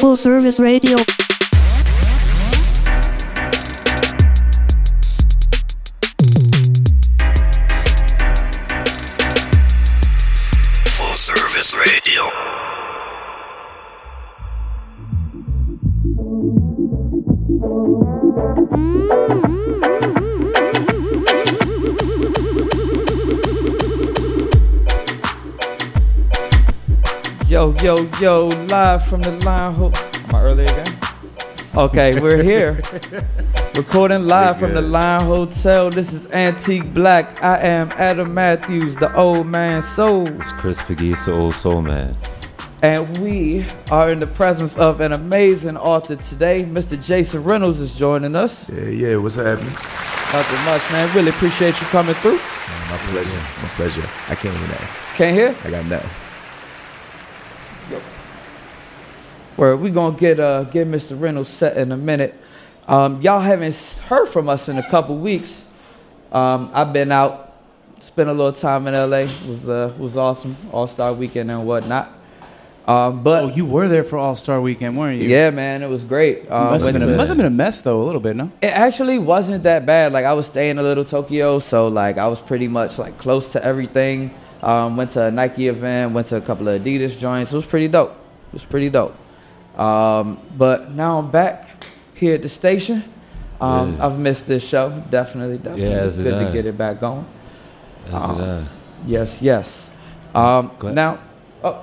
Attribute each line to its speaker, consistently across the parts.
Speaker 1: Full Service Radio.
Speaker 2: Full Service Radio.
Speaker 3: Yo, yo, yo, live from the line. Ho- Am I early again? Okay, we're here. Recording live from the Lion Hotel. This is Antique Black. I am Adam Matthews, the old man soul.
Speaker 4: It's Chris Pagisa, old soul man.
Speaker 3: And we are in the presence of an amazing author today. Mr. Jason Reynolds is joining us.
Speaker 5: Yeah, yeah, what's happening?
Speaker 3: Nothing much, man. Really appreciate you coming through.
Speaker 5: My pleasure. My pleasure. I can't hear that.
Speaker 3: Can't hear?
Speaker 5: I got nothing.
Speaker 3: Where we gonna get uh get Mr. Reynolds set in a minute. Um, y'all haven't s- heard from us in a couple weeks. Um, I've been out, spent a little time in LA. It was uh was awesome, All Star Weekend and whatnot. Um, but
Speaker 6: Oh, you were there for All Star Weekend, weren't you?
Speaker 3: yeah, man, it was great. Um,
Speaker 6: Must have,
Speaker 3: went
Speaker 6: been
Speaker 3: to-
Speaker 6: a, must have been a mess though, a little bit, no?
Speaker 3: it actually wasn't that bad. Like I was staying a little Tokyo, so like I was pretty much like close to everything. Um, went to a Nike event, went to a couple of Adidas joints. It was pretty dope. It was pretty dope. Um, but now I'm back here at the station. Um,
Speaker 4: Yeah.
Speaker 3: I've missed this show, definitely, definitely.
Speaker 4: Yeah, as
Speaker 3: good
Speaker 4: did
Speaker 3: to
Speaker 4: I.
Speaker 3: get it back going. Um,
Speaker 4: That's it, uh,
Speaker 3: Yes, yes. Um,
Speaker 4: Glad-
Speaker 3: now, oh,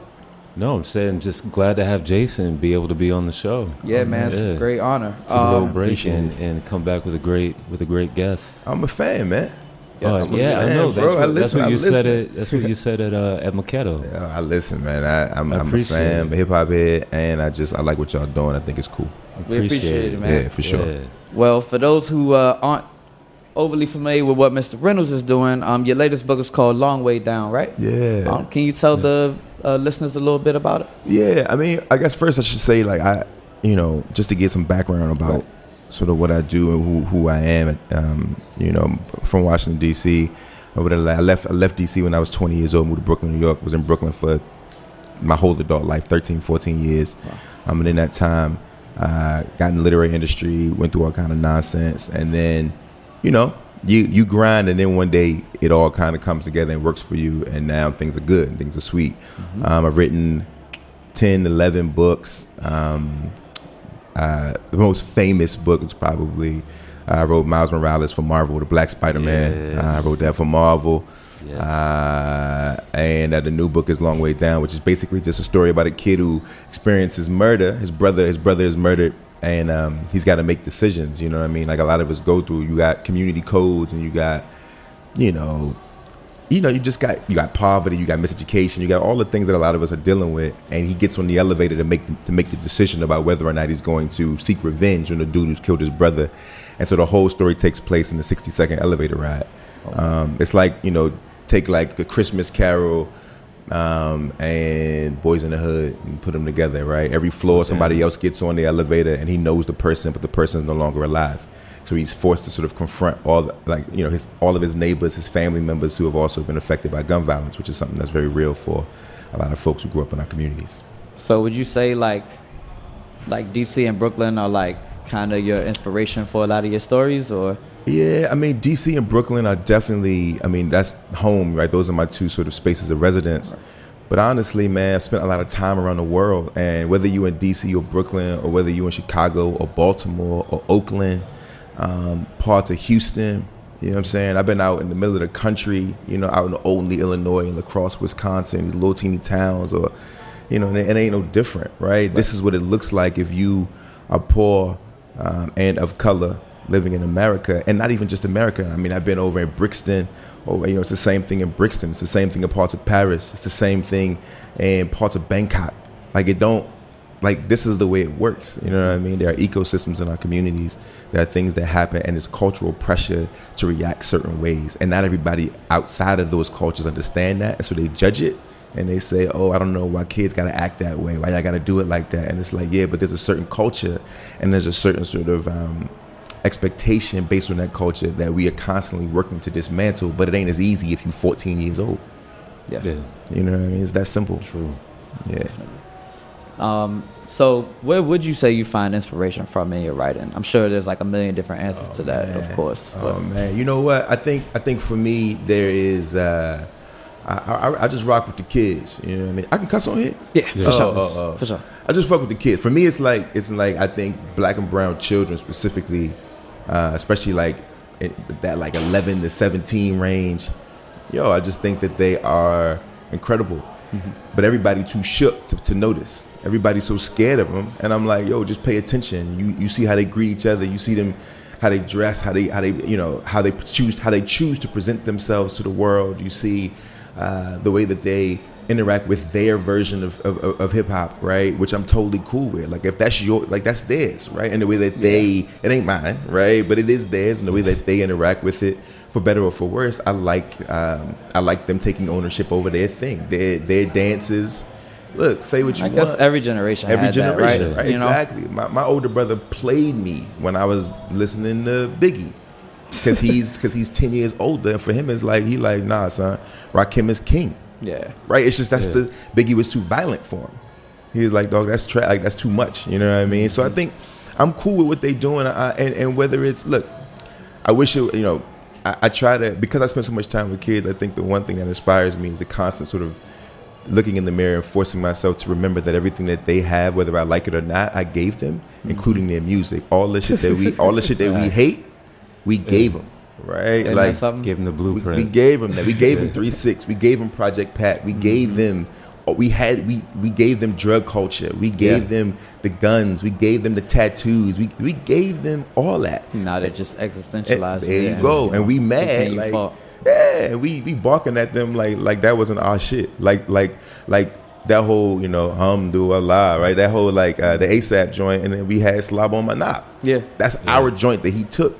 Speaker 4: No, I'm saying just glad to have Jason be able to be on the show.
Speaker 3: yeah, man, it's a
Speaker 4: Yeah.
Speaker 3: great honor.
Speaker 4: Took a little
Speaker 3: Um,
Speaker 4: break
Speaker 5: appreciate
Speaker 4: and, and come back with a great with a great guest.
Speaker 5: I'm a fan, man.
Speaker 4: Oh,
Speaker 5: I'm a
Speaker 4: yeah, I
Speaker 5: fan,
Speaker 4: know. That's
Speaker 5: bro.
Speaker 4: what,
Speaker 5: I listen,
Speaker 4: that's what
Speaker 5: I
Speaker 4: you said.
Speaker 5: listen.
Speaker 4: At, that's what you said at uh, at Makedo.
Speaker 5: Yeah, I listen, man. I, I'm,
Speaker 4: I
Speaker 5: I'm a
Speaker 4: appreciate
Speaker 5: fan,
Speaker 4: it.
Speaker 5: hip hop head, and I just I like what y'all doing. I think it's cool.
Speaker 3: we appreciate it, man.
Speaker 5: Yeah, for sure.
Speaker 4: Yeah.
Speaker 3: Well, for those who uh, aren't overly familiar with what Mr. Reynolds is doing, um, your latest book is called Long Way Down, right?
Speaker 5: Yeah.
Speaker 3: Um, can you tell the uh, listeners a little bit about it?
Speaker 5: Yeah, I mean, I guess first I should say like I, you know, just to get some background about sort of what I do and who who I am. Um, you know, from Washington D.C. Over the la- I left I left D.C. when I was 20 years old, moved to Brooklyn, New York. Was in Brooklyn for my whole adult life, 13, 14 years. Um, and in that time, uh, got in the literary industry, went through all kind of nonsense, and then, you know, you you grind, and then one day it all kind of comes together and works for you, and now things are good, and things are sweet. Um, I've written 10, 11 books. Um, uh, the most famous book is probably uh, I wrote Miles Morales for Marvel, The Black Spider Man.
Speaker 4: Yes.
Speaker 5: Uh, I wrote that for Marvel.
Speaker 4: Yes.
Speaker 5: Uh, and uh, the new book is Long Way Down, which is basically just a story about a kid who experiences murder. His brother, his brother is murdered, and um, he's got to make decisions. You know what I mean? Like a lot of us go through. You got community codes, and you got, you know, you know, you just got you got poverty, you got miseducation, you got all the things that a lot of us are dealing with. And he gets on the elevator to make to make the decision about whether or not he's going to seek revenge on the dude who's killed his brother. And so the whole story takes place in the 60 second elevator ride. Um, it's like you know, take like the Christmas Carol um, and Boys in the Hood and put them together, right? Every floor, somebody else gets on the elevator and he knows the person, but the person's no longer alive. So he's forced to sort of confront all, the, like you know, his all of his neighbors, his family members who have also been affected by gun violence, which is something that's very real for a lot of folks who grew up in our communities.
Speaker 3: So, would you say like, like DC and Brooklyn are like kind of your inspiration for a lot of your stories, or
Speaker 5: Yeah, I mean, DC and Brooklyn are definitely, I mean, that's home, right? Those are my two sort of spaces of residence. But honestly, man, I've spent a lot of time around the world. And whether you in DC or Brooklyn, or whether you in Chicago or Baltimore or Oakland, um, parts of Houston, you know what I'm saying? I've been out in the middle of the country, you know, out in Olney, Illinois, and La Crosse, Wisconsin, these little teeny towns, or, you know, and it, it ain't no different, right? This is what it looks like if you are poor um, and of color living in America, and not even just America. I mean, I've been over in Brixton, or you know, it's the same thing in Brixton. It's the same thing in parts of Paris. It's the same thing in parts of Bangkok. Like it don't. Like this is the way it works. You know what I mean? There are ecosystems in our communities. There are things that happen, and it's cultural pressure to react certain ways, and not everybody outside of those cultures understand that, and so they judge it and they say, "Oh, I don't know why kids gotta act that way. Why y'all gotta do it like that?" And it's like, yeah, but there's a certain culture, and there's a certain sort of um, expectation based on that culture that we are constantly working to dismantle. But it ain't as easy if you're 14 years old.
Speaker 4: yeah,
Speaker 5: You know what I mean? It's that simple.
Speaker 4: true.
Speaker 5: Yeah.
Speaker 3: Um, so where would you say you find inspiration from in your writing? I'm sure there's like a million different answers to that, of
Speaker 5: man.
Speaker 3: course.
Speaker 5: Oh
Speaker 3: but-
Speaker 5: man, you know what? I think I think for me there is. Uh, I, I, I just rock with the kids. You know what I mean? I can cuss on here.
Speaker 3: yeah, for
Speaker 5: Oh,
Speaker 3: sure,
Speaker 5: oh, oh.
Speaker 3: for sure.
Speaker 5: I just fuck with the kids. For me, it's like it's like I think black and brown children specifically, uh, especially like in that like eleven to seventeen range. Yo, I just think that they are incredible, but everybody too shook to, to notice. Everybody's so scared of them, and I'm like, yo, just pay attention. You you see how they greet each other. You see them how they dress, how they how they you know how they choose how they choose to present themselves to the world. You see uh, the way that they interact with their version of, of, of of hip hop, right? Which I'm totally cool with. Like if that's your like that's theirs, right? And the way that they it ain't mine, right? But it is theirs, and the way that they interact with it, for better or for worse, I like um, I like them taking ownership over their thing, their their dances. Look, say what you
Speaker 3: I
Speaker 5: want
Speaker 3: guess every generation,
Speaker 5: every
Speaker 3: had that,
Speaker 5: generation, right?
Speaker 3: You know?
Speaker 5: Exactly. My, my older brother played me when I was listening to Biggie, because he's because he's ten years older. And for him, it's like he like nah, son. Rakim is king,
Speaker 3: Yeah,
Speaker 5: right? It's just that's
Speaker 4: Yeah.
Speaker 5: the Biggie was too violent for him. He was like, dog, that's tra- like that's too much. You know what I mean? So I
Speaker 3: Mm-hmm.
Speaker 5: think I'm cool with what they doing, I, and and whether it's look, I wish it, you know, I, I try to because I spend so much time with kids. I think the one thing that inspires me is the constant sort of looking in the mirror and forcing myself to remember that everything that they have, whether I like it or not, I gave them,
Speaker 3: Mm-hmm.
Speaker 5: including their music, all the shit that we, all the shit that we
Speaker 6: Facts.
Speaker 5: hate, we gave them, right?
Speaker 3: Isn't that
Speaker 5: like
Speaker 3: something?
Speaker 4: Give him the
Speaker 5: we,
Speaker 4: blueprint.
Speaker 5: we gave them that. We gave them Three Six. We gave them Project Pat. We
Speaker 3: Mm-hmm.
Speaker 5: gave them. oh, We had we we gave them drug culture. We gave
Speaker 3: Yeah.
Speaker 5: them the guns. We gave them the tattoos. We we gave them all that.
Speaker 3: Now they're just
Speaker 5: And
Speaker 3: existentialized.
Speaker 5: Eh, There you go. And we mad.
Speaker 3: you
Speaker 5: Like,
Speaker 3: fault.
Speaker 5: yeah, and we we barking at them like like that wasn't our shit. Like like like that whole you know hum do Allah right. That whole like uh, the ASAP joint, and then we had slob on my knob.
Speaker 3: Yeah.
Speaker 5: that's our joint that he took.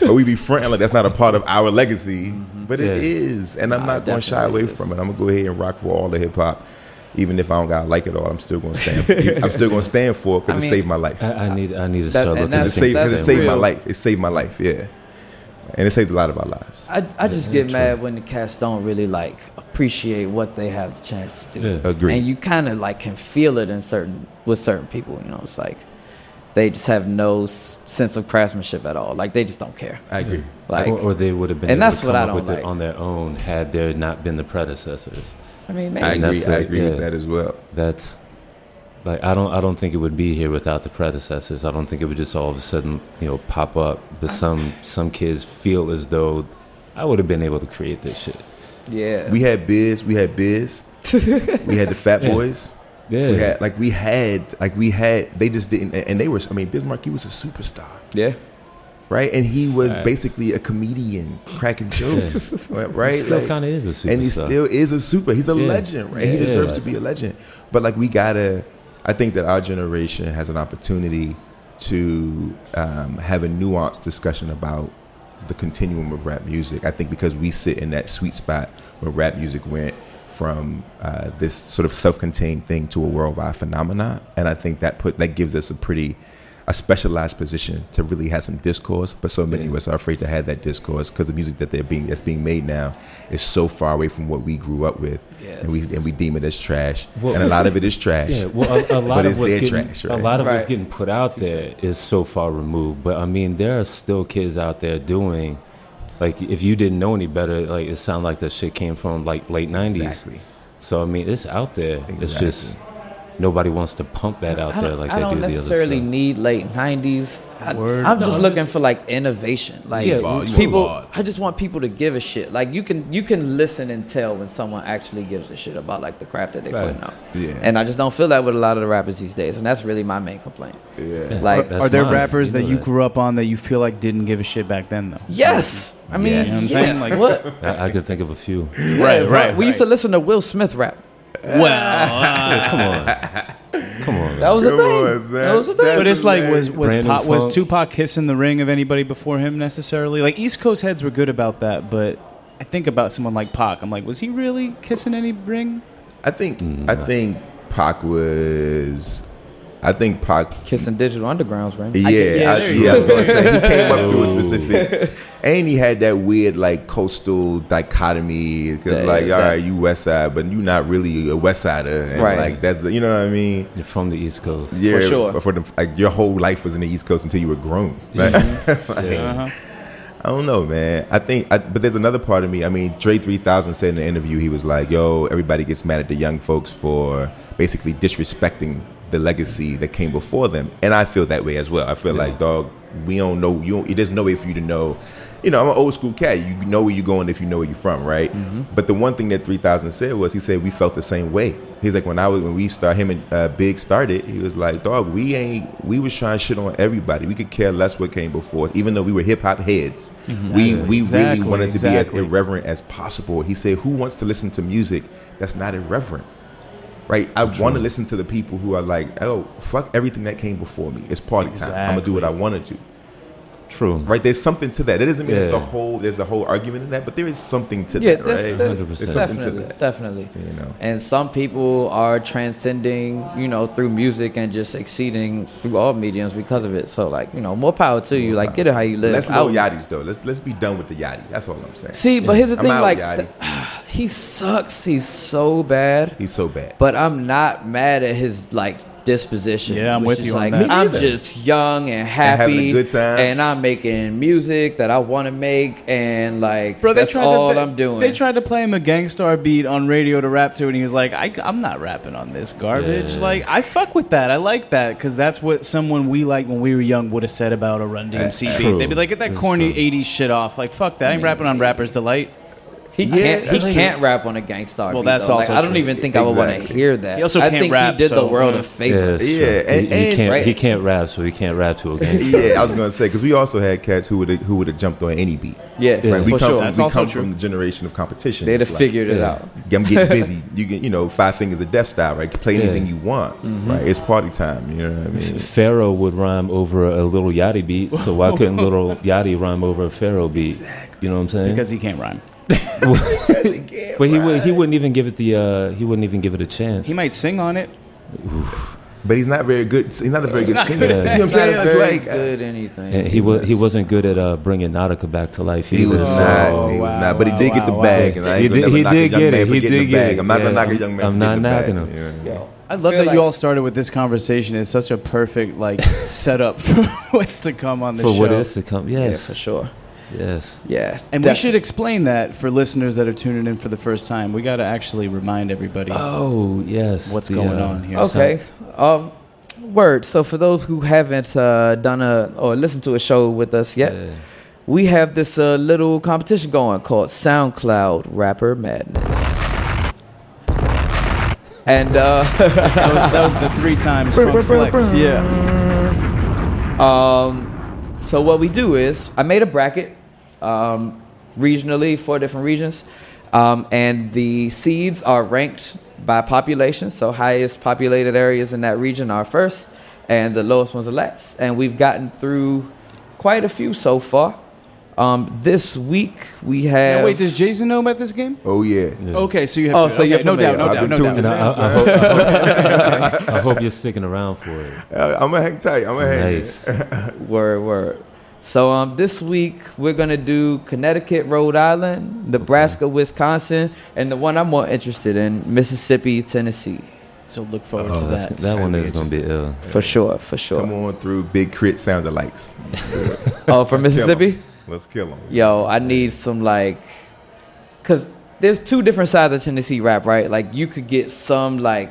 Speaker 5: but we be fronting like that's not a part of our legacy, but it
Speaker 4: Yeah.
Speaker 5: is, and I'm
Speaker 3: Nah,
Speaker 5: not going to shy
Speaker 3: definitely
Speaker 5: away
Speaker 3: is.
Speaker 5: from it. I'm gonna go ahead and rock for all the hip hop, even if I don't gotta like it all. I'm still gonna stand. For, I'm still gonna stand for it because
Speaker 3: I
Speaker 5: it
Speaker 3: mean,
Speaker 5: saved my life.
Speaker 4: I, I need. I need to start
Speaker 3: and
Speaker 4: looking
Speaker 5: It
Speaker 4: at
Speaker 3: that's-
Speaker 5: saved,
Speaker 4: things.
Speaker 5: cause it
Speaker 4: that
Speaker 5: saved my
Speaker 3: real.
Speaker 5: life. It saved my life. Yeah, and it saved a lot of our lives.
Speaker 3: I, I just get mad when the cats don't really like appreciate what they have the chance to do.
Speaker 4: Yeah.
Speaker 5: Agreed.
Speaker 3: And you kind of like can feel it in certain with certain people. You know, it's like they just have no s- sense of craftsmanship at all. Like they just don't care.
Speaker 5: I agree.
Speaker 3: Like
Speaker 4: or, or they would have been.
Speaker 3: And
Speaker 4: able to
Speaker 3: that's what
Speaker 4: come
Speaker 3: I
Speaker 4: up
Speaker 3: don't
Speaker 4: with it
Speaker 3: like.
Speaker 4: on their own had there not been the predecessors.
Speaker 3: I mean,
Speaker 5: I
Speaker 3: man,
Speaker 4: And
Speaker 5: agree.
Speaker 4: that's
Speaker 5: I
Speaker 4: it,
Speaker 5: agree with
Speaker 4: yeah.
Speaker 5: that as well.
Speaker 4: That's like I don't. I don't think it would be here without the predecessors. I don't think it would just all of a sudden you know pop up. But some some kids feel as though I would have been able to create this shit.
Speaker 3: yeah,
Speaker 5: We had Biz. We had Biz. we had the Fat Boys.
Speaker 4: Yeah.
Speaker 5: We had like we had like we had. They just didn't. And they were. I mean, Biz Markie was a superstar.
Speaker 3: yeah.
Speaker 5: Right, and he was
Speaker 4: Facts.
Speaker 5: basically a comedian cracking jokes, right?
Speaker 4: He still
Speaker 5: Like-
Speaker 4: kind of is a superstar.
Speaker 5: and he still is a super. He's a
Speaker 4: Yeah.
Speaker 5: legend, right? he
Speaker 4: Yeah,
Speaker 5: deserves to
Speaker 4: legend.
Speaker 5: be a legend. But like we gotta, I think that our generation has an opportunity to um, have a nuanced discussion about the continuum of rap music. I think because we sit in that sweet spot where rap music went from uh, this sort of self-contained thing to a worldwide phenomenon, and I think that put that gives us a pretty a specialized position to really have some discourse, but so many of us are afraid to have that discourse because the music that they're being that's being made now is so far away from what we grew up with, and
Speaker 3: Yes.
Speaker 5: we and we deem it as trash,
Speaker 4: Well-
Speaker 5: and a lot of it is trash.
Speaker 4: Yeah, well, a, a lot
Speaker 5: But it's
Speaker 4: of what's
Speaker 5: their
Speaker 4: getting
Speaker 5: trash, right?
Speaker 4: a lot of what's
Speaker 3: Right.
Speaker 4: getting put out there is so far removed. But I mean, there are still kids out there doing like if you didn't know any better, like it sounded like that shit came from like late nineties.
Speaker 5: Exactly.
Speaker 4: So I mean, it's out there. It's
Speaker 5: Exactly.
Speaker 4: just nobody wants to pump that out
Speaker 3: I
Speaker 4: there
Speaker 3: don't,
Speaker 4: like
Speaker 3: I
Speaker 4: they
Speaker 3: don't
Speaker 4: do
Speaker 3: necessarily
Speaker 4: the other stuff.
Speaker 3: need late '90s. I,
Speaker 6: Word.
Speaker 3: I'm
Speaker 6: No,
Speaker 3: just
Speaker 6: I'm
Speaker 3: looking
Speaker 6: just-
Speaker 3: for like innovation. Like
Speaker 4: Yeah, Bars,
Speaker 5: you want
Speaker 3: people,
Speaker 5: bars.
Speaker 3: I just want people to give a shit. Like you can you can listen and tell when someone actually gives a shit about like the crap that they're putting out.
Speaker 4: Facts.
Speaker 5: Yeah.
Speaker 3: And I just don't feel that with a lot of the rappers these days, and that's really my main complaint.
Speaker 5: Yeah.
Speaker 3: Like,
Speaker 4: That's
Speaker 6: Are there
Speaker 4: nice.
Speaker 6: rappers
Speaker 4: You
Speaker 6: that
Speaker 4: know
Speaker 6: you
Speaker 4: that.
Speaker 6: grew up on that you feel like didn't give a shit back then though?
Speaker 3: yes, I mean,
Speaker 5: You know
Speaker 6: what I'm
Speaker 3: yeah,
Speaker 6: saying? Like-
Speaker 3: what?
Speaker 4: I, I could think of a few.
Speaker 3: Yeah,
Speaker 6: Right, right,
Speaker 3: We used to listen to Will Smith rap.
Speaker 6: Well, uh,
Speaker 4: Come on, come on.
Speaker 3: That was
Speaker 5: Come
Speaker 3: the thing.
Speaker 5: on, Zach.
Speaker 3: that was the
Speaker 5: That's-
Speaker 3: thing.
Speaker 6: but it's like was
Speaker 5: hilarious.
Speaker 6: was
Speaker 4: Brandon
Speaker 6: Pop, was
Speaker 4: Funk.
Speaker 6: Tupac kissing the ring of anybody before him necessarily? Like East Coast heads were good about that, but I think about someone like Pac. I'm like, was he
Speaker 4: Mm-hmm.
Speaker 6: really kissing any ring?
Speaker 5: I think I think Pac was I think Pac.
Speaker 3: Kissing Digital Underground's right.
Speaker 5: Yeah, I,
Speaker 6: get- yeah,
Speaker 5: yeah,
Speaker 6: there
Speaker 5: I,
Speaker 6: you
Speaker 5: was
Speaker 6: go.
Speaker 5: gonna say he came up through a
Speaker 4: Ooh.
Speaker 5: specific, and he had that weird like coastal dichotomy because
Speaker 3: That-
Speaker 5: like all right,
Speaker 3: that-
Speaker 5: you West Side, but you not really a West Sider, and
Speaker 3: Right.
Speaker 5: like that's the you know what I mean.
Speaker 4: You're from the East Coast.
Speaker 5: Yeah,
Speaker 3: sure.
Speaker 5: but For the, like your whole life was in the East Coast until you were grown. Like,
Speaker 4: Yeah.
Speaker 6: Uh-huh.
Speaker 5: I don't know, man. I think, I, but there's another part of me. I mean, Dre 3000 said in the interview, he was like, yo, everybody gets mad at the young folks for basically disrespecting the legacy that came before them. And I feel that way as well. I feel like, dog, we don't know, you don't, there's no way for you to know. You know, I'm an old school cat. You know where you're going if you know where you're from, right?
Speaker 6: Mm-hmm.
Speaker 5: But the one thing that 3000 said was, he said, we felt the same way. He's like, when I was, when we started, him and uh, Big started, he was like, dog, we ain't, we was trying to shit on everybody. We could care less what came before us, even though we were hip hop heads. We, we
Speaker 6: Exactly,
Speaker 5: really wanted to be
Speaker 6: exactly.
Speaker 5: as irreverent as possible. He said, Who wants to listen to music that's not irreverent? Right? I want to listen to the people who are like, Oh, fuck everything that came before me. It's party time. I'm going to do what I want to do.
Speaker 4: True.
Speaker 5: Right? There's something to that. That doesn't mean it's the
Speaker 4: Yeah.
Speaker 5: whole, there's the whole argument in that, but there is something to
Speaker 3: Yeah,
Speaker 5: that,
Speaker 3: that's,
Speaker 5: right?
Speaker 3: that-
Speaker 4: 100%.
Speaker 5: something to
Speaker 3: definitely,
Speaker 5: that.
Speaker 3: definitely.
Speaker 5: You know.
Speaker 3: And some people are transcending, you know, through music and just exceeding through all mediums because of it. So, like, you know, more power to you. Like, get it how you live.
Speaker 5: Let's
Speaker 3: I
Speaker 5: know
Speaker 3: would-
Speaker 5: Yachty's, though. Let's, let's be done with the Yachty. That's all I'm saying.
Speaker 3: See, but here's the
Speaker 5: I'm
Speaker 3: thing.
Speaker 5: out,
Speaker 3: like,
Speaker 5: Yachty.
Speaker 3: th- he sucks. He's so bad.
Speaker 5: He's so bad.
Speaker 3: But I'm not mad at his like disposition.
Speaker 6: Yeah, I'm
Speaker 3: which is
Speaker 6: with you on
Speaker 3: like,
Speaker 6: that. Me
Speaker 3: I'm
Speaker 5: neither.
Speaker 3: just young and happy,
Speaker 5: having a good time.
Speaker 3: and I'm making music that I want to make, and like
Speaker 6: Bro, they
Speaker 3: that's
Speaker 6: tried
Speaker 3: all
Speaker 6: to, they,
Speaker 3: I'm doing.
Speaker 6: They tried to play him a gangstar beat on radio to rap to, and he was like, I, am not rapping on this garbage."
Speaker 4: Yes.
Speaker 6: Like, I fuck with that. I like that because that's what someone we like when we were young would have said about a Run DMC beat.
Speaker 4: true.
Speaker 6: They'd be like, "Get that
Speaker 4: That's
Speaker 6: corny
Speaker 4: true.
Speaker 6: '80s shit off." Like, fuck that. I ain't rapping on Rapper's Delight.
Speaker 3: He
Speaker 5: Yeah,
Speaker 3: can't. He
Speaker 5: that's-
Speaker 3: can't rap on a gangsta.
Speaker 6: Well,
Speaker 3: beat,
Speaker 6: that's
Speaker 3: though. Like,
Speaker 6: also
Speaker 3: I don't
Speaker 6: true.
Speaker 3: even think I would want to
Speaker 5: Exactly.
Speaker 3: hear that.
Speaker 6: He also
Speaker 3: I
Speaker 6: can't
Speaker 3: think
Speaker 6: rap,
Speaker 3: he did
Speaker 6: so,
Speaker 3: the world a
Speaker 6: uh,
Speaker 4: Yeah,
Speaker 3: favor.
Speaker 4: it's true.
Speaker 5: Yeah, and-
Speaker 4: he, he
Speaker 5: and-
Speaker 4: can't
Speaker 3: Right.
Speaker 4: he can't rap, so he can't rap to a gangster.
Speaker 5: yeah, I was going to say, because we also had cats who would have who would have jumped on any beat.
Speaker 3: Yeah,
Speaker 4: Yeah.
Speaker 5: Right, we
Speaker 3: for
Speaker 5: come,
Speaker 3: sure.
Speaker 5: from,
Speaker 6: That's
Speaker 5: we
Speaker 6: also
Speaker 5: come
Speaker 6: true.
Speaker 5: from the generation of competition.
Speaker 3: They'd have
Speaker 5: It's like,
Speaker 3: figured it
Speaker 4: Yeah.
Speaker 3: out.
Speaker 5: I'm getting busy. You can, you know, five fingers of death style, right? Play anything
Speaker 4: Yeah.
Speaker 5: you want,
Speaker 6: Mm-hmm.
Speaker 3: Mm-hmm.
Speaker 5: right? It's party time. You know what I mean?
Speaker 4: Pharaoh would rhyme over a little Yachty beat, so why couldn't little Yachty rhyme over a Pharaoh beat? You know what I'm saying?
Speaker 6: Because he can't rhyme.
Speaker 4: but he would he wouldn't even give it the uh, he wouldn't even give it a chance.
Speaker 6: He might sing on it.
Speaker 5: But he's not very good. He's not a very good singer.
Speaker 4: good at
Speaker 5: You see what I'm
Speaker 3: He's not
Speaker 5: saying?
Speaker 3: very
Speaker 5: It's like uh,
Speaker 3: good anything.
Speaker 4: And he was he wasn't good at uh, bringing Nautica back to life.
Speaker 5: he was
Speaker 4: uh,
Speaker 5: not. he
Speaker 6: wow,
Speaker 5: was not. But he did
Speaker 6: wow,
Speaker 5: get the
Speaker 6: wow.
Speaker 5: bag, and I
Speaker 4: He
Speaker 5: ain't gonna
Speaker 4: did-
Speaker 5: never
Speaker 4: he
Speaker 5: knock a
Speaker 4: did
Speaker 5: young
Speaker 4: get
Speaker 5: man
Speaker 4: it.
Speaker 5: for
Speaker 4: He
Speaker 5: getting
Speaker 4: did
Speaker 5: the
Speaker 4: get
Speaker 5: bag.
Speaker 4: it.
Speaker 5: I'm not gonna
Speaker 4: Yeah,
Speaker 5: knock a
Speaker 4: I'm-
Speaker 5: young man
Speaker 4: I'm
Speaker 5: for
Speaker 4: not
Speaker 5: getting the bag.
Speaker 4: knocking him.
Speaker 5: you know what I mean?
Speaker 3: Yo,
Speaker 6: I love
Speaker 3: feel
Speaker 6: that you
Speaker 3: like-
Speaker 6: all started with this conversation. It's such a perfect like setup for what's to come on the
Speaker 4: for
Speaker 6: show.
Speaker 4: what is to come.
Speaker 3: Yeah,
Speaker 4: Yes,
Speaker 3: for sure.
Speaker 4: yes.
Speaker 3: Yeah,
Speaker 6: And we
Speaker 3: definitely.
Speaker 6: should explain that for listeners that are tuning in for the first time. We got to actually remind everybody
Speaker 4: Oh yes.
Speaker 6: what's
Speaker 4: the,
Speaker 6: going
Speaker 4: uh,
Speaker 6: on here.
Speaker 3: Okay. Um, word. So for those who haven't uh, done a or listened to a show with us yet,
Speaker 4: Yeah.
Speaker 3: we have this uh, little competition going called SoundCloud Rapper Madness. And uh,
Speaker 6: That was, that was the three times funk flex. Yeah.
Speaker 3: um, so what we do is I made a bracket um, regionally, four different regions, um, and the seeds are ranked by population. So highest populated areas in that region are first, and the lowest ones are last. And we've gotten through quite a few so far. Um, this week we have.
Speaker 6: Now, wait, does Jason know about this game?
Speaker 5: Oh yeah.
Speaker 6: Okay, so you have
Speaker 3: Oh,
Speaker 6: to,
Speaker 3: so
Speaker 6: okay,
Speaker 3: you're
Speaker 6: no
Speaker 3: familiar.
Speaker 6: doubt, no
Speaker 5: I've
Speaker 6: doubt,
Speaker 5: been
Speaker 6: no
Speaker 5: tuning
Speaker 6: doubt.
Speaker 4: And I, I,
Speaker 5: in.
Speaker 4: hope, I, hope, I hope you're sticking around for it.
Speaker 5: Uh, I'm gonna hang tight. I'm gonna hang.
Speaker 4: Nice.
Speaker 3: Word, word. So um, this week we're gonna do Connecticut, Rhode Island, Nebraska, Wisconsin, and the one I'm more interested in, Mississippi, Tennessee,
Speaker 6: So look forward
Speaker 5: Oh,
Speaker 6: to
Speaker 4: That's-
Speaker 6: that.
Speaker 4: that one
Speaker 5: That'd
Speaker 4: is
Speaker 5: be
Speaker 4: gonna be ill.
Speaker 3: for sure, for
Speaker 5: Come
Speaker 3: sure.
Speaker 5: on through, big crit sound alikes.
Speaker 3: Oh, from Mississippi,
Speaker 5: Let's kill him.
Speaker 3: yo, I need some like, cause there's two different sides of Tennessee rap, right? Like you could get some like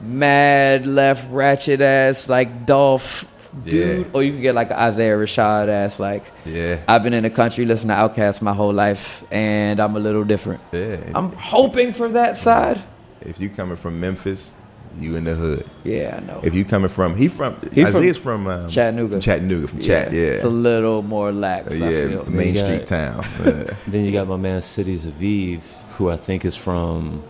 Speaker 3: mad left ratchet ass like Dolph dude,
Speaker 5: Yeah.
Speaker 3: or you could get like an Isaiah Rashad ass like.
Speaker 5: Yeah.
Speaker 3: I've been in the country listening to Outkast my whole life, and I'm a little different.
Speaker 5: Yeah.
Speaker 3: I'm hoping for that side.
Speaker 5: If you coming from Memphis, you in the hood.
Speaker 3: Yeah, I know.
Speaker 5: If you coming from, he from
Speaker 3: He from
Speaker 5: Isaiah's from, um,
Speaker 3: Chattanooga.
Speaker 5: Chattanooga from Chat, yeah,
Speaker 3: It's a little more lax, I
Speaker 5: yeah,
Speaker 3: feel.
Speaker 5: Main
Speaker 4: Yeah.
Speaker 5: Street town. Uh,
Speaker 4: Then you got my man Cities Aviv, who I think is from,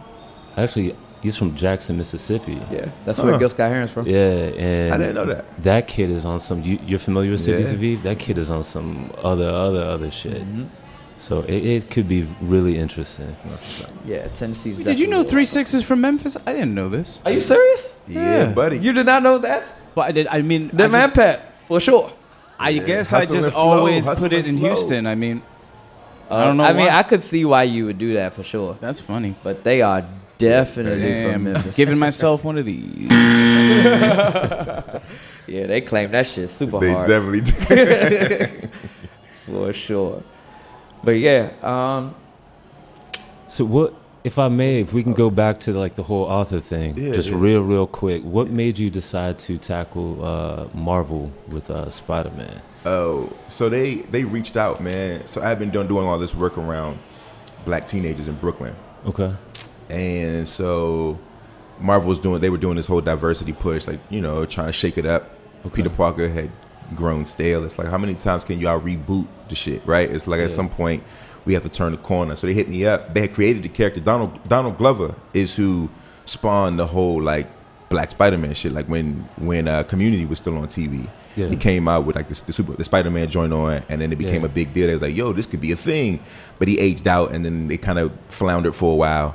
Speaker 4: actually, he's from Jackson, Mississippi.
Speaker 3: Yeah, that's where
Speaker 5: Huh.
Speaker 3: Gil Scott Heron's from.
Speaker 4: Yeah, and
Speaker 5: I didn't know that.
Speaker 4: That kid is on some. You, you're familiar with Cities
Speaker 5: Yeah.
Speaker 4: Aviv? That kid is on some other, other, other shit.
Speaker 3: Mm-hmm.
Speaker 4: So it, it could be really interesting.
Speaker 3: Yeah, Tennessee's
Speaker 6: Did you know
Speaker 3: definitely-
Speaker 6: Three Six is from Memphis? I didn't know this.
Speaker 3: Are you serious?
Speaker 5: yeah, buddy.
Speaker 3: You did not know that?
Speaker 6: But I did. I mean, I
Speaker 3: That man
Speaker 6: just-
Speaker 3: Pep, for sure.
Speaker 6: I guess I
Speaker 5: hustle
Speaker 6: just
Speaker 5: and flow,
Speaker 6: always
Speaker 5: hustle
Speaker 6: put it
Speaker 5: and
Speaker 6: in
Speaker 5: flow.
Speaker 6: Houston. I mean, I don't know.
Speaker 3: Uh, I mean,
Speaker 6: why.
Speaker 3: I could see why you would do that for sure.
Speaker 6: that's funny.
Speaker 3: But they are definitely from
Speaker 6: Damn,
Speaker 3: Memphis.
Speaker 6: giving myself one of these.
Speaker 3: yeah, they claim that shit super
Speaker 5: They
Speaker 3: hard
Speaker 5: definitely do.
Speaker 3: for sure. But yeah, um,
Speaker 4: So what, if I may, if we can go back to like the whole author thing,
Speaker 5: Yeah,
Speaker 4: just
Speaker 5: yeah.
Speaker 4: real, real quick. What made you decide to tackle uh, Marvel with uh, Spider Man?
Speaker 5: Oh, so they they reached out, man. So I've been doing doing all this work around black teenagers in Brooklyn,
Speaker 4: Okay.
Speaker 5: and so Marvel was doing. They were doing this whole diversity push, like you know, trying to shake it up. Peter Parker had grown stale. It's like how many times can y'all reboot the shit, right? It's like at some point we have to turn the corner. So they hit me up. They had created the character Donald Donald Glover is who spawned the whole like Black Spider Man shit. Like when when uh, Community was still on TV,
Speaker 4: Yeah.
Speaker 5: he came out with like the, the super the Spider Man joint on, and then it became
Speaker 4: Yeah.
Speaker 5: a big deal. They was like, yo, this could be a thing, but he aged out, and then it kind of floundered for a while.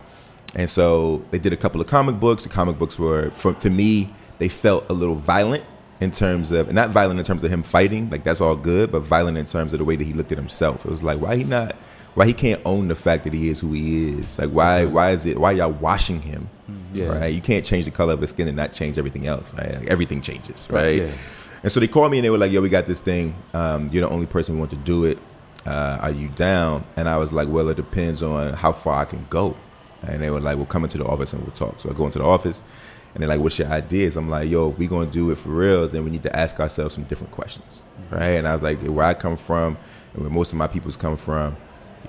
Speaker 5: And so they did a couple of comic books. The comic books were, from to me, they felt a little violent in terms of, not violent in terms of him fighting, like that's all good, but violent in terms of the way that he looked at himself. It was like, why he not, why he can't own the fact that he is who he is? Like, why, why is it, why y'all washing him?
Speaker 4: Yeah.
Speaker 5: Right? You can't change the color of his skin and not change everything else. Right? Like, everything changes, right?
Speaker 4: Yeah.
Speaker 5: And so they called me and they were like, "Yo, we got this thing. Um, you're the only person we want to do it. Uh, are you down?" And I was like, "Well, it depends on how far I can go." And they were like, "Well, come into the office and we'll talk." So I go into the office, and they're like, "What's your ideas?" I'm like, "Yo, if we gonna do it for real, then we need to ask ourselves some different questions, right?" And I was like, "Where I come from, and where most of my peoples come from."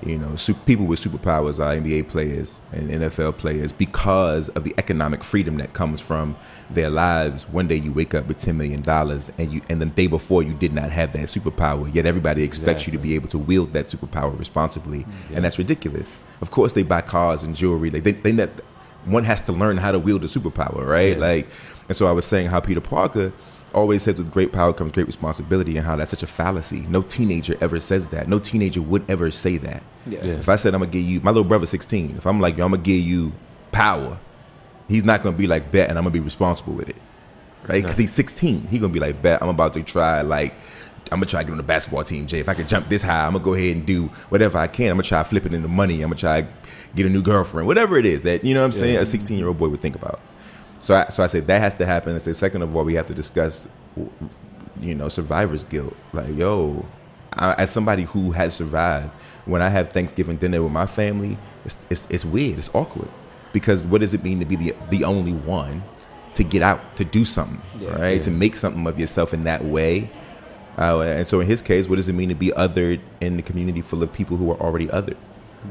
Speaker 5: You know, su- people with superpowers are NBA players and NFL players because of the economic freedom that comes from their lives. One day you wake up with ten million dollars, and you and the day before you did not have that superpower. Yet everybody expects you to be able to wield that superpower responsibly, and that's ridiculous. Of course, they buy cars and jewelry. Like they, they net, one has to learn how to wield a superpower, right? Like, and so I was saying how Peter Parker always says with great power comes great responsibility and how that's such a fallacy. No teenager ever says that. No teenager would ever say that.
Speaker 3: yeah.
Speaker 4: Yeah.
Speaker 5: If I said I'm gonna give you my little brother's 16, if I'm like, yo, I'm gonna give you power, he's not gonna be like bet and I'm gonna be responsible with it. Right? Because he's 16. He's gonna be like, bet, I'm about to try like I'm gonna try to get on the basketball team, Jay. If I can jump this high, I'm gonna go ahead and do whatever I can. I'm gonna try flipping into money. I'm gonna try get a new girlfriend, whatever it is that you know what I'm saying. A 16 year old boy would think about. So I, so I say that has to happen. I say second of all, we have to discuss, you know, survivor's guilt. Like, yo, I, as somebody who has survived, when I have Thanksgiving dinner with my family, it's, it's it's weird. It's awkward because what does it mean to be the the only one to get out to do something, right? To make something of yourself in that way. Uh, and so in his case, what does it mean to be othered in the community full of people who are already othered?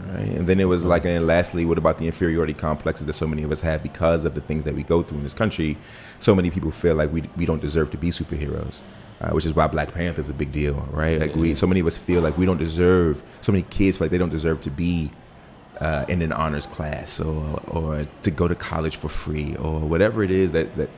Speaker 5: Right? And then it was like, and lastly, what about the inferiority complexes that so many of us have because of the things that we go through in this country? So many people feel like we, we don't deserve to be superheroes, uh, which is why Black Panther is a big deal, right? Like we, so many of us feel like we don't deserve. So many kids feel like they don't deserve to be uh, in an honors class or, or to go to college for free or whatever it is that, that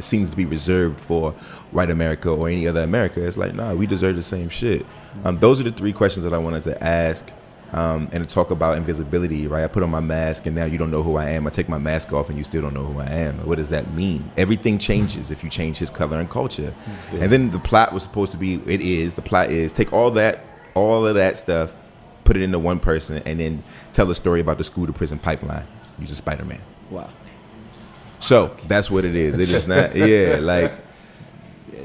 Speaker 5: seems to be reserved for white America or any other America. It's like, nah, we deserve the same shit. Um, those are the three questions that I wanted to ask um, and to talk about invisibility, right? I put on my mask and now you don't know who I am. I take my mask off and you still don't know who I am. What does that mean? Everything changes if you change his color and culture. And then the plot was supposed to be, it is, the plot is take all that, all of that stuff, put it into one person, and then tell a story about the school to prison pipeline using Spider Man.
Speaker 3: Wow.
Speaker 5: So that's what it is. It is not, yeah, like,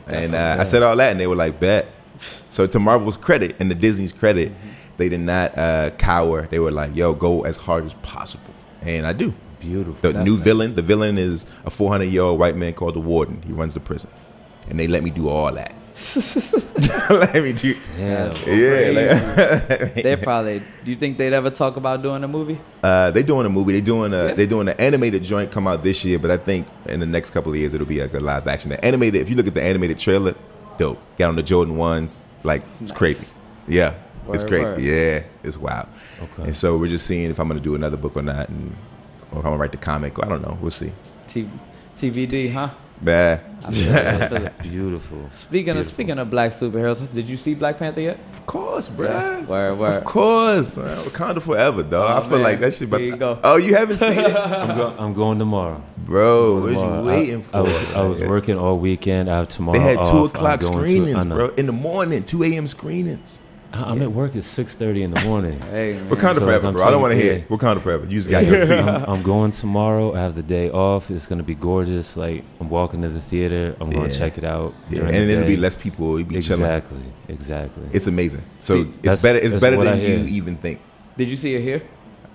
Speaker 5: and uh, I said all that, and they were like, bet. So to Marvel's credit and the Disney's credit, they did not uh, cower. They were like, yo, go as hard as possible. And I do.
Speaker 4: Beautiful.
Speaker 5: The new villain, the villain is a 400 year old white man called the Warden. He runs the prison. And they let me do all that. let me do.
Speaker 4: Yeah.
Speaker 5: Yeah, like,
Speaker 3: They probably. Do you think they'd ever talk about doing a movie?
Speaker 5: Uh, they doing a movie. They doing a they doing an animated joint come out this year, but I think in the next couple of years it'll be like a live action. The animated. If you look at the animated trailer, dope. Got on the Jordan ones, like it's crazy. Yeah, it's
Speaker 3: Word,
Speaker 5: crazy.
Speaker 3: word.
Speaker 5: Yeah, it's wild.
Speaker 4: Okay.
Speaker 5: And so we're just seeing if I'm gonna do another book or not, and or if I'm gonna write the comic. I don't know. We'll see.
Speaker 3: T- TVD, huh?
Speaker 5: Bah.
Speaker 3: I feel it, I feel it.
Speaker 4: Beautiful.
Speaker 3: Speaking of
Speaker 4: Beautiful.
Speaker 3: speaking of black superheroes, did you see Black Panther yet?
Speaker 5: Of course, bruh.
Speaker 3: Where where?
Speaker 5: Of course. Uh, Wakanda forever, dog.
Speaker 3: Oh,
Speaker 5: I feel
Speaker 3: man.
Speaker 5: like that shit. But
Speaker 3: Here you go.
Speaker 5: oh, you haven't seen it,
Speaker 4: I'm, go- I'm going tomorrow.
Speaker 5: bro. What
Speaker 4: Tomorrow.
Speaker 5: you waiting for?
Speaker 4: I, I was, I was
Speaker 5: man?
Speaker 4: working all weekend. I have tomorrow.
Speaker 5: They had
Speaker 4: off.
Speaker 5: two
Speaker 4: I'm
Speaker 5: o'clock
Speaker 4: going to- I
Speaker 5: screenings,
Speaker 4: know.
Speaker 5: bro. In the morning, two a.m. screenings.
Speaker 4: I- I'm at work at 6:30 in the morning.
Speaker 3: Hey man.
Speaker 5: Wakanda
Speaker 4: so
Speaker 5: forever,
Speaker 4: I'm
Speaker 5: bro. I don't
Speaker 4: telling
Speaker 5: want to
Speaker 4: you,
Speaker 5: hear
Speaker 4: yeah.
Speaker 5: it. Wakanda forever. You just got to see. it.
Speaker 4: I'm, I'm going tomorrow. I have the day off. It's gonna be gorgeous. Like I'm walking to the theater. I'm gonna
Speaker 5: Yeah.
Speaker 4: check it out.
Speaker 5: Yeah,
Speaker 4: during
Speaker 5: and
Speaker 4: the
Speaker 5: then it'll be
Speaker 4: day.
Speaker 5: less people. It'll be chilling.
Speaker 4: Exactly. Exactly.
Speaker 5: It's amazing. So
Speaker 4: See,
Speaker 5: it's
Speaker 4: that's-
Speaker 5: better. It's
Speaker 4: that's
Speaker 5: better
Speaker 4: what
Speaker 5: than
Speaker 4: I hear.
Speaker 5: you even think.
Speaker 3: Did you see it here?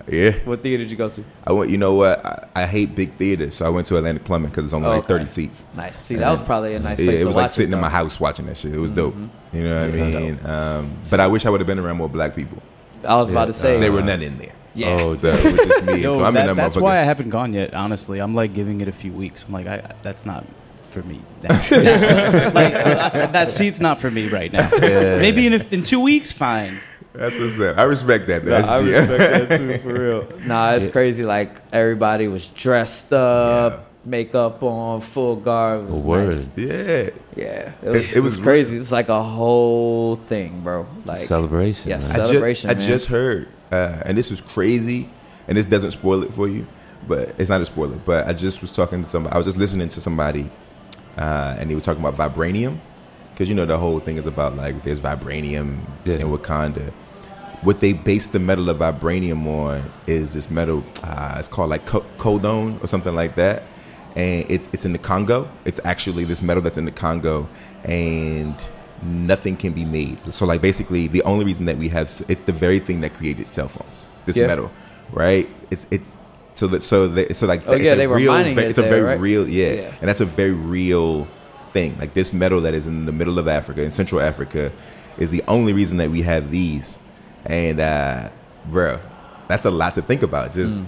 Speaker 5: Yeah.
Speaker 3: What theater did you go to?
Speaker 5: I went. You know what? I, I hate big theaters, so I went to Atlantic Plumbing because it's only
Speaker 3: Oh,
Speaker 5: like
Speaker 3: okay.
Speaker 5: thirty seats.
Speaker 3: Nice. See, that was probably a nice
Speaker 5: Yeah,
Speaker 3: place
Speaker 5: it
Speaker 3: to
Speaker 5: was
Speaker 3: watch
Speaker 5: like sitting in
Speaker 3: though. Mm-hmm.
Speaker 5: my house watching that shit. It was dope. You know what I
Speaker 4: Yeah.
Speaker 5: mean? Um, but I wish I would have been around more black people.
Speaker 3: I was about to
Speaker 4: Yeah,
Speaker 3: say.
Speaker 5: They were not in there.
Speaker 3: yeah.
Speaker 4: Oh,
Speaker 5: So it was just me.
Speaker 6: Yo,
Speaker 5: so I'm
Speaker 6: that-
Speaker 5: in that
Speaker 6: that's
Speaker 5: motherfucker.
Speaker 6: why I haven't gone yet. Honestly, I'm like giving it a few weeks. I'm like, I, that's not for me. Now. like, I- that seat's not for me right now. Maybe in a, in two weeks, fine.
Speaker 5: That's what's up. I respect that.
Speaker 3: Nah,
Speaker 5: That's
Speaker 3: I
Speaker 5: G.
Speaker 3: respect that too, for real. Nah, it's crazy. Like everybody was dressed up,
Speaker 5: Yeah.
Speaker 3: makeup on, full garb. It
Speaker 4: a
Speaker 3: was
Speaker 4: word.
Speaker 3: nice.
Speaker 5: yeah.
Speaker 3: Yeah, it was,
Speaker 5: it
Speaker 3: it was
Speaker 5: was
Speaker 3: crazy. It's like a whole thing, bro. Like
Speaker 4: Celebration.
Speaker 3: Yes.
Speaker 4: man.
Speaker 5: I just,
Speaker 3: Celebration,
Speaker 5: I
Speaker 3: man.
Speaker 5: just heard, uh, and this was crazy, and this doesn't spoil it for you, but it's not a spoiler. But I just was talking to somebody. I was just listening to somebody, uh, and he was talking about vibranium, because you know the whole thing is about like there's vibranium
Speaker 4: Yeah.
Speaker 5: in Wakanda. What they base the metal of vibranium on is this metal. Uh, it's called like co- codone or something like that, and it's it's in the Congo. It's actually this metal that's in the Congo, and nothing can be made. So like basically, the only reason that we have s- it's the very thing that created cell phones. This
Speaker 3: Yeah.
Speaker 5: metal, right? It's it's so that so that so like
Speaker 3: Oh,
Speaker 5: it's
Speaker 3: yeah,
Speaker 5: a
Speaker 3: they were
Speaker 5: real
Speaker 3: mining
Speaker 5: ve-
Speaker 3: it
Speaker 5: it's a
Speaker 3: there,
Speaker 5: very
Speaker 3: right?
Speaker 5: real yeah.
Speaker 3: Yeah.
Speaker 5: and that's a very real thing like this metal that is in the middle of africa in central africa is the only reason that we have these and uh bro that's a lot to think about just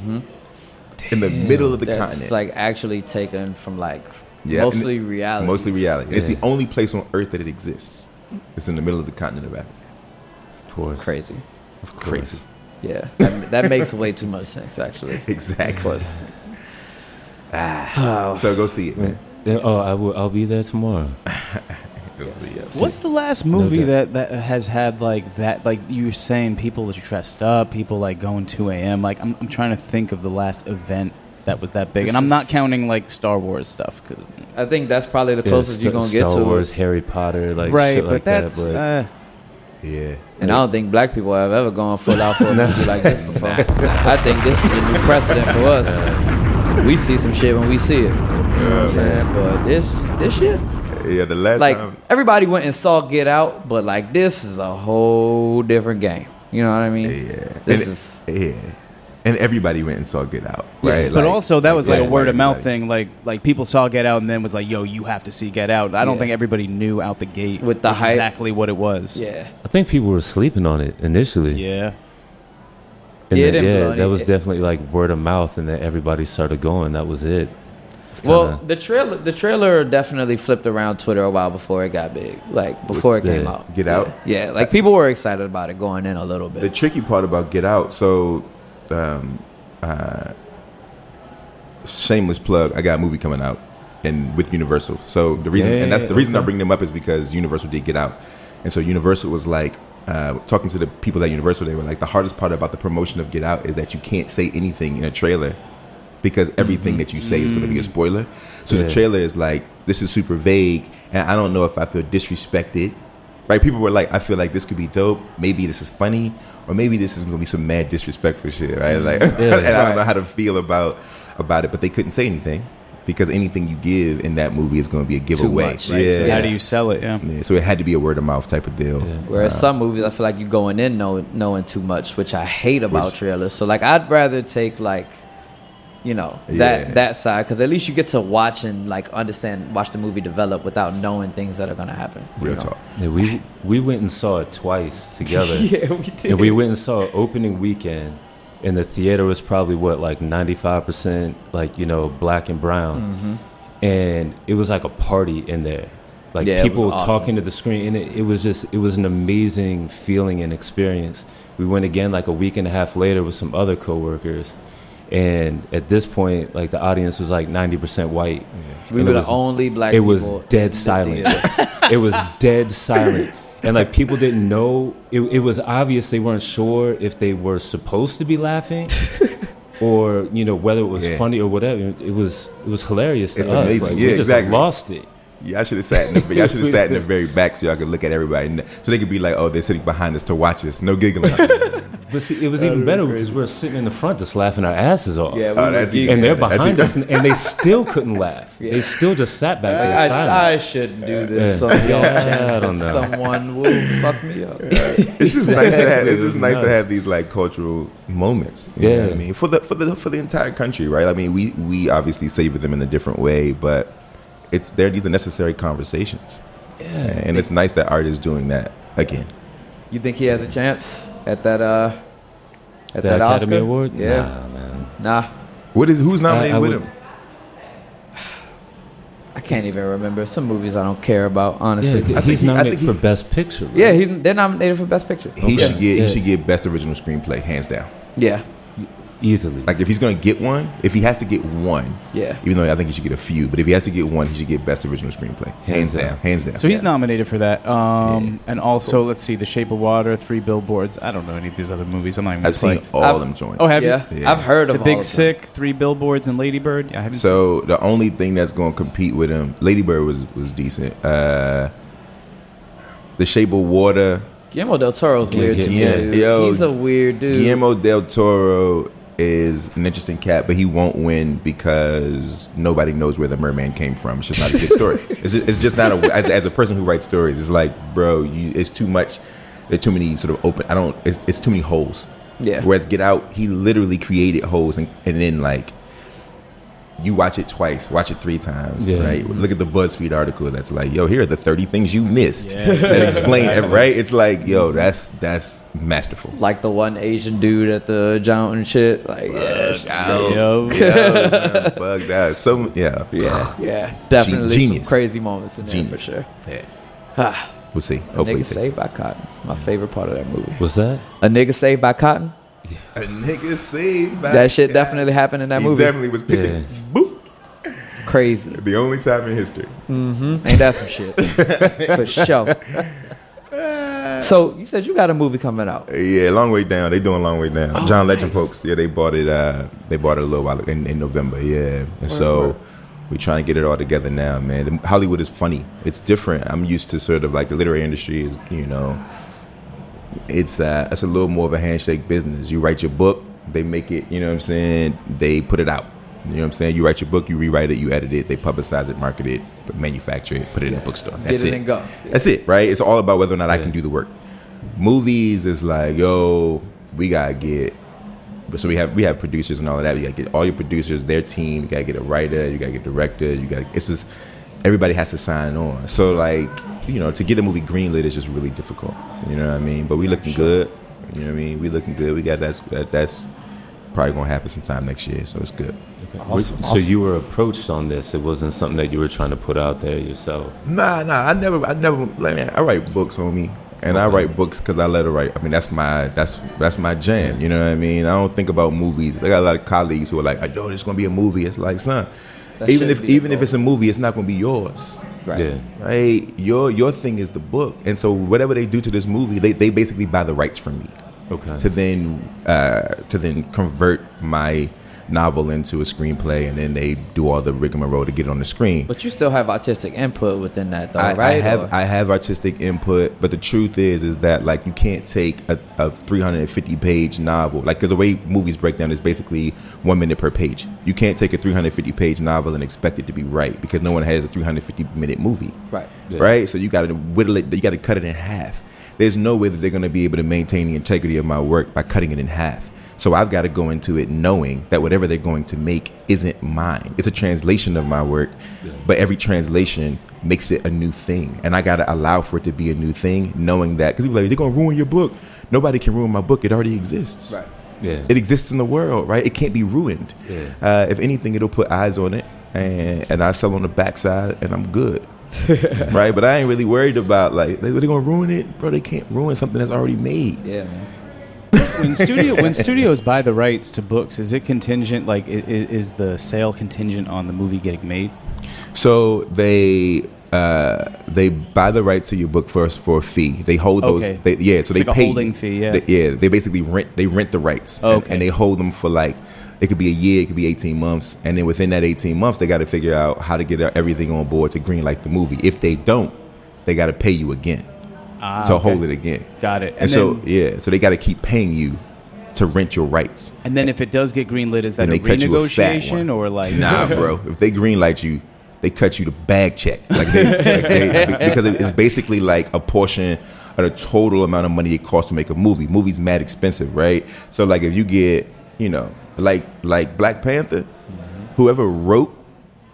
Speaker 5: in the middle of the
Speaker 3: Mm-hmm. that's
Speaker 5: continent
Speaker 3: like actually taken from like
Speaker 5: Yeah, and
Speaker 3: mostly reality.
Speaker 5: mostly reality it's the
Speaker 4: Yeah.
Speaker 5: only place on earth that it exists it's in the middle of the continent of africa
Speaker 4: Of course.
Speaker 3: crazy.
Speaker 4: Of course.
Speaker 5: crazy
Speaker 3: Yeah, that, that makes way too much sense actually. Of
Speaker 5: exactly
Speaker 3: course.
Speaker 5: so go see it man
Speaker 4: Yeah, oh, I will. I'll be there tomorrow.
Speaker 5: go see it
Speaker 6: What's the last movie
Speaker 4: doubt.
Speaker 6: that, that has had like that? Like you were saying, people that are dressed up, people like going 2 a.m. Like I'm, I'm trying to think of the last event that was that big, and I'm not counting like Star Wars stuff. Cause,
Speaker 3: I think that's probably the
Speaker 4: Yeah,
Speaker 3: closest you're
Speaker 4: Sta-
Speaker 3: gonna get to
Speaker 4: Star Wars,
Speaker 3: it.
Speaker 4: Harry Potter, like
Speaker 6: right,
Speaker 4: shit
Speaker 6: but
Speaker 4: like that,
Speaker 6: that's
Speaker 4: but-
Speaker 6: uh,
Speaker 5: yeah
Speaker 3: And I don't think black people have ever gone full out for a movie like this before. I think this is a new precedent for us. We see some shit when we see it. You know what I'm saying? But this this shit,
Speaker 5: yeah the last
Speaker 3: like
Speaker 5: time
Speaker 3: everybody went and saw Get Out, but like this is a whole different game. You know what I mean?
Speaker 5: Yeah.
Speaker 3: This
Speaker 5: and,
Speaker 3: is
Speaker 5: yeah. And everybody went and saw Get Out,
Speaker 3: Yeah,
Speaker 5: right?
Speaker 6: but also that was like
Speaker 5: yeah,
Speaker 6: a word of mouth
Speaker 5: everybody.
Speaker 6: thing. Like like people saw Get Out and then was like, "Yo, you have to see Get Out." I don't
Speaker 3: Yeah.
Speaker 6: think everybody knew out the gate
Speaker 3: With the hype.
Speaker 6: exactly what it was.
Speaker 3: yeah.
Speaker 4: I think people were sleeping on it initially.
Speaker 6: yeah.
Speaker 4: And
Speaker 3: Yeah, it
Speaker 4: then-
Speaker 3: didn't blow
Speaker 4: yeah
Speaker 3: any-
Speaker 4: that was
Speaker 3: it-
Speaker 4: definitely like word of mouth, and then everybody started going. That was it. It's
Speaker 3: Well,
Speaker 4: kinda-
Speaker 3: the trailer the trailer definitely flipped around Twitter a while before it got big. Like before it came
Speaker 4: Yeah.
Speaker 3: out.
Speaker 5: Get Out?
Speaker 3: Yeah, yeah, like people were excited about it going in a little bit.
Speaker 5: The tricky part about Get Out, so um, uh, shameless plug. I got a movie coming out, and with Universal. So the reason, and that's the
Speaker 4: Yeah,
Speaker 5: reason I
Speaker 4: okay.
Speaker 5: bring them up is because Universal did Get Out, and so Universal was like. Uh, talking to the people at Universal, they were like, the hardest part about the promotion of Get Out is that you can't say anything in a trailer because everything
Speaker 3: Mm-hmm.
Speaker 5: that you say is going to be a spoiler. So the
Speaker 4: Yeah.
Speaker 5: trailer is like, this is super vague, and I don't know if I feel disrespected. Right? People were like, I feel like this could be dope. Maybe this is funny, or maybe this is going to be some mad disrespectful shit. Right? Like,
Speaker 3: Mm,
Speaker 5: and I don't know how to feel about about it, but they couldn't say anything because anything you give in that movie is going to be a giveaway.
Speaker 3: much, right? So
Speaker 5: yeah.
Speaker 6: How do you sell it? Yeah.
Speaker 5: Yeah, so it had to be a word of mouth type of deal. Uh,
Speaker 3: Whereas some movies, I feel like you're going in knowing, knowing too much, which I hate about trailers. So like, I'd rather take like, you know, that
Speaker 5: Yeah.
Speaker 3: that side because at least you get to watch and like understand, watch the movie develop without knowing things that are gonna happen. you
Speaker 5: Real
Speaker 3: know?
Speaker 5: talk.
Speaker 4: yeah, we we went and saw it twice together.
Speaker 3: yeah, we did.
Speaker 4: And we went and saw it opening weekend, and the theater was probably what like ninety five percent like you know black and brown,
Speaker 3: Mm-hmm.
Speaker 4: and it was like a party in there, like
Speaker 3: Yeah, it
Speaker 4: people
Speaker 3: was awesome.
Speaker 4: talking to the screen, and it, it was just it was an amazing feeling and experience. We went again like a week and a half later with some other coworkers, And at this point, like the audience was like 90% white.
Speaker 3: We
Speaker 4: And
Speaker 3: were
Speaker 4: it
Speaker 3: the
Speaker 4: was-
Speaker 3: only black.
Speaker 4: it was
Speaker 3: people in
Speaker 4: dead
Speaker 3: the
Speaker 4: silent.
Speaker 3: theater.
Speaker 4: it was dead silent. And like people didn't know. It, it was obvious they weren't sure if they were supposed to be laughing or, you know, whether it was
Speaker 5: Yeah.
Speaker 4: funny or whatever. It was it was hilarious to
Speaker 5: It's
Speaker 4: us.
Speaker 5: amazing.
Speaker 4: Like,
Speaker 5: Yeah,
Speaker 4: we just
Speaker 5: exactly.
Speaker 4: lost it.
Speaker 5: Yeah, I should have sat in the y'all should have sat in the very back so y'all could look at everybody, and- so they could be like, "Oh, they're sitting behind us to watch us." No giggling.
Speaker 4: But see, it was even better because we were sitting in the front just laughing our asses off.
Speaker 3: Yeah, we
Speaker 5: Oh,
Speaker 3: were
Speaker 5: that's
Speaker 3: geeking.
Speaker 5: even
Speaker 4: and they're
Speaker 5: That's it.
Speaker 4: behind us, and, and they still couldn't laugh.
Speaker 3: Yeah.
Speaker 4: They still just sat back there silent.
Speaker 3: I, I shouldn't do this. So
Speaker 4: Yeah.
Speaker 3: y'all
Speaker 4: Yeah, I
Speaker 3: chance
Speaker 4: don't
Speaker 3: that
Speaker 4: know.
Speaker 3: someone will fuck me up.
Speaker 5: it's just nice to have. It's
Speaker 4: It was
Speaker 5: just nice to
Speaker 4: nuts.
Speaker 5: have these like cultural moments. You know what
Speaker 4: Yeah.
Speaker 5: I mean, for the for the for the entire country, right? I mean, we we obviously savor them in a different way, but it's there. These are necessary conversations,
Speaker 4: yeah.
Speaker 5: and it's nice that art is doing that again.
Speaker 3: You think he has a chance at that? Uh, at
Speaker 4: The
Speaker 3: that
Speaker 4: Academy
Speaker 3: Oscar
Speaker 4: Award?
Speaker 3: Yeah.
Speaker 4: Nah, man.
Speaker 3: Nah.
Speaker 5: What is who's nominated
Speaker 4: I- I
Speaker 5: with
Speaker 4: would-
Speaker 5: him?
Speaker 3: I can't even remember some movies I don't care about. Honestly.
Speaker 4: Yeah,
Speaker 3: Yeah,
Speaker 5: I think
Speaker 4: he's
Speaker 5: he- I
Speaker 4: nominated
Speaker 5: think
Speaker 4: for
Speaker 5: he-
Speaker 4: Best Picture. right?
Speaker 3: he's, they're nominated for Best Picture.
Speaker 5: He
Speaker 4: Okay.
Speaker 5: should get
Speaker 4: Yeah.
Speaker 5: he should get best original screenplay hands down.
Speaker 3: Yeah.
Speaker 4: easily.
Speaker 5: Like if he's going to get one, if he has to get one,
Speaker 3: Yeah.
Speaker 5: even though I think he should get a few, but if he has to get one, he should get best original screenplay hands,
Speaker 4: Hands
Speaker 5: down.
Speaker 4: down.
Speaker 5: hands down.
Speaker 6: So he's nominated for that. Um, And also, let's see, The Shape of Water, Three Billboards. I don't know any of these other movies. I'm not even
Speaker 5: I've
Speaker 6: just
Speaker 5: seen
Speaker 6: like
Speaker 5: all
Speaker 3: I've-
Speaker 5: of them joints.
Speaker 6: Oh, have you?
Speaker 3: yeah.
Speaker 5: Yeah.
Speaker 3: I've heard
Speaker 6: The
Speaker 3: of all
Speaker 6: Big
Speaker 3: of
Speaker 6: Sick, Three Billboards, and Ladybird. Yeah, I haven't seen
Speaker 5: So the only thing that's going to compete with him, Lady Bird was was decent. Uh, the Shape of Water,
Speaker 3: Them. Guillermo del Toro's weird to me.
Speaker 5: Yeah,
Speaker 3: dude.
Speaker 5: yo,
Speaker 3: he's a weird dude.
Speaker 5: Guillermo del Toro is an interesting cat, but he won't win because nobody knows where the merman came from. It's just not a good story. It's just, it's just not a as, as a person who writes stories. It's like, bro, you, it's too much. There are too many sort of open. I don't. It's, it's too many holes.
Speaker 3: Yeah.
Speaker 5: Whereas Get Out, he literally created holes, and, and then like you watch it twice, watch it three times,
Speaker 4: Yeah.
Speaker 5: right? Look at the BuzzFeed article that's like, yo, here are the thirty things you missed. that explain it, right? It's like, yo, that's that's masterful.
Speaker 3: like the one Asian dude at the giant and shit. Like, yeah,
Speaker 5: Bugged
Speaker 3: shit.
Speaker 5: out.
Speaker 6: Yo.
Speaker 5: Yo, man, bugged out. So yeah,
Speaker 3: yeah, yeah. Definitely
Speaker 5: genius.
Speaker 3: some crazy moments in there
Speaker 5: Genius.
Speaker 3: for sure.
Speaker 5: Yeah.
Speaker 3: Ah,
Speaker 5: We'll see.
Speaker 3: a
Speaker 5: Hopefully,
Speaker 3: nigga
Speaker 5: it takes.
Speaker 3: saved by cotton. My favorite part of that movie.
Speaker 4: Was that?
Speaker 3: A nigga saved by cotton.
Speaker 5: a nigga saved by
Speaker 3: That shit
Speaker 5: God.
Speaker 3: definitely happened in that
Speaker 5: He
Speaker 3: movie.
Speaker 5: definitely was picked.
Speaker 4: Yeah.
Speaker 5: Boop.
Speaker 3: Crazy. Mm-hmm.
Speaker 5: The only time in history.
Speaker 3: Ain't that some shit for sure. So you said you got a movie coming out. Oh,
Speaker 5: Yeah, long way down. They doing long way down. John Legend
Speaker 4: nice.
Speaker 5: folks. Yeah, they bought it. Uh, they bought it a little while in, in November. Yeah, and so we trying to get it all together now, man. Hollywood is funny. It's different. I'm used to sort of like the literary industry is, you know, it's uh, it's a little more of a handshake business. You write your book, they make it. You know what I'm saying? They put it out. You know what I'm saying? You write your book, you rewrite it, you edit it, they publicize it, market it, manufacture it, put it in a bookstore. That's
Speaker 3: Get it,
Speaker 5: it.
Speaker 3: and go.
Speaker 5: That's it, right? It's all about whether or not I can do the work. Movies is like, yo, we gotta get. So we have we have producers and all of that. You gotta get all your producers, their team. You gotta get a writer. You gotta get a director. You gotta. It's just everybody has to sign on. So like, you know, to get a movie greenlit is just really difficult. You know what I mean? But we looking good. You know what I mean? We looking good. We got that's that, that's probably gonna happen sometime next year. So it's good.
Speaker 3: Awesome,
Speaker 4: so
Speaker 3: awesome.
Speaker 4: you were approached on this. It wasn't something that you were trying to put out there yourself.
Speaker 5: Nah, nah. I never, I never. Like, man, I write books, homie, and I write books because I let her write. I mean, that's my, that's that's my jam. You know what I mean? I don't think about movies. I got a lot of colleagues who are like, "I know it's gonna be a movie." It's like, son,
Speaker 3: That
Speaker 5: even
Speaker 3: should
Speaker 5: if
Speaker 3: be the
Speaker 5: even if
Speaker 3: goal.
Speaker 5: it's a movie, it's not gonna be yours,
Speaker 3: Right.
Speaker 4: Yeah.
Speaker 5: right? Your your thing is the book, and so whatever they do to this movie, they they basically buy the rights from me
Speaker 4: Okay.
Speaker 5: to then uh, to then convert my novel into a screenplay, and then they do all the rigmarole to get it on the screen.
Speaker 3: But you still have artistic input within that, though,
Speaker 5: I,
Speaker 3: right?
Speaker 5: I have
Speaker 3: Or-
Speaker 5: I have artistic input, but the truth is is that like you can't take a, a 350 page novel like because the way movies break down is basically one minute per page. You can't take a 350 page novel and expect it to be right because no one has a 350 minute movie,
Speaker 3: right.
Speaker 4: Yeah.
Speaker 5: right? So you got to whittle it. You got to cut it in half. There's no way that they're going to be able to maintain the integrity of my work by cutting it in half. So I've got to go into it knowing that whatever they're going to make isn't mine. It's a translation of my work, but every translation makes it a new thing, and I got to allow for it to be a new thing, knowing that because people are like they're going to ruin your book. Nobody can ruin my book. It already exists.
Speaker 3: Right.
Speaker 4: Yeah.
Speaker 5: It exists in the world, right? It can't be ruined.
Speaker 4: Yeah.
Speaker 5: Uh, if anything, it'll put eyes on it, and and I sell on the backside, and I'm good, right? But I ain't really worried about like they, are gonna ruin it, bro. They can't ruin something that's already made.
Speaker 3: Yeah, man.
Speaker 6: when studio when studios buy the rights to books, is it contingent? Like, i- i- is the sale contingent on the movie getting made?
Speaker 5: So they uh, they buy the right to your book first for a fee. They hold those.
Speaker 6: Okay.
Speaker 5: They, yeah, so
Speaker 6: It's
Speaker 5: they
Speaker 6: like a
Speaker 5: pay
Speaker 6: holding fee, yeah.
Speaker 5: They, yeah, they basically rent. They rent the rights.
Speaker 6: Oh,
Speaker 5: and-
Speaker 6: okay.
Speaker 5: and, they hold them for like it could be a year, it could be eighteen months, and then within that eighteen months, they got to figure out how to get everything on board to green light the movie. If they don't, they got to pay you again
Speaker 6: Ah,
Speaker 5: to
Speaker 6: okay.
Speaker 5: hold it again.
Speaker 6: Got it.
Speaker 5: And,
Speaker 6: And,
Speaker 5: so
Speaker 6: then,
Speaker 5: yeah, so they got to keep paying you to rent your rights.
Speaker 6: and then if it does get greenlit, is that
Speaker 5: And
Speaker 6: a
Speaker 5: they cut you a fat one.
Speaker 6: renegotiation or like
Speaker 5: Nah, bro. If they green light you, they cut you the bag check. Like they, like they, because it's basically like a portion of the total amount of money it costs to make a movie. Movies mad expensive, right? So like if you get, you know, like like Black Panther, whoever wrote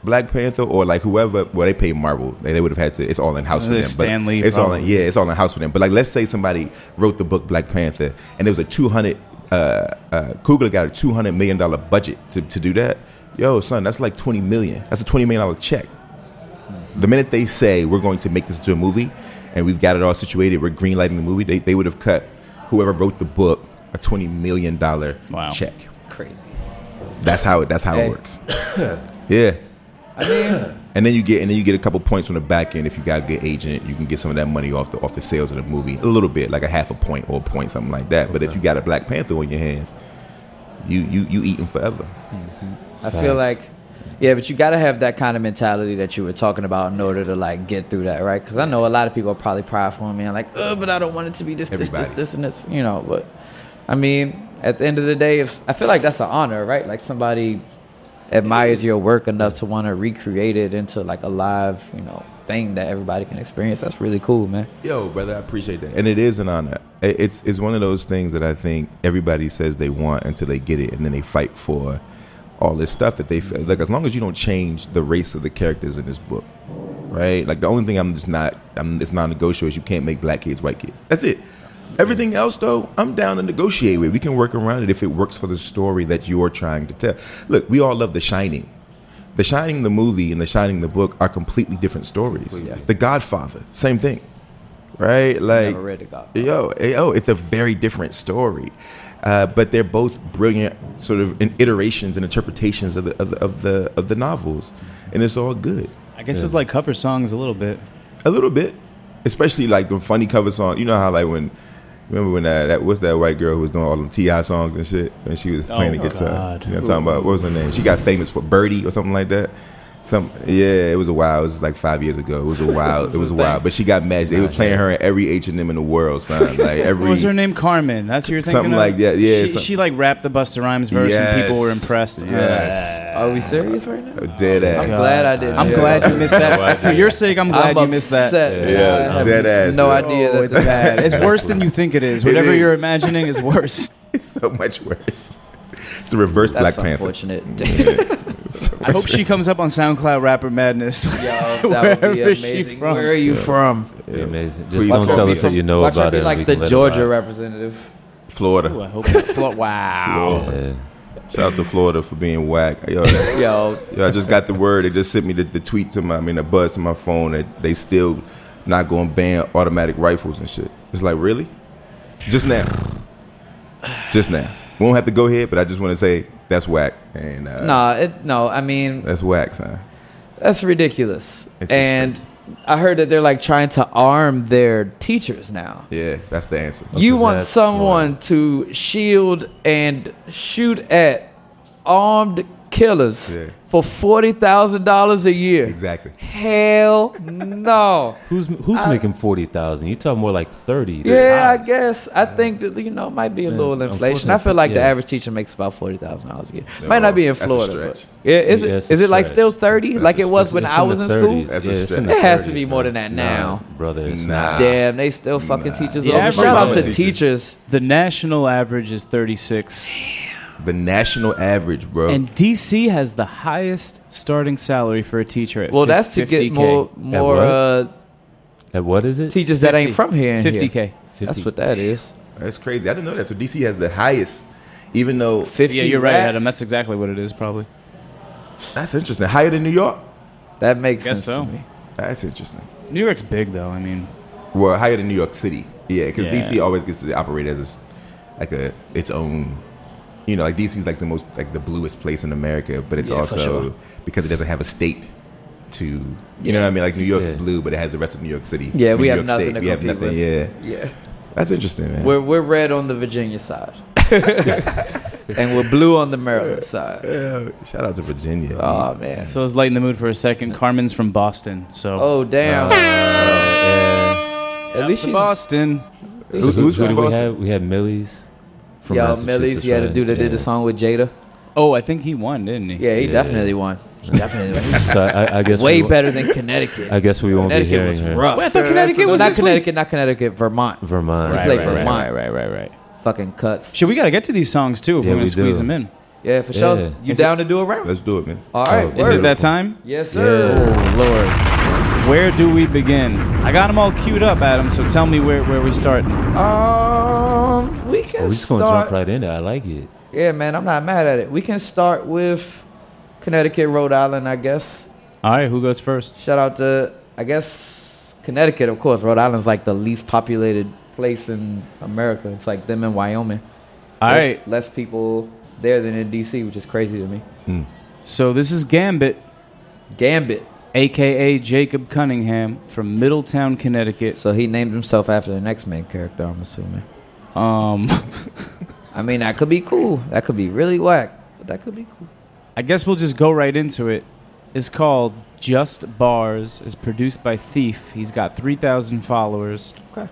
Speaker 5: Black Panther or like whoever, well, they pay Marvel. They, they would have had to. It's all in house for them.
Speaker 6: It's
Speaker 5: but
Speaker 6: Stan Lee,
Speaker 5: It's all in,
Speaker 6: probably.
Speaker 5: yeah, it's all in house for them. But like, let's say somebody wrote the book Black Panther, and there was a two hundred. Uh, uh, Kugler got a two hundred million dollar budget to, to do that. Yo, son, that's like twenty million. That's a twenty million dollar check.
Speaker 6: Mm-hmm.
Speaker 5: The minute they say we're going to make this into a movie, and we've got it all situated, we're greenlighting the movie. They, they would have cut whoever wrote the book a twenty million dollar
Speaker 6: Wow.
Speaker 5: check.
Speaker 3: Crazy.
Speaker 5: That's how it. That's how
Speaker 3: Hey.
Speaker 5: it works. yeah.
Speaker 3: I mean,
Speaker 5: And then you get and then you get a couple points on the back end if you got a good agent, you can get some of that money off the off the sales of the movie. A little bit, like a half a point or a point, something like that. But if you got a Black Panther on your hands, you you you eating forever.
Speaker 3: Mm-hmm. I feel
Speaker 4: Facts.
Speaker 3: like, yeah, but you gotta have that kind of mentality that you were talking about in order to like get through that, right? Because I know a lot of people are probably prideful and being like, oh, but I don't want it to be this, this, this,
Speaker 5: Everybody.
Speaker 3: this, and this, you know. But I mean, at the end of the day, if, I feel like that's an honor, right? Like somebody admires your work enough to want to recreate it into like a live, you know, thing that everybody can experience. That's really cool, man.
Speaker 5: Yo, brother, I appreciate that. And it is an honor. It- It's it's one of those things that I think everybody says they want until they get it, and then they fight for all this stuff that they feel like. As long as you don't change the race of the characters in this book, right? Like the only thing I'm just not, I'm it's non-negotiable is you can't make black kids white kids. That's it. Everything else though, I'm down to negotiate with. We can work around it if it works for the story that you're trying to tell. Look, we all love The Shining. The Shining the movie and The Shining the book are completely different stories.
Speaker 3: Completely.
Speaker 5: The Godfather, same thing right? Like,
Speaker 3: Never read The Godfather.
Speaker 5: yo, yo, it's a very different story, uh, but they're both brilliant sort of in iterations and interpretations of the of the of the, of the novels, and it's all good.
Speaker 6: I guess it's like cover songs a little bit.
Speaker 5: A little bit, especially like the funny cover song. You know how like when. Remember when that, that was that white girl who was doing all them Ti songs and shit, and she was playing
Speaker 6: Oh,
Speaker 5: the guitar.
Speaker 6: God.
Speaker 5: You know what I'm talking about? What was her name? She got famous for Birdie or something like that. Some yeah, it was a while. It was like five years ago. It was a while. it was a while. But she got mad. They were playing her at every H and M in the world, son. Like every
Speaker 6: What was her name? Carmen. That's who you're thinking
Speaker 5: Something
Speaker 6: of?
Speaker 5: like that, yeah,
Speaker 6: She,
Speaker 5: some-
Speaker 6: she like rapped the Busta Rhymes verse and people were
Speaker 5: Yes.
Speaker 6: impressed.
Speaker 5: Yes.
Speaker 3: Are we serious right now?
Speaker 5: A dead
Speaker 3: I'm
Speaker 5: ass.
Speaker 3: glad I didn't.
Speaker 6: I'm
Speaker 3: do
Speaker 6: glad
Speaker 3: that.
Speaker 6: you missed that. For your sake, I'm glad you missed that.
Speaker 3: upset.
Speaker 5: Yeah,
Speaker 3: I have
Speaker 5: dead ass.
Speaker 3: No
Speaker 5: Yeah.
Speaker 3: idea
Speaker 6: Oh,
Speaker 3: that
Speaker 6: it's bad. It's worse than you think it is.
Speaker 5: It
Speaker 6: Whatever
Speaker 5: is.
Speaker 6: you're imagining is worse.
Speaker 5: It's so much worse. It's the reverse
Speaker 3: That's
Speaker 5: Black Panther.
Speaker 3: unfortunate.
Speaker 6: I hope she comes up on SoundCloud Rapper Madness.
Speaker 3: Yo, that would be
Speaker 6: Wherever she
Speaker 3: amazing.
Speaker 6: from.
Speaker 3: Where are you from?
Speaker 4: Be amazing. Just
Speaker 5: Please
Speaker 4: don't
Speaker 5: call
Speaker 4: tell
Speaker 5: me
Speaker 4: us that
Speaker 5: from-
Speaker 4: you know
Speaker 3: Why try to be
Speaker 4: about it. and we
Speaker 3: like the
Speaker 4: can let it
Speaker 3: Georgia
Speaker 4: ride.
Speaker 3: representative.
Speaker 6: Ooh, I
Speaker 5: Florida.
Speaker 6: hope not. Flo- wow.
Speaker 4: Yeah.
Speaker 5: Shout out to Florida for being whack. Yo, that-
Speaker 3: Yo,
Speaker 5: Yeah, I just got the word. They just sent me the, the tweet to my, I mean, the buzz to my phone that they still not going to ban automatic rifles and shit. It's like, really? Just now. Just now. We won't have to go here, but I just want to say that's whack. And uh,
Speaker 3: nah, it, no. I mean,
Speaker 5: that's whack, son.
Speaker 3: that's ridiculous.
Speaker 5: It's just
Speaker 3: And I heard that they're like trying to arm their teachers now.
Speaker 5: Yeah, that's the answer.
Speaker 3: You want
Speaker 4: that's
Speaker 3: someone to shield and shoot at armed killers
Speaker 5: Yeah.
Speaker 3: for forty thousand dollars a year?
Speaker 5: Exactly.
Speaker 3: Hell no.
Speaker 4: Who's who's making forty thousand? You talk more like thirty. That's
Speaker 3: Uh, Yeah, I
Speaker 4: high.
Speaker 3: guess. I think that you know it might be a little inflation. I
Speaker 4: unfortunately,
Speaker 3: feel like the
Speaker 4: yeah.
Speaker 3: average teacher makes about forty thousand dollars a year. might not be in
Speaker 5: that's a
Speaker 3: Florida.
Speaker 5: stretch.
Speaker 3: But yeah, is
Speaker 4: Yeah,
Speaker 3: it
Speaker 4: it's a
Speaker 3: is it like
Speaker 4: stretch.
Speaker 3: still thirty like it was
Speaker 4: It's-
Speaker 3: when
Speaker 4: it's
Speaker 3: I
Speaker 4: in
Speaker 3: was
Speaker 4: the
Speaker 3: in school?
Speaker 4: 30s.
Speaker 5: That's
Speaker 4: Yeah,
Speaker 5: a
Speaker 4: it's in
Speaker 5: stretch.
Speaker 4: the
Speaker 3: It has to
Speaker 4: 30s,
Speaker 3: be more
Speaker 4: man.
Speaker 3: than that
Speaker 4: Nah,
Speaker 3: now.
Speaker 4: brother. It's
Speaker 5: Nah.
Speaker 4: not.
Speaker 3: Damn, they still fucking
Speaker 5: Nah.
Speaker 3: teachers.
Speaker 5: The
Speaker 3: over.
Speaker 6: average
Speaker 3: Shout out to
Speaker 5: teachers-
Speaker 3: teachers.
Speaker 6: The national average is 36,
Speaker 5: The national average, bro.
Speaker 6: and DC has the highest starting salary for a teacher. At
Speaker 3: Well,
Speaker 6: fif-
Speaker 3: that's to get
Speaker 6: 50K.
Speaker 3: more more
Speaker 4: what?
Speaker 3: uh,
Speaker 4: At what is it?
Speaker 3: teachers that
Speaker 6: 50.
Speaker 3: ain't from here. in here.
Speaker 6: 50K.
Speaker 3: That's
Speaker 4: 50.
Speaker 3: what that is.
Speaker 5: that's crazy. I didn't know that. So DC has the highest, even though
Speaker 3: Fifty.
Speaker 6: Yeah, you're right,
Speaker 3: racks?
Speaker 6: Adam. That's exactly what it is, probably.
Speaker 5: that's interesting. Higher than New York?
Speaker 3: that makes
Speaker 6: Guess
Speaker 3: sense
Speaker 6: so.
Speaker 3: to me.
Speaker 5: That's interesting.
Speaker 6: New York's big, though. I mean,
Speaker 5: Well, higher than New York City. Yeah, because
Speaker 6: Yeah.
Speaker 5: DC always gets to operate as a s- like a its own. You know, like DC's like the most like the bluest place in America, but it's
Speaker 6: Yeah, for
Speaker 5: also
Speaker 6: sure.
Speaker 5: because it doesn't have a state to. You know what I mean? Like New York's
Speaker 4: Yeah.
Speaker 5: blue, but it has the rest of New York City.
Speaker 3: Yeah,
Speaker 5: New
Speaker 3: we have
Speaker 5: York
Speaker 3: nothing to
Speaker 5: we have
Speaker 3: compete
Speaker 5: nothing.
Speaker 3: with.
Speaker 5: Yeah,
Speaker 3: Yeah.
Speaker 5: that's interesting, man.
Speaker 3: We're we're red on the Virginia side. and we're blue on the Maryland side.
Speaker 5: Yeah, shout out to Virginia.
Speaker 3: Oh man.
Speaker 6: So let's lighten the mood for a second. Carmen's from Boston, so
Speaker 3: Oh damn.
Speaker 5: uh,
Speaker 3: At least
Speaker 6: To
Speaker 3: she's
Speaker 6: Boston.
Speaker 5: Who- who's
Speaker 4: who
Speaker 5: from
Speaker 4: do we
Speaker 5: Boston?
Speaker 4: have? We had Millie's. From
Speaker 3: Yo,
Speaker 4: Massachusetts,
Speaker 3: Millie's, yeah, the
Speaker 4: right?
Speaker 3: dude that did the
Speaker 4: Yeah.
Speaker 3: song with Jada.
Speaker 6: Oh, I think he won, didn't he?
Speaker 3: Yeah, he
Speaker 4: Yeah.
Speaker 3: definitely won. He definitely won.
Speaker 4: So I, I, I guess
Speaker 3: Way
Speaker 4: we won't-
Speaker 3: better than Connecticut.
Speaker 4: I guess we won't be
Speaker 3: Connecticut
Speaker 4: hearing
Speaker 3: was
Speaker 4: her.
Speaker 3: rough.
Speaker 6: Wait, I thought Connecticut was
Speaker 3: not
Speaker 6: this week.
Speaker 3: Connecticut, not Connecticut, Vermont.
Speaker 4: Vermont.
Speaker 3: Right, played right, for right. Vermont.
Speaker 6: right, right, right.
Speaker 3: Fucking cuts.
Speaker 6: Shit, we got to get to these songs too if
Speaker 4: Yeah,
Speaker 6: we're gonna
Speaker 4: we
Speaker 6: squeeze
Speaker 4: do.
Speaker 6: them in.
Speaker 3: Yeah, for
Speaker 4: Yeah. Oh,
Speaker 3: sure. You
Speaker 6: Is
Speaker 3: down to do a round?
Speaker 5: Let's do it, man.
Speaker 3: All right.
Speaker 6: Is
Speaker 4: Word.
Speaker 6: it that time?
Speaker 3: Yes, sir.
Speaker 6: Oh Lord, where do we begin? I got them all queued up, Adam. So tell me where where we starting.
Speaker 3: Um, we can
Speaker 4: We're Oh, just gonna
Speaker 3: start.
Speaker 4: jump right in there. I like it.
Speaker 3: Yeah, man, I'm not mad at it. We can start with Connecticut, Rhode Island, I guess.
Speaker 6: All right, who goes first?
Speaker 3: Shout out to, I guess, Connecticut, of course. Rhode Island's like the least populated place in America. It's like them in Wyoming.
Speaker 6: All
Speaker 3: There's
Speaker 6: right,
Speaker 3: Less people there than in D.C., which is crazy to me.
Speaker 6: so this is Gambit,
Speaker 3: Gambit.
Speaker 6: aka Jacob Cunningham from Middletown, Connecticut.
Speaker 3: So he named himself after the next main character, I'm assuming.
Speaker 6: Um,
Speaker 3: I mean, that could be cool. That could be really whack. But that could be cool.
Speaker 6: I guess we'll just go right into it. It's called Just Bars. It's produced by Thief. He's got 3,000 followers.
Speaker 3: Okay.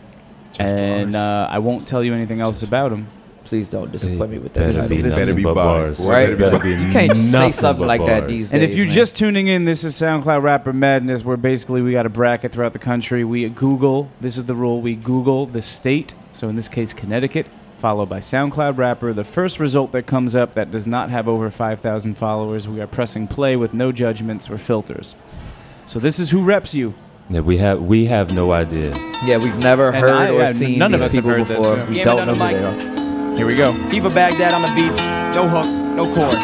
Speaker 6: and uh, I won't tell you anything else about him.
Speaker 3: Please don't disappoint me with
Speaker 4: Better
Speaker 3: that.
Speaker 4: be
Speaker 6: This is-
Speaker 4: nothing
Speaker 5: better be
Speaker 4: but
Speaker 5: bars, boy.
Speaker 3: Right?
Speaker 4: Better be bars.
Speaker 3: You can't just say
Speaker 4: Nothing
Speaker 3: something
Speaker 4: but
Speaker 3: like that
Speaker 4: bars.
Speaker 3: these days.
Speaker 6: And if you're
Speaker 3: man.
Speaker 6: just tuning in, this is SoundCloud Rapper Madness, where basically we got a bracket throughout the country. We Google, this is the rule, we Google the state, so in this case, Connecticut, followed by SoundCloud Rapper. The first result that comes up that does not have over 5,000 followers, we are pressing play with no judgments or filters. So this is who reps you.
Speaker 4: Yeah, we have we have no idea.
Speaker 3: Yeah, we've never heard
Speaker 6: I-
Speaker 3: or
Speaker 6: yeah,
Speaker 3: seen
Speaker 6: none of
Speaker 3: these
Speaker 6: us have
Speaker 3: people
Speaker 6: heard this,
Speaker 3: before.
Speaker 6: yeah.
Speaker 3: We
Speaker 1: Give
Speaker 3: don't know
Speaker 1: another
Speaker 3: who they
Speaker 1: mic.
Speaker 3: are.
Speaker 6: Here we go.
Speaker 1: Fever Baghdad on the beats, no hook, no chorus.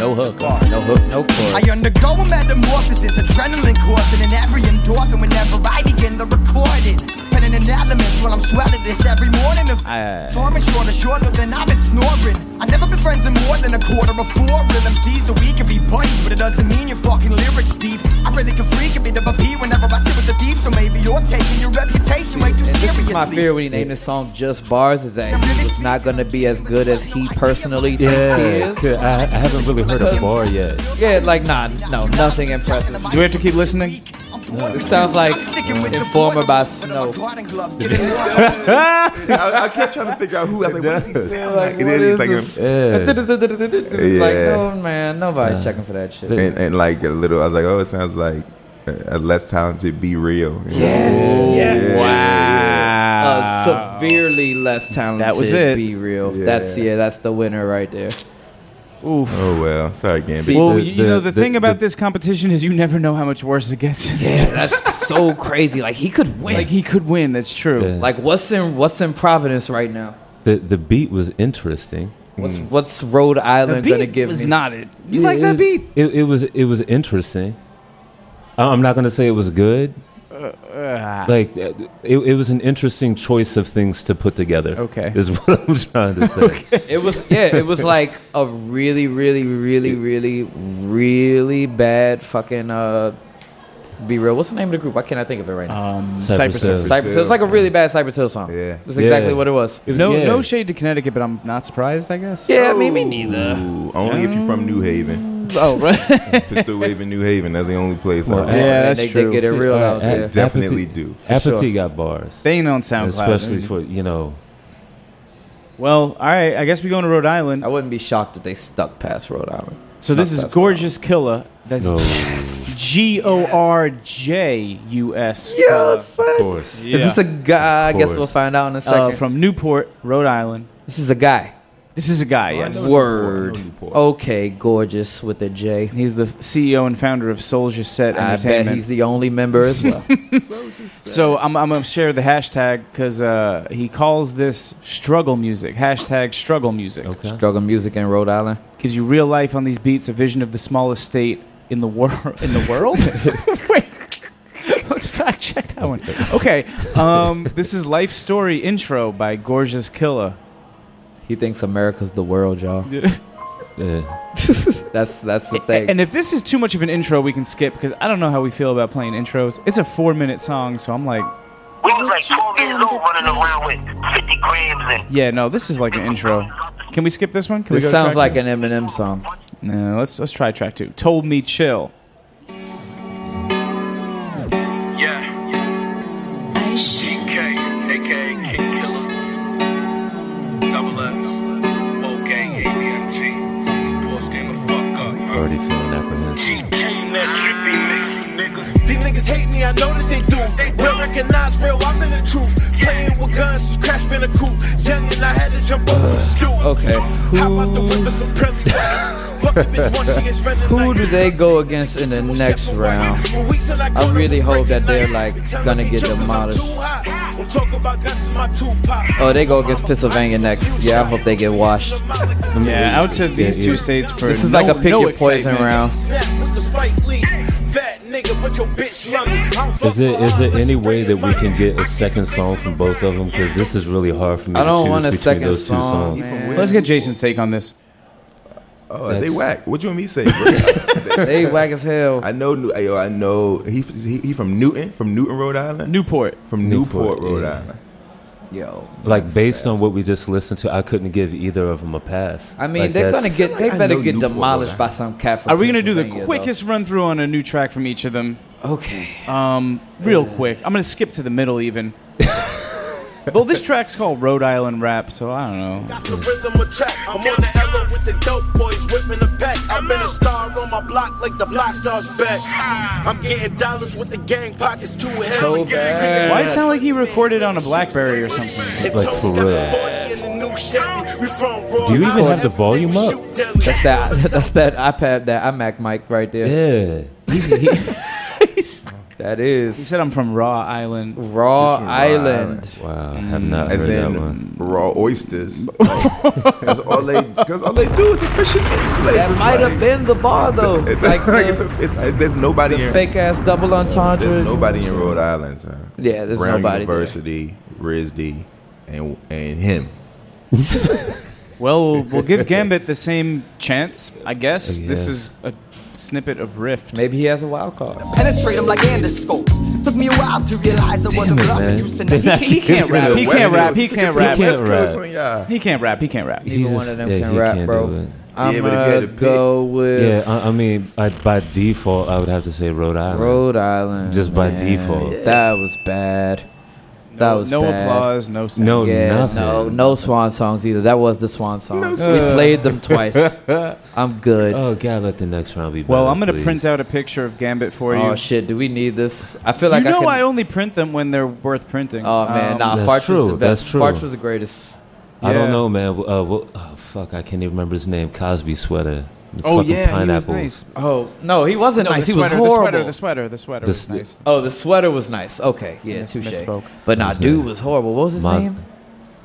Speaker 6: No hook.
Speaker 1: Bars.
Speaker 3: No hook, no
Speaker 1: I
Speaker 3: chorus.
Speaker 1: undergo a metamorphosis, adrenaline coursing in every endorphin whenever I begin the recording. Penning an element while I'm swelling this every morning. Of
Speaker 6: Aye.
Speaker 5: Uh,
Speaker 1: Forming shorter, shorter than I've been snoring. I never been friends in more than a quarter of four real MCs, so we could be buddies, but it doesn't mean your fucking lyrics deep. I really can freak a bit of a pee whenever I sit with the thief, so maybe you're taking your reputation way too
Speaker 3: And this
Speaker 1: seriously.
Speaker 3: is my fear when he named this song "Just Bars" is that it's not gonna be as good as he personally thinks he is.
Speaker 4: I, I haven't really heard a bar yet.
Speaker 3: Yeah, like nah, no, nothing impressive.
Speaker 6: Do we have to keep listening?
Speaker 3: It sounds like Informer by Snow.
Speaker 5: I, I kept trying to figure out who. I was like, what does he sound like?
Speaker 3: Like,
Speaker 5: And
Speaker 3: what
Speaker 5: then
Speaker 3: is
Speaker 5: he's like,
Speaker 3: this?
Speaker 4: Yeah.
Speaker 3: Like, no man, nobody's checking for that shit.
Speaker 5: and, and like a little. I was like, oh, it sounds like a, a less talented. Be real.
Speaker 4: Oh,
Speaker 3: Yeah, yeah.
Speaker 6: Wow.
Speaker 3: Uh, severely less talented.
Speaker 6: was it.
Speaker 3: Be real. That's yeah. That's the winner right there.
Speaker 6: Oof.
Speaker 5: Oh well, sorry, Gambit.
Speaker 3: See,
Speaker 6: Well,
Speaker 4: the-
Speaker 6: you you know,
Speaker 4: the-
Speaker 6: the,
Speaker 4: the-
Speaker 6: thing about
Speaker 4: the-
Speaker 6: this competition is you never know how much worse it gets.
Speaker 3: Yeah, that's so crazy. Like he could win.
Speaker 6: Like, he could win. That's true.
Speaker 4: Yeah.
Speaker 3: Like what's in what's in Providence right now?
Speaker 4: The the beat was interesting. Mm.
Speaker 3: What's what's Rhode
Speaker 6: Mm. The
Speaker 3: Island
Speaker 6: beat
Speaker 3: gonna give
Speaker 6: was
Speaker 3: me?
Speaker 6: not it. You
Speaker 4: Yeah,
Speaker 6: like
Speaker 4: it
Speaker 6: that
Speaker 4: was-
Speaker 6: beat?
Speaker 4: It, it was it was interesting. I- I'm not gonna say it was good.
Speaker 3: Uh,
Speaker 6: Ah.
Speaker 4: Like uh, it, it was an interesting choice of things to put together.
Speaker 6: Okay.
Speaker 4: is what I'm trying to say.
Speaker 3: it was yeah. It was like a really, really, really, really, really bad fucking. uh Be real. What's the name of the group? Why can't I think of it right now?
Speaker 6: um,
Speaker 4: Cypress
Speaker 6: Cypress
Speaker 4: Hill.
Speaker 6: Hill.
Speaker 3: Cypress. Hill. It was like a really bad Cypress Hill song.
Speaker 5: Yeah.
Speaker 3: that's exactly
Speaker 4: Yeah.
Speaker 3: what it was.
Speaker 6: No,
Speaker 4: Yeah.
Speaker 6: no shade to Connecticut, but I'm not surprised. I guess.
Speaker 3: Yeah, I mean, me neither.
Speaker 5: Ooh, only if you're from New Haven.
Speaker 6: Oh, right.
Speaker 5: Pistol Waving New Haven. That's the only place.
Speaker 4: Well,
Speaker 5: I-
Speaker 4: Yeah,
Speaker 3: Man,
Speaker 6: that's
Speaker 3: they,
Speaker 6: true.
Speaker 3: They get it real
Speaker 4: All right,
Speaker 3: out
Speaker 4: a-
Speaker 3: there.
Speaker 5: Definitely do. For
Speaker 4: Apathy got bars,
Speaker 6: they ain't on SoundCloud.
Speaker 4: especially for you know.
Speaker 6: Well, all right. I guess we going to Rhode Island.
Speaker 3: I wouldn't be shocked if they stuck past Rhode Island.
Speaker 6: So this
Speaker 3: Stuck
Speaker 6: is
Speaker 3: past
Speaker 6: Gorgeous Killa. That's
Speaker 4: No,
Speaker 6: G O R J U S.
Speaker 3: Rhode Island. Yeah,
Speaker 4: of
Speaker 3: son.
Speaker 4: course.
Speaker 3: Is this a guy? I guess
Speaker 4: course.
Speaker 3: we'll find out in a
Speaker 6: uh,
Speaker 3: second.
Speaker 6: from Newport, Rhode Island.
Speaker 3: this is a guy.
Speaker 6: This is a guy. Yes.
Speaker 3: Word.
Speaker 5: Newport.
Speaker 3: Okay, gorgeous with a J.
Speaker 6: He's the CEO and founder of Soldier Set
Speaker 3: I
Speaker 6: Entertainment.
Speaker 3: bet he's the only member as well.
Speaker 6: So I'm, I'm gonna share the hashtag because uh, he calls this struggle music. Hashtag struggle music
Speaker 4: Okay.
Speaker 3: Struggle music in Rhode Island.
Speaker 6: gives you real life on these beats, a vision of the smallest state in the world. In the world? Wait, let's fact check that um, one. Okay, um, this is life story intro by Gorgeous Killa.
Speaker 3: He thinks America's the world, y'all.
Speaker 4: Yeah.
Speaker 3: that's that's the thing.
Speaker 6: And if this is too much of an intro, we can skip because I don't know how we feel about playing intros. It's a four minute song, so I'm like,
Speaker 2: We was like 12 years old running around with 50 grams and
Speaker 6: yeah, no, this is like an intro. Can we skip this one? Can we
Speaker 3: this
Speaker 6: go to
Speaker 3: sounds like
Speaker 6: track two?
Speaker 3: an Eminem song.
Speaker 6: No, let's let's try track two. Told me chill.
Speaker 7: Yeah. TK, aka King Killer. Double F. Whole gang ABMG. Newport stand the fuck up. huh?
Speaker 4: Already feeling apprehensive.
Speaker 7: GK, that trippy mix, niggas.
Speaker 8: These niggas hate me, I know that they do. Real recognize real, I'm in the truth. Playing with guns, crashed in a coupe. Young and I had to jump over the stoop.
Speaker 3: Okay.
Speaker 8: How about the whip with some prelly waves? Fuck the bitch once she is running
Speaker 3: Who
Speaker 8: like-
Speaker 3: do they go against in the next round? I really hope that they're, like, gonna get demolished. Oh, they go against Pennsylvania next. Yeah, I hope they get washed.
Speaker 6: Yeah, out to these
Speaker 4: yeah.
Speaker 6: two states for
Speaker 3: This is
Speaker 6: no-
Speaker 3: like a pick
Speaker 6: no
Speaker 3: your poison
Speaker 6: excitement.
Speaker 3: round.
Speaker 4: Is it is there any way that we can get a second song from both of them? Because this is really hard for me.
Speaker 3: I don't
Speaker 4: to choose
Speaker 3: want a
Speaker 4: between
Speaker 3: second
Speaker 4: those two
Speaker 3: song.
Speaker 4: songs.
Speaker 3: man.
Speaker 6: Let's get Jason's take on this.
Speaker 5: Oh, they
Speaker 4: That's-
Speaker 5: whack. What you and me say? Bro?
Speaker 3: They whack as hell.
Speaker 5: I know. New- Yo, I know. He, he he from Newton, from Newton, Rhode Island.
Speaker 6: Newport.
Speaker 5: from Newport,
Speaker 4: Newport,
Speaker 5: Rhode
Speaker 4: yeah.
Speaker 5: Island.
Speaker 3: Yo.
Speaker 4: Like based on what we just listened to, I couldn't give either of them a pass.
Speaker 3: I mean,
Speaker 4: Like,
Speaker 3: they're
Speaker 4: that's-
Speaker 3: gonna get. They
Speaker 5: I
Speaker 3: better
Speaker 5: know
Speaker 3: get
Speaker 5: Newport,
Speaker 3: demolished
Speaker 5: right?
Speaker 3: by some cat. From
Speaker 6: Are we gonna do the
Speaker 3: Pennsylvania, though.
Speaker 6: quickest run through on a new track from each of them?
Speaker 3: Okay.
Speaker 6: Um, real quick. I'm gonna skip to the middle even. well, this track's called Rhode Island Rap, so I don't know.
Speaker 8: That's the rhythm of track. I'm on the arrow with the dope boys whipping the pack. I've been a star on my block like the block stars back. I'm getting dollars with the gang pockets too heavy.
Speaker 3: So bad.
Speaker 6: Why does it sound like he recorded on a BlackBerry or something?
Speaker 8: They
Speaker 4: Like,
Speaker 8: told
Speaker 4: for
Speaker 8: me got the
Speaker 4: real.
Speaker 8: 40 in the new Chevy. We from Rhode
Speaker 4: Do you even
Speaker 8: Island.
Speaker 4: have the volume up?
Speaker 3: That's that. That's that iPad. That iMac mic right there.
Speaker 4: yeah.
Speaker 3: That
Speaker 6: He
Speaker 3: is
Speaker 6: said I'm from Raw Island.
Speaker 3: Raw
Speaker 5: Raw
Speaker 3: Island.
Speaker 4: Wow, I have not
Speaker 5: As
Speaker 4: heard that one.
Speaker 5: in raw oysters. Because all they, because all they do is a fishing place.
Speaker 3: That
Speaker 5: It's
Speaker 3: might
Speaker 5: like-
Speaker 3: have been the bar though.
Speaker 5: It's
Speaker 3: like
Speaker 5: like, it's,
Speaker 3: the,
Speaker 5: a, it's like there's nobody in
Speaker 3: fake ass double entendre.
Speaker 5: there's nobody in Rhode Island, sir.
Speaker 3: Yeah, there's
Speaker 5: Brown
Speaker 3: nobody there.
Speaker 5: University, RISD, and and him.
Speaker 6: Well, we'll- we'll give Gambit the same chance, I guess.
Speaker 4: I
Speaker 6: This
Speaker 4: guess.
Speaker 6: is a snippet of Rift.
Speaker 3: Maybe he has a wild card.
Speaker 1: Penetrate him like endoscopes. Took me a while to realize I wasn't
Speaker 4: it,
Speaker 1: bluffing.
Speaker 4: man.
Speaker 1: Used to not
Speaker 6: He, he can't rap. He
Speaker 5: West
Speaker 6: can't rap.
Speaker 5: Coast,
Speaker 6: He
Speaker 5: took it
Speaker 6: can't
Speaker 5: to the
Speaker 6: rap.
Speaker 4: He
Speaker 5: West
Speaker 4: can't
Speaker 5: Coast
Speaker 4: rap.
Speaker 5: on y'all.
Speaker 6: He can't rap. He can't rap.
Speaker 3: Neither one
Speaker 4: just-
Speaker 3: of them
Speaker 4: yeah,
Speaker 3: can
Speaker 4: he
Speaker 3: rap,
Speaker 4: can't do
Speaker 3: bro.
Speaker 4: it.
Speaker 3: I'm
Speaker 5: Yeah, but if you had
Speaker 3: gonna
Speaker 5: to pick-
Speaker 3: go with
Speaker 4: Yeah, I, I mean, I, by default, I would have to say Rhode Island.
Speaker 3: Rhode Island.
Speaker 4: Just by
Speaker 3: man.
Speaker 4: default.
Speaker 3: That was bad. That was
Speaker 6: no
Speaker 3: bad.
Speaker 6: applause. No. Sound.
Speaker 4: No.
Speaker 3: Yeah,
Speaker 4: Nothing.
Speaker 3: no, no swan songs either. That was the swan songs. we played them twice. I'm good.
Speaker 4: Oh God, let the next round be. Better,
Speaker 6: Well, I'm gonna
Speaker 4: please.
Speaker 6: print out a picture of Gambit for you.
Speaker 3: oh shit, do we need this? I feel like
Speaker 6: you know
Speaker 3: I
Speaker 6: I,
Speaker 3: can.
Speaker 6: only print them when they're worth printing.
Speaker 3: oh man,
Speaker 6: Um,
Speaker 3: nah.
Speaker 4: That's
Speaker 3: Farch was the
Speaker 4: true,
Speaker 3: best.
Speaker 4: that's true.
Speaker 3: Farch was the greatest.
Speaker 4: I
Speaker 6: Yeah.
Speaker 4: don't know, man. Uh, well, oh, fuck, I can't even remember his name. Cosby sweater. The
Speaker 6: Oh
Speaker 4: fucking
Speaker 6: yeah, he was
Speaker 4: pineapples.
Speaker 6: nice.
Speaker 3: Oh no, he wasn't
Speaker 6: No,
Speaker 3: nice.
Speaker 6: the
Speaker 3: he was
Speaker 6: sweater,
Speaker 3: horrible.
Speaker 6: The sweater. The sweater. The sweater
Speaker 4: The
Speaker 6: was
Speaker 4: s-
Speaker 6: nice.
Speaker 3: Oh, the sweater was nice. Okay, yeah,
Speaker 6: Miss-
Speaker 3: touche.
Speaker 6: misspoke.
Speaker 3: But nah,
Speaker 4: His
Speaker 3: dude
Speaker 4: name.
Speaker 3: was horrible. What was his
Speaker 4: Maz-
Speaker 3: name?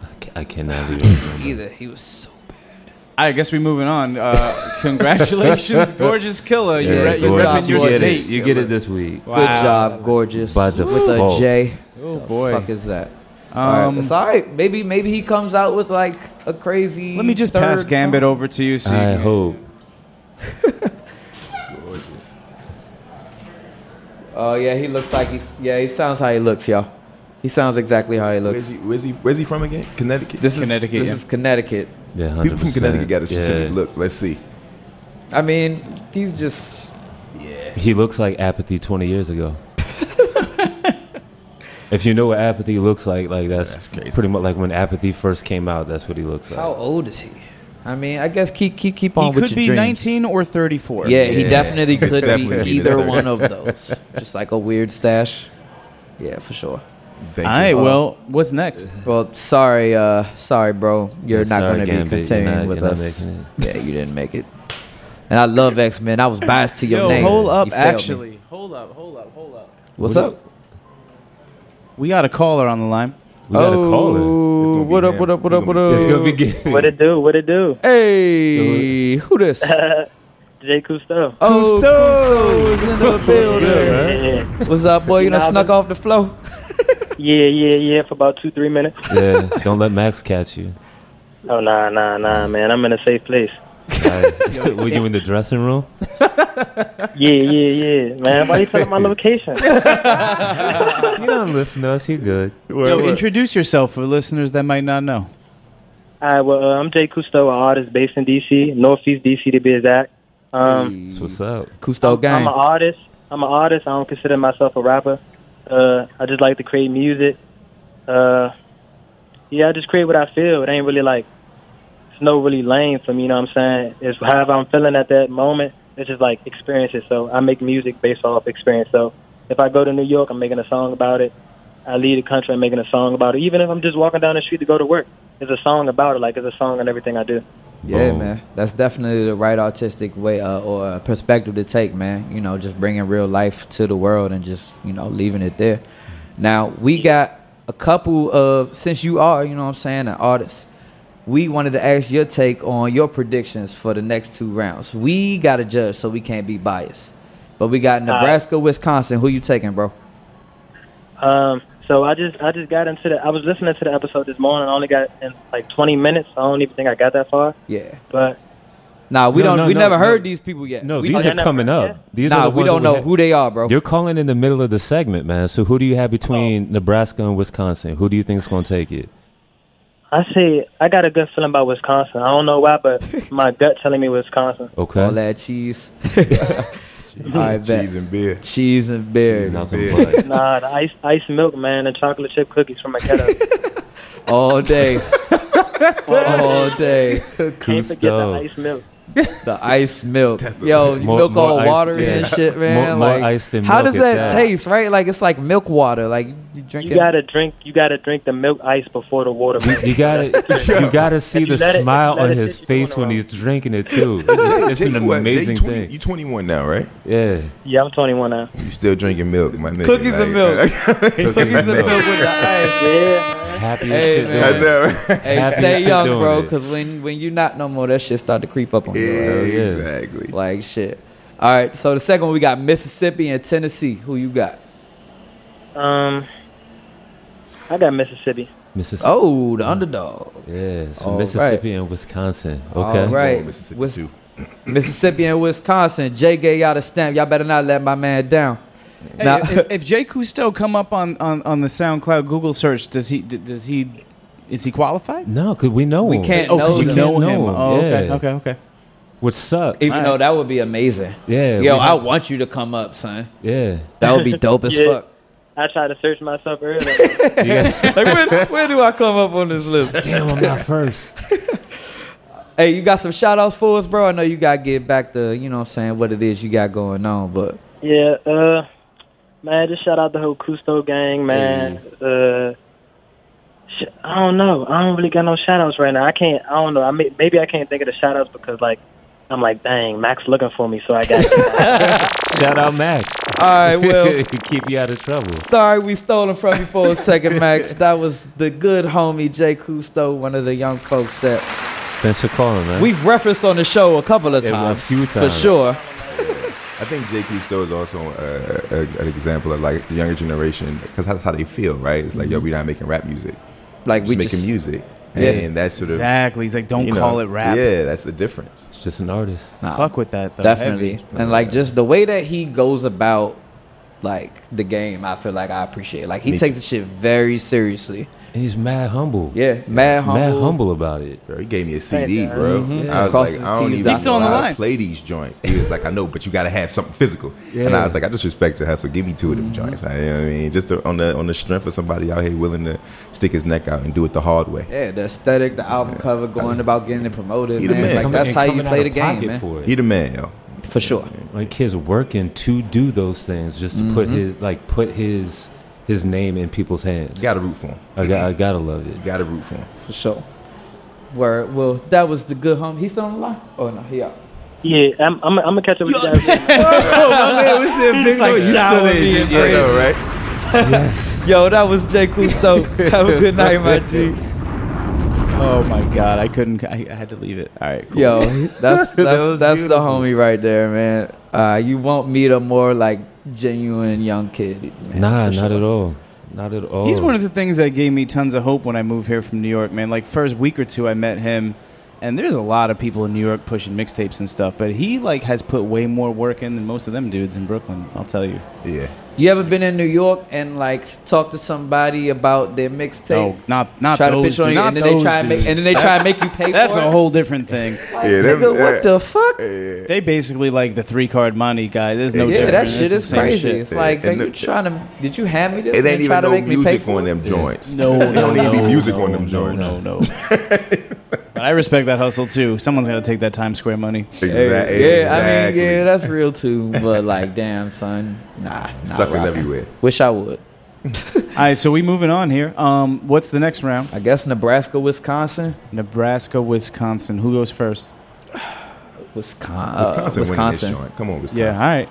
Speaker 4: I ca- I cannot even.
Speaker 3: Either he was so bad.
Speaker 6: I guess we're moving on. Uh, congratulations, gorgeous killer. You're,
Speaker 4: Yeah,
Speaker 6: re- you're
Speaker 4: Gordon,
Speaker 6: repping your
Speaker 3: You
Speaker 4: get it.
Speaker 6: state.
Speaker 4: You get it this week.
Speaker 6: Wow.
Speaker 3: Good job, gorgeous.
Speaker 4: By
Speaker 3: with a
Speaker 4: default.
Speaker 3: J.
Speaker 6: Oh
Speaker 3: the
Speaker 6: boy. Um,
Speaker 3: fuck is that? all right, it's all right. Maybe maybe he comes out with like a crazy.
Speaker 6: Let me just
Speaker 3: third
Speaker 6: pass Gambit
Speaker 3: song.
Speaker 6: over to you. So you
Speaker 4: I
Speaker 6: can-
Speaker 4: hope.
Speaker 3: Oh yeah, he looks like he's yeah. He sounds how he looks, y'all. He sounds exactly how he
Speaker 5: Where's
Speaker 3: looks.
Speaker 5: he, where's he? Where's he from again? Connecticut.
Speaker 3: This is
Speaker 6: Connecticut,
Speaker 3: This
Speaker 6: yeah.
Speaker 3: is Connecticut.
Speaker 4: Yeah, 100%.
Speaker 5: People from Connecticut got a specific
Speaker 4: Yeah.
Speaker 5: look. Let's see.
Speaker 3: I mean, he's just
Speaker 4: He looks like apathy 20 years ago. if you know what apathy looks like, like that's,
Speaker 5: That's crazy.
Speaker 4: pretty much like when apathy first came out. That's what he looks like.
Speaker 3: how old is he? I mean, I guess keep keep keep on
Speaker 6: He
Speaker 3: with
Speaker 6: could
Speaker 3: your
Speaker 6: be
Speaker 3: dreams.
Speaker 6: 19 or 34.
Speaker 3: Yeah, he definitely could
Speaker 5: Definitely
Speaker 3: be
Speaker 5: be the
Speaker 3: either
Speaker 5: third.
Speaker 3: one of those. Just like a weird stash. Yeah, for sure. Uh,
Speaker 5: Thank
Speaker 6: All right.
Speaker 5: you.
Speaker 6: Well, what's next?
Speaker 3: Well, sorry, uh, sorry, bro. You're
Speaker 4: Yeah,
Speaker 3: not
Speaker 4: sorry,
Speaker 3: going to be
Speaker 4: Gambit. You're
Speaker 3: continuing
Speaker 4: not-
Speaker 3: with
Speaker 4: you're not
Speaker 3: us.
Speaker 4: making
Speaker 3: Yeah, you didn't make it. And I love X Men. I was biased to your
Speaker 6: Yo,
Speaker 3: name.
Speaker 6: hold up.
Speaker 3: You failed me.
Speaker 6: Actually, hold up. Hold up. Hold up.
Speaker 3: what's
Speaker 4: What
Speaker 3: up?
Speaker 6: We got a caller on the line.
Speaker 4: We got a caller.
Speaker 5: It's gonna
Speaker 3: Oh,
Speaker 5: be
Speaker 3: what up?
Speaker 5: him.
Speaker 3: What up? What
Speaker 5: It's
Speaker 3: up? What
Speaker 5: gonna
Speaker 3: up?
Speaker 5: be
Speaker 4: It's gonna be getting.
Speaker 9: What it do? What it do?
Speaker 3: Hey, who this?
Speaker 9: J. Cousteau.
Speaker 3: Oh, Gusto is in the building.
Speaker 9: Yeah,
Speaker 3: What's up, boy? You done
Speaker 9: Nah,
Speaker 3: snuck
Speaker 9: but-
Speaker 3: off the flow.
Speaker 9: yeah, yeah, yeah. For about two, three minutes.
Speaker 4: yeah, don't let Max catch you.
Speaker 9: Oh, nah, nah, nah, man. I'm in a safe place.
Speaker 4: Were you in the dressing room?
Speaker 9: Yeah, yeah, yeah, man. Why you telling my location?
Speaker 4: You don't listen to us. You good?
Speaker 6: Yo, introduce yourself for listeners that might not know.
Speaker 9: All right, well, uh, I'm Jay Cousteau, an artist based in D.C., Northeast D.C. to be exact. Um,
Speaker 4: That's what's up.
Speaker 3: Cousteau
Speaker 9: I'm
Speaker 3: gang.
Speaker 9: an artist. I'm an artist. I don't consider myself a rapper. Uh, I just like to create music. Uh, yeah, I just create what I feel. It ain't really like it's no really lane for me. You know what I'm saying? It's however I'm feeling at that moment. It's just like experiences. So I make music based off experience. So if I go to New York, I'm making a song about it. I leave the country, I'm making a song about it. Even if I'm just walking down the street to go to work, it's a song about it. Like it's a song and everything I do.
Speaker 3: Yeah,
Speaker 4: Boom.
Speaker 3: man. That's definitely the right artistic way uh, or uh, perspective to take, man. You know, just bringing real life to the world and just, you know, leaving it there. Now, we got a couple of, since you are, you know what I'm saying, an artist, we wanted to ask your take on your predictions for the next two rounds. We got to judge so we can't be biased. But we got Nebraska, Wisconsin. Who you taking, bro?
Speaker 9: Um, so I just I just got into the I was listening to the episode this morning. I only got in like 20 minutes. So I don't even think I got that far.
Speaker 3: Yeah.
Speaker 9: But
Speaker 3: Nah, we
Speaker 4: No,
Speaker 3: don't.
Speaker 4: no,
Speaker 3: we
Speaker 4: no,
Speaker 3: never
Speaker 4: no.
Speaker 3: heard these people yet.
Speaker 4: No,
Speaker 3: we,
Speaker 4: these
Speaker 9: they're
Speaker 4: are
Speaker 9: not
Speaker 4: coming
Speaker 9: right
Speaker 4: up.
Speaker 9: yet?
Speaker 4: These
Speaker 3: nah,
Speaker 4: are the
Speaker 3: we
Speaker 4: ones
Speaker 3: don't
Speaker 4: that
Speaker 3: know
Speaker 4: have-
Speaker 3: who they are, bro.
Speaker 4: You're calling in the middle of the segment, man. So who do you have between
Speaker 3: Oh.
Speaker 4: Nebraska and Wisconsin? Who do you think is going to take it?
Speaker 9: I say I got a good feeling about Wisconsin. I don't know why, but my gut telling me Wisconsin.
Speaker 4: Okay.
Speaker 3: All that cheese. I bet.
Speaker 5: Cheese and beer.
Speaker 3: cheese and beer.
Speaker 5: Cheese and
Speaker 4: Nothing
Speaker 5: beer.
Speaker 4: but.
Speaker 9: Nah, the ice ice milk man and chocolate chip cookies from Makeda.
Speaker 3: all day, all day.
Speaker 9: Can't forget
Speaker 4: Gusto.
Speaker 9: the ice milk.
Speaker 3: The ice milk,
Speaker 5: That's a-
Speaker 3: yo, you
Speaker 4: More-
Speaker 3: milk
Speaker 4: more
Speaker 3: all
Speaker 4: ice-
Speaker 3: watery
Speaker 4: yeah.
Speaker 3: and shit,
Speaker 4: More-
Speaker 3: man.
Speaker 4: more
Speaker 3: like,
Speaker 4: ice than
Speaker 3: how
Speaker 4: milk
Speaker 3: does
Speaker 4: is
Speaker 3: that
Speaker 4: that.
Speaker 3: taste, right? Like it's like milk water. Like you drink
Speaker 9: You
Speaker 3: it.
Speaker 9: gotta drink. You gotta drink the milk ice before the water. Milk.
Speaker 4: You gotta, you gotta see
Speaker 9: If you
Speaker 4: the
Speaker 9: let it- if
Speaker 4: smile
Speaker 9: you let
Speaker 4: on
Speaker 9: it
Speaker 4: his
Speaker 9: sit, you're doing
Speaker 4: face
Speaker 9: it
Speaker 4: when
Speaker 9: wrong.
Speaker 4: he's drinking it too. It's, it's
Speaker 5: Jay,
Speaker 4: an
Speaker 5: you what, Jay,
Speaker 4: amazing
Speaker 5: you 20 You
Speaker 4: thing.
Speaker 5: 21 now, right?
Speaker 4: Yeah.
Speaker 9: Yeah, I'm 21 now.
Speaker 5: You still drinking milk, my nigga.
Speaker 3: Cookies and milk.
Speaker 4: Cookies
Speaker 3: It's the milk with the ice.
Speaker 9: Yeah,
Speaker 4: Happy as
Speaker 3: Hey,
Speaker 4: shit.
Speaker 3: man.
Speaker 4: doing
Speaker 5: I
Speaker 4: it.
Speaker 5: know, right?
Speaker 3: Hey,
Speaker 4: Happy as
Speaker 3: stay
Speaker 4: shit
Speaker 3: young,
Speaker 4: doing
Speaker 3: bro.
Speaker 4: it.
Speaker 3: Because when when you not no more, that shit start to creep up on you. right?
Speaker 4: yeah.
Speaker 5: Exactly.
Speaker 3: Like shit. All right. So the second one we got Mississippi and Tennessee. Who you got?
Speaker 9: um, I got Mississippi.
Speaker 4: Mississippi.
Speaker 3: Oh, the underdog.
Speaker 4: Yeah. So
Speaker 3: All Oh, right.
Speaker 4: Mississippi and Wisconsin. Okay.
Speaker 3: All right.
Speaker 5: Oh, Mississippi
Speaker 3: Wis-
Speaker 5: too.
Speaker 3: Mississippi and Wisconsin. Jay Gay y'all the stamp. Y'all better not let my man down.
Speaker 6: Hey,
Speaker 3: Now,
Speaker 6: if, if Jay Cousteau come up on, on, on the SoundCloud Google search, does he d- does he is he qualified?
Speaker 4: No, because we know
Speaker 3: We
Speaker 4: him.
Speaker 3: can't
Speaker 6: Oh, 'cause
Speaker 3: know
Speaker 6: you
Speaker 3: them.
Speaker 6: know
Speaker 4: Know
Speaker 6: him.
Speaker 4: him,
Speaker 6: Oh, okay,
Speaker 4: yeah.
Speaker 6: okay, okay.
Speaker 4: What sucks?
Speaker 3: even though that would be amazing.
Speaker 4: Yeah,
Speaker 3: Yo,
Speaker 4: we-
Speaker 3: I want you to come up, son.
Speaker 4: yeah.
Speaker 3: That would be dope as
Speaker 9: Yeah.
Speaker 3: fuck.
Speaker 9: I tried to search myself earlier.
Speaker 3: Like where, where do I come up on this list?
Speaker 4: Damn, I'm not first.
Speaker 3: Hey, you got some shout outs for us, bro? I know you gotta get back to, you know what I'm saying, what it is you got going on, but
Speaker 9: Yeah, uh, man, just shout out the whole Custo gang, man. Uh, sh- I don't know. I don't really got no shout outs right now. I can't, I don't know. I may, Maybe I can't think of the shout outs because, like, I'm like, dang, Max looking for me, so I got
Speaker 4: Shout out Max.
Speaker 3: all right, well
Speaker 4: keep you out of trouble.
Speaker 3: Sorry, we stolen from you for a second, Max. That was the good homie Jay Cousteau, one of the young folks that
Speaker 4: Thanks for calling, man.
Speaker 3: we've referenced on the show a couple of
Speaker 4: Yeah, well, a
Speaker 3: times,
Speaker 4: few
Speaker 3: for
Speaker 4: times.
Speaker 3: sure.
Speaker 5: I think J. Cousteau is also uh, a, an example of like the younger generation because that's how they feel, right? It's like, yo, we're not making rap music,
Speaker 3: Mm-hmm. Like
Speaker 5: we're
Speaker 3: we
Speaker 5: just making
Speaker 3: just
Speaker 5: music,
Speaker 3: Yeah.
Speaker 5: and that's sort of
Speaker 6: Exactly. He's like, don't
Speaker 5: you know,
Speaker 6: call it rap.
Speaker 5: Yeah, that's the difference.
Speaker 4: Just an artist.
Speaker 3: Nah,
Speaker 6: Fuck with that though.
Speaker 3: definitely.
Speaker 6: Heavy.
Speaker 3: And like just the way that he goes about like the game, I feel like I appreciate. Like he
Speaker 5: Me
Speaker 3: takes
Speaker 5: too.
Speaker 3: the shit very seriously.
Speaker 4: And he's mad humble.
Speaker 3: Yeah, mad humble.
Speaker 4: Mad humble about it.
Speaker 5: Bro, he gave me a CD,
Speaker 9: God.
Speaker 5: bro. I was
Speaker 3: Across
Speaker 5: like,
Speaker 3: his
Speaker 5: I don't
Speaker 3: T's,
Speaker 5: even
Speaker 3: dots.
Speaker 6: He's still on the
Speaker 5: know how to
Speaker 6: line.
Speaker 5: play these joints. He was like, I know, but you got to have something physical. And
Speaker 4: Yeah.
Speaker 5: I was like, I just respect your hustle. Give me two of them joints. I, you know what I mean, just the, on the on the strength of somebody out here willing to stick his neck out and do it the hard way.
Speaker 3: Yeah, the aesthetic, the album cover, going about getting it promoted,
Speaker 5: He the
Speaker 3: man.
Speaker 5: man.
Speaker 3: Like
Speaker 5: Coming-
Speaker 3: that's
Speaker 4: And
Speaker 3: how you
Speaker 4: coming
Speaker 3: play
Speaker 4: out
Speaker 3: the
Speaker 4: of
Speaker 3: game,
Speaker 4: pocket
Speaker 3: man.
Speaker 4: For it.
Speaker 5: He the man, yo.
Speaker 3: For sure.
Speaker 4: like kids working to do those things just to
Speaker 3: Mm-hmm.
Speaker 4: put his like put his his name in people's hands.
Speaker 5: You got to root for him.
Speaker 4: I got I gotta love
Speaker 5: You
Speaker 4: it.
Speaker 5: got to root for him.
Speaker 3: For sure. Where well, that was the good home. He's still on the line. Oh no, he out. Oh,
Speaker 9: Yeah, I'm, I'm, I'm gonna catch up with you guys.
Speaker 3: like showering me in
Speaker 5: I know, right?
Speaker 4: yes.
Speaker 3: Yo, that was Jay Cousteau. Have a good night, my G.
Speaker 6: Oh my god, I couldn't. I, I had to leave it. All right, cool.
Speaker 3: Yo, that's that's
Speaker 4: was
Speaker 3: that's the
Speaker 4: beautiful.
Speaker 3: homie right there, man. Uh, you won't meet a more like genuine young kid. Man,
Speaker 4: Nah,
Speaker 3: for
Speaker 4: not
Speaker 3: sure.
Speaker 4: at all. Not at all.
Speaker 6: He's one of the things that gave me tons of hope when I moved here from New York, man. Like first week or two I met him and there's a lot of people in New York pushing mixtapes and stuff, but he like has put way more work in than most of them dudes in Brooklyn, I'll tell you.
Speaker 5: Yeah.
Speaker 3: You ever been in New York and like talk to somebody about their mixtape?
Speaker 6: No, not not
Speaker 3: try to
Speaker 6: those
Speaker 3: pitch on
Speaker 6: dudes.
Speaker 3: you,
Speaker 6: Not
Speaker 3: and then they
Speaker 6: those
Speaker 3: try and make,
Speaker 6: dudes.
Speaker 3: and then they try and make you pay.
Speaker 6: That's
Speaker 3: for
Speaker 6: a
Speaker 3: it?
Speaker 6: whole different thing.
Speaker 3: Like,
Speaker 5: Yeah, them-
Speaker 3: nigga,
Speaker 5: yeah.
Speaker 3: what the fuck?
Speaker 6: They basically like the three card money guy. There's no
Speaker 3: Yeah, that
Speaker 6: difference.
Speaker 3: shit
Speaker 6: It's
Speaker 3: is
Speaker 6: the same
Speaker 3: crazy.
Speaker 6: shit.
Speaker 3: It's like,
Speaker 5: And
Speaker 3: are you
Speaker 5: the-
Speaker 3: trying to? Did you hand me this?
Speaker 5: It
Speaker 3: and
Speaker 5: ain't
Speaker 3: then try
Speaker 5: even
Speaker 3: to
Speaker 5: no
Speaker 3: make me pay
Speaker 5: music
Speaker 3: for
Speaker 5: on
Speaker 3: it?
Speaker 5: them joints.
Speaker 6: No,
Speaker 5: It
Speaker 6: no,
Speaker 5: don't
Speaker 6: no,
Speaker 5: even be music
Speaker 6: no,
Speaker 5: on them
Speaker 6: no,
Speaker 5: joints.
Speaker 6: no, no. but I respect that hustle too. Someone's gonna take that Times Square money.
Speaker 3: Hey,
Speaker 5: Exactly.
Speaker 3: yeah, I mean, yeah, that's real too. But like, damn, son, nah, nah
Speaker 5: Suckers
Speaker 3: rocking.
Speaker 5: everywhere.
Speaker 3: Wish I would.
Speaker 6: All right, so we moving on here. Um, what's the next round?
Speaker 3: I guess Nebraska, Wisconsin,
Speaker 6: Nebraska, Wisconsin. Who goes first?
Speaker 3: Wisconsin,
Speaker 5: Wisconsin,
Speaker 3: Wisconsin.
Speaker 5: winning this joint. Come on, Wisconsin.
Speaker 6: Yeah, all right.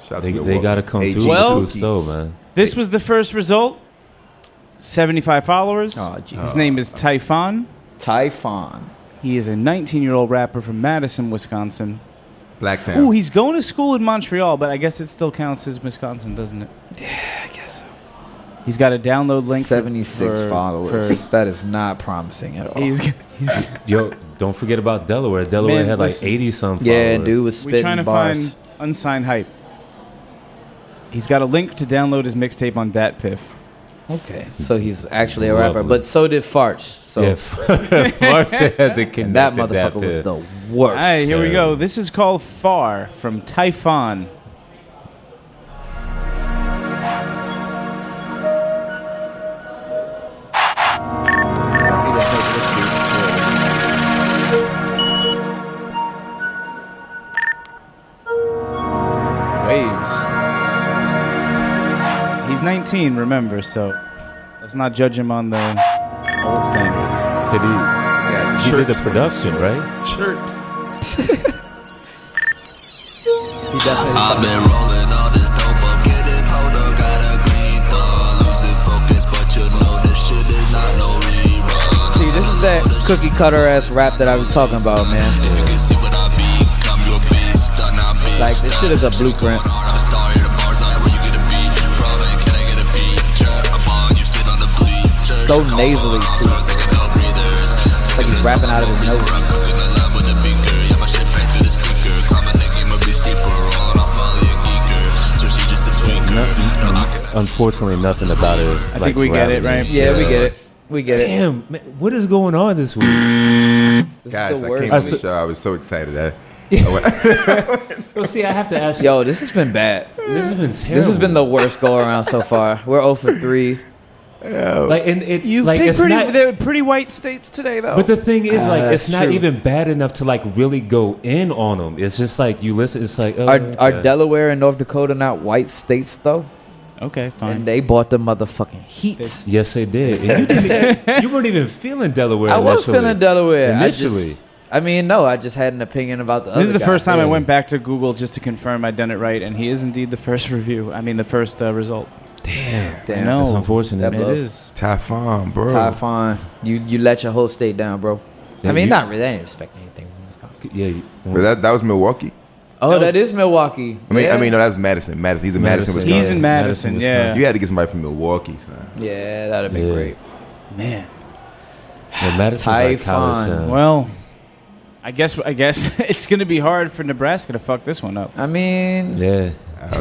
Speaker 5: Shout out
Speaker 4: They,
Speaker 5: to
Speaker 4: they
Speaker 5: Milwaukee.
Speaker 4: got to come
Speaker 5: Hey,
Speaker 4: through
Speaker 6: Well-
Speaker 4: with Gusto, man.
Speaker 6: This was the first result. Seventy-five followers.
Speaker 3: Oh, jeez.
Speaker 6: His name is Typhon.
Speaker 3: Typhon.
Speaker 6: He is a 19-year-old rapper from Madison, Wisconsin.
Speaker 5: Blacktown.
Speaker 6: Ooh, he's going to school in Montreal, but I guess it still counts as Wisconsin, doesn't it? Yeah, I guess so. He's got a download link. for-
Speaker 3: 76
Speaker 6: for-
Speaker 3: followers.
Speaker 6: for-
Speaker 3: that is not promising at all.
Speaker 6: he's, he's,
Speaker 4: Yo, don't forget about Delaware. Delaware
Speaker 6: Man,
Speaker 4: had like
Speaker 6: listen.
Speaker 4: 80 some followers.
Speaker 3: yeah, dude was
Speaker 6: we're trying
Speaker 3: spitting
Speaker 6: to
Speaker 3: bars.
Speaker 6: find unsigned hype. He's got a link to download his mixtape on Datpiff.
Speaker 3: okay, so he's actually a rapper,
Speaker 4: Lovely.
Speaker 3: but so did Farch. So
Speaker 4: Yeah, Mark had to
Speaker 3: and that
Speaker 4: connect it
Speaker 3: motherfucker was
Speaker 4: fast.
Speaker 3: the worst.
Speaker 6: All right, here we
Speaker 4: Sir.
Speaker 6: go. This is called Far from Typhon. Waves. He's 19, remember, so let's not judge him on the old standards.
Speaker 4: Did he,
Speaker 5: Yeah,
Speaker 4: he did the
Speaker 5: chirps.
Speaker 4: production, right?
Speaker 5: Chirps.
Speaker 3: He definitely-
Speaker 10: I've been rolling all this dope up, getting powder, got a green thumb, losing focus, but you know this shit is not no rerun.
Speaker 3: See, this is that cookie cutter ass rap that I was talking about, man.
Speaker 10: If you can see what I become, you a beast, I'm not beast.
Speaker 3: Like this shit is a blueprint.
Speaker 10: I'm a star here, the bars not where you gonna be. Brother, can I get a feature? I'm on, you sit on the bleachers.
Speaker 3: So nasally too.
Speaker 10: I'm taking no breathers.
Speaker 3: It's like he's rapping out of his nose.
Speaker 10: I'm cooking a lot with a beaker. Yeah, my shit packed through the speaker. Climbing the game, a be steeper. Rolling off Molly, a geeker. So she just a tweaker. No, I can-
Speaker 4: Unfortunately, nothing about it. I
Speaker 6: think we get it, right?
Speaker 3: Yeah, we get it. We get it.
Speaker 4: Damn, man, what is going on this week?
Speaker 3: This is
Speaker 5: Guys,
Speaker 3: the
Speaker 5: I came
Speaker 3: worst.
Speaker 5: on
Speaker 4: so-
Speaker 5: the show. I was so excited. I,
Speaker 4: Well, see, I have to ask you.
Speaker 3: Yo, this has been bad.
Speaker 4: This has been terrible.
Speaker 3: This has been the worst go around so far. We're 0 for 3.
Speaker 4: like, and it
Speaker 6: You
Speaker 4: like
Speaker 6: picked
Speaker 4: it's
Speaker 6: pretty,
Speaker 4: not.
Speaker 6: they're pretty white states today, though.
Speaker 4: But the thing is, like,
Speaker 3: Ah, that's
Speaker 4: it's not
Speaker 3: true.
Speaker 4: even bad enough to like really go in on them. It's just like you listen. It's like oh,
Speaker 3: Are,
Speaker 4: okay.
Speaker 3: are Delaware and North Dakota not white states, though?
Speaker 6: okay, fine.
Speaker 3: And they bought the motherfucking heat.
Speaker 4: Yes, they did. And you, didn't, you weren't even feeling Delaware.
Speaker 3: I was
Speaker 4: initially.
Speaker 3: feeling Delaware. I,
Speaker 4: Initially.
Speaker 3: just, I mean, no, I just had an opinion about the other
Speaker 6: This is the
Speaker 3: guy.
Speaker 6: first time I
Speaker 4: yeah.
Speaker 6: went back to Google just to confirm I'd done it right, and he is indeed the first review. I mean, the first uh, result.
Speaker 3: Damn.
Speaker 6: No.
Speaker 4: That's unfortunate.
Speaker 3: That
Speaker 6: It
Speaker 3: blows.
Speaker 6: is.
Speaker 5: Typhon, bro.
Speaker 3: Typhon, you, you let your whole state down, bro.
Speaker 4: Yeah,
Speaker 3: I mean,
Speaker 4: you-
Speaker 3: not really. I didn't expect anything from Wisconsin.
Speaker 4: Yeah. you-
Speaker 5: But that, that was Milwaukee.
Speaker 3: Oh,
Speaker 6: That was-
Speaker 3: that is Milwaukee.
Speaker 5: I mean,
Speaker 3: Yeah.
Speaker 5: I mean, no, that's Madison. Madison. He's in Madison,
Speaker 4: Madison.
Speaker 6: He's
Speaker 5: Wisconsin.
Speaker 6: in Madison,
Speaker 4: Madison,
Speaker 6: yeah.
Speaker 4: Wisconsin.
Speaker 5: You had to get somebody from Milwaukee, son.
Speaker 3: Yeah, that'd be
Speaker 4: Yeah.
Speaker 3: great.
Speaker 6: Man.
Speaker 4: Yeah, Madison's like uh, college
Speaker 3: Typhon.
Speaker 4: town.
Speaker 6: Well, I guess I guess it's going to be hard for Nebraska to fuck this one up.
Speaker 3: I mean,
Speaker 4: Yeah.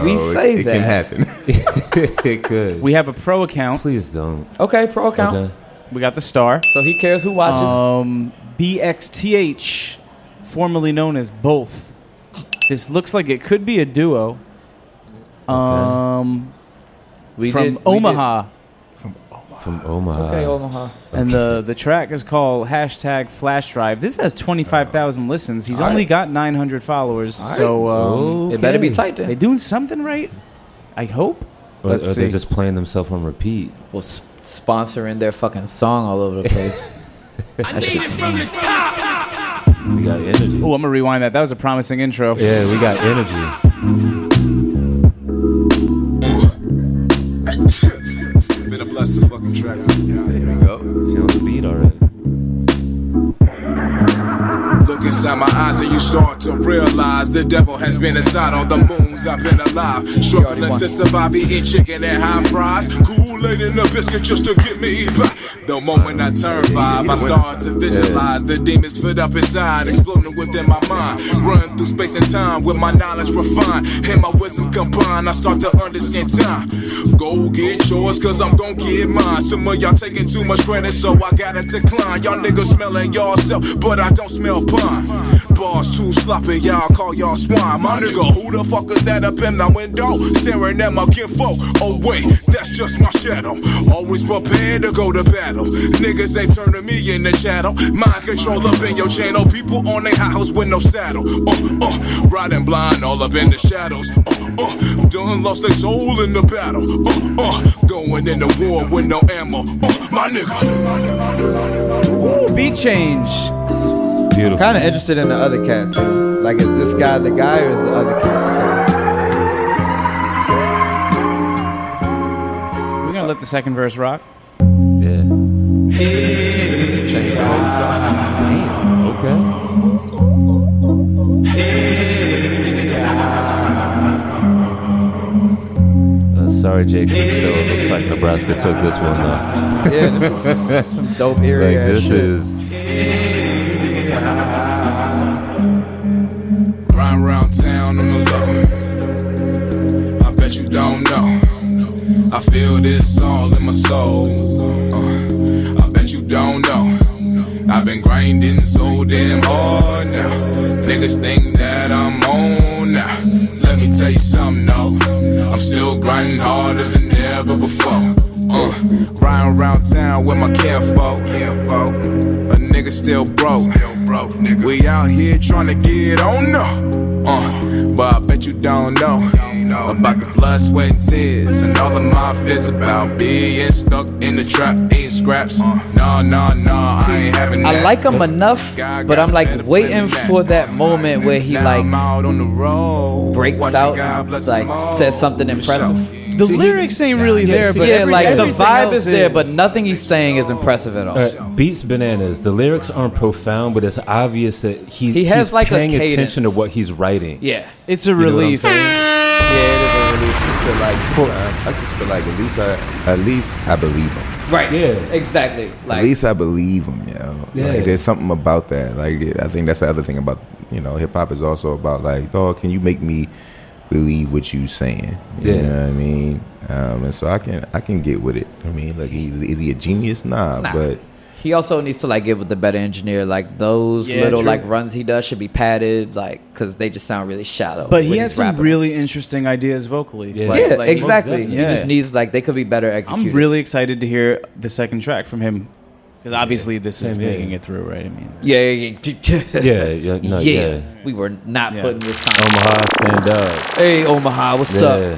Speaker 3: we
Speaker 5: Oh, it-
Speaker 3: say
Speaker 5: it,
Speaker 3: that.
Speaker 5: can happen.
Speaker 4: it could.
Speaker 6: We have a pro account.
Speaker 4: Please don't.
Speaker 3: Okay, pro account.
Speaker 4: Okay.
Speaker 6: We got the star.
Speaker 3: So he cares who watches.
Speaker 6: Um, BXTH, formerly known as Both. This looks like it could be a duo. Um,
Speaker 3: we
Speaker 6: from
Speaker 3: did- we did-
Speaker 6: Omaha.
Speaker 4: From Omaha.
Speaker 3: Okay, Omaha.
Speaker 6: And the, the track is called hashtag flash drive. This has 25,000 listens. He's
Speaker 3: All
Speaker 6: only
Speaker 3: right.
Speaker 6: got 900 followers. So um,
Speaker 3: It better be
Speaker 4: Okay.
Speaker 3: tight
Speaker 6: they
Speaker 3: then.
Speaker 6: doing something right? I hope.
Speaker 4: Or,
Speaker 6: Let's
Speaker 4: or
Speaker 6: see.
Speaker 4: they're just playing themselves on repeat.
Speaker 3: Well, s- sponsoring their fucking song all over the place. that shit's
Speaker 4: We got energy.
Speaker 6: oh, I'm going to rewind that. That was a promising intro.
Speaker 4: Yeah, we got energy.
Speaker 11: Been a blessed to fucking track.
Speaker 5: There you go.
Speaker 4: Feeling the beat already.
Speaker 11: Look inside inside my eyes, and you start to realize the devil has been inside all the moons I've been alive. Struggling to survive, eating chicken and high fries, Kool Aid and a biscuit just to get me by. The moment I turn five, I start to visualize the demons fed up inside, exploding within my mind. Run through space and time with my knowledge refined and my wisdom combined. I start to understand time. Go get yours, cause I'm gon' get mine. Some of y'all taking too much credit, so I gotta decline. Y'all niggas smelling yourself, but I don't smell pun. Bars too sloppy, y'all call y'all swine. My nigga, who the fuck is that up in my window? Staring at my kinfolk. Oh, wait, that's just my shadow. Always prepared to go to battle. Niggas ain't turning me into shadow. Mind control up in your channel. People on their high house with no saddle. Uh, uh, riding blind all up in the shadows. Uh, uh, done lost their soul in the battle. Uh, uh, going into war with no ammo. Uh, my nigga.
Speaker 6: Ooh, beat change.
Speaker 3: Beautiful. Kind of interested in the other cat too. Like, is this guy the guy or is the other cat the guy?
Speaker 6: We're gonna let the second verse rock.
Speaker 4: Yeah. Okay. Uh, sorry, Jake. It looks like Nebraska took this one though.
Speaker 3: Yeah, this is some dope area.
Speaker 4: Like this
Speaker 3: shit.
Speaker 4: is
Speaker 11: Grind round town on the low. I bet you don't know. I feel this all in my soul. Uh, I bet you don't know. I've been grinding so damn hard now. Niggas think that I'm on now. Let me tell you something, no. I'm still grinding harder than ever before. Uh, riding around town with my kinfolk. A nigga still broke. We out here trying to get on up. Uh, but I bet you don't know about the blood, sweat, and tears, and all of my fears about being stuck in the trap, eating scraps. Nah, nah, nah, I ain't having that.
Speaker 3: I like him enough, but I'm like waiting for that moment where he like breaks out, and, like says something impressive.
Speaker 6: The lyrics ain't really there, but
Speaker 3: yeah,
Speaker 6: every-
Speaker 3: like the
Speaker 6: everything
Speaker 3: vibe
Speaker 6: else
Speaker 3: is there, but nothing he's saying is impressive at all.
Speaker 4: uh, beats bananas. The lyrics aren't profound, but it's obvious that he,
Speaker 3: He has,
Speaker 4: he's
Speaker 3: like, a
Speaker 4: paying
Speaker 3: cadence.
Speaker 4: attention to what he's writing.
Speaker 3: yeah,
Speaker 6: it's a
Speaker 4: You know what I'm
Speaker 6: relief.
Speaker 3: yeah, it is a relief.
Speaker 5: just feel like sometimes- I just feel like at least I, at least I believe him.
Speaker 3: Right.
Speaker 4: Yeah.
Speaker 3: Exactly. Like
Speaker 5: at least I believe him. You know,
Speaker 4: Yeah.
Speaker 5: like there's something about that. Like it- I think that's the other thing about you know hip hop is also about like, oh, can you make me believe what you saying? You
Speaker 4: Yeah.
Speaker 5: know what I mean. Um, and so I can I can get with it. I mean, like he's is he a genius? Nah, but
Speaker 3: he also needs to like get with the better engineer. Like those
Speaker 6: Yeah,
Speaker 3: little
Speaker 6: true.
Speaker 3: like runs he does should be padded, like because they just sound really shallow.
Speaker 6: But he
Speaker 3: when
Speaker 6: had
Speaker 3: he's
Speaker 6: some
Speaker 3: rapping.
Speaker 6: really interesting ideas vocally.
Speaker 4: Yeah.
Speaker 6: Like-
Speaker 3: yeah,
Speaker 6: like-
Speaker 3: exactly. He
Speaker 6: Yeah.
Speaker 3: just needs like they could be better executed.
Speaker 6: I'm really excited to hear the second track from him because obviously this is
Speaker 4: Same here.
Speaker 6: making it through, right? I mean,
Speaker 3: yeah, yeah, yeah,
Speaker 4: Yeah, yeah, no, yeah.
Speaker 3: We were not
Speaker 6: Yeah.
Speaker 3: putting this time.
Speaker 4: Omaha, stand up.
Speaker 3: Hey, Omaha, what's up?
Speaker 4: Yeah.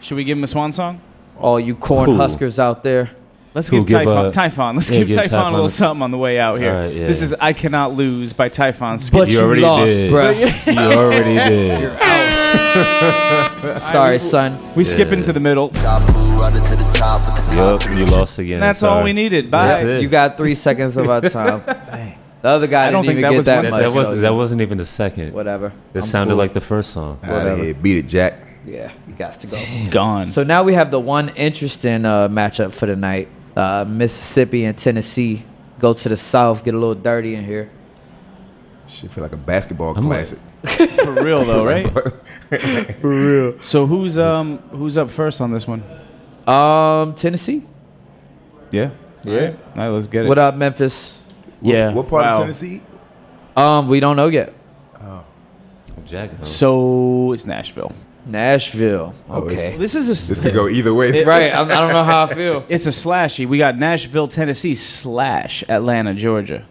Speaker 6: should we give him a swan song?
Speaker 3: All you corn
Speaker 4: Cool.
Speaker 3: huskers out there.
Speaker 6: Let's
Speaker 4: Cool,
Speaker 6: give
Speaker 4: give,
Speaker 6: Typhon.
Speaker 4: uh,
Speaker 6: Typhon. Let's
Speaker 4: yeah,
Speaker 6: give,
Speaker 4: give
Speaker 6: Typhon, a
Speaker 4: Typhon
Speaker 6: little
Speaker 4: a-
Speaker 6: something on the way out here.
Speaker 4: Alright, yeah.
Speaker 6: This is "I Cannot Lose" by Typhon. Skip.
Speaker 3: But
Speaker 4: You
Speaker 3: you,
Speaker 4: already
Speaker 3: lost,
Speaker 4: did.
Speaker 3: bruh.
Speaker 4: You already did.
Speaker 3: Sorry, son.
Speaker 6: we skip into the middle.
Speaker 4: Yup, you lost again.
Speaker 6: That's all
Speaker 4: Sorry.
Speaker 6: we needed.
Speaker 4: uh, That's
Speaker 6: Bye.
Speaker 4: it.
Speaker 3: You got three seconds of our time. Dang. The other guy
Speaker 6: I don't
Speaker 3: didn't even
Speaker 6: think that
Speaker 3: get
Speaker 6: was
Speaker 3: that
Speaker 6: one
Speaker 4: That,
Speaker 3: much.
Speaker 4: that,
Speaker 3: so,
Speaker 4: wasn't, that wasn't even the second.
Speaker 3: whatever.
Speaker 4: That
Speaker 3: I'm
Speaker 4: sounded
Speaker 3: cool.
Speaker 4: like the first song.
Speaker 5: out of here, beat it, Jack.
Speaker 3: Yeah, you got to go.
Speaker 6: Gone.
Speaker 3: So now we have the one interesting uh, matchup for the night. Uh, Mississippi and Tennessee go to the South, get a little dirty in here.
Speaker 5: Shit, feel like a basketball
Speaker 4: I'm like-
Speaker 5: classic.
Speaker 6: for real though, right? for real. So who's um who's up first on this one?
Speaker 3: Um, Tennessee.
Speaker 6: Yeah.
Speaker 3: Yeah.
Speaker 6: All right, let's get it.
Speaker 3: What up, Memphis?
Speaker 6: Yeah.
Speaker 5: What part of
Speaker 6: Wow.
Speaker 5: Tennessee? Uh-huh.
Speaker 3: Um, we don't know yet.
Speaker 4: Jack, no.
Speaker 6: So it's Nashville.
Speaker 3: Nashville.
Speaker 5: Oh,
Speaker 3: Okay.
Speaker 5: it's-
Speaker 6: This is a
Speaker 5: This could go either way.
Speaker 3: right. I'm, I don't know how I feel.
Speaker 6: It's a slashy. We got Nashville, Tennessee slash Atlanta, Georgia.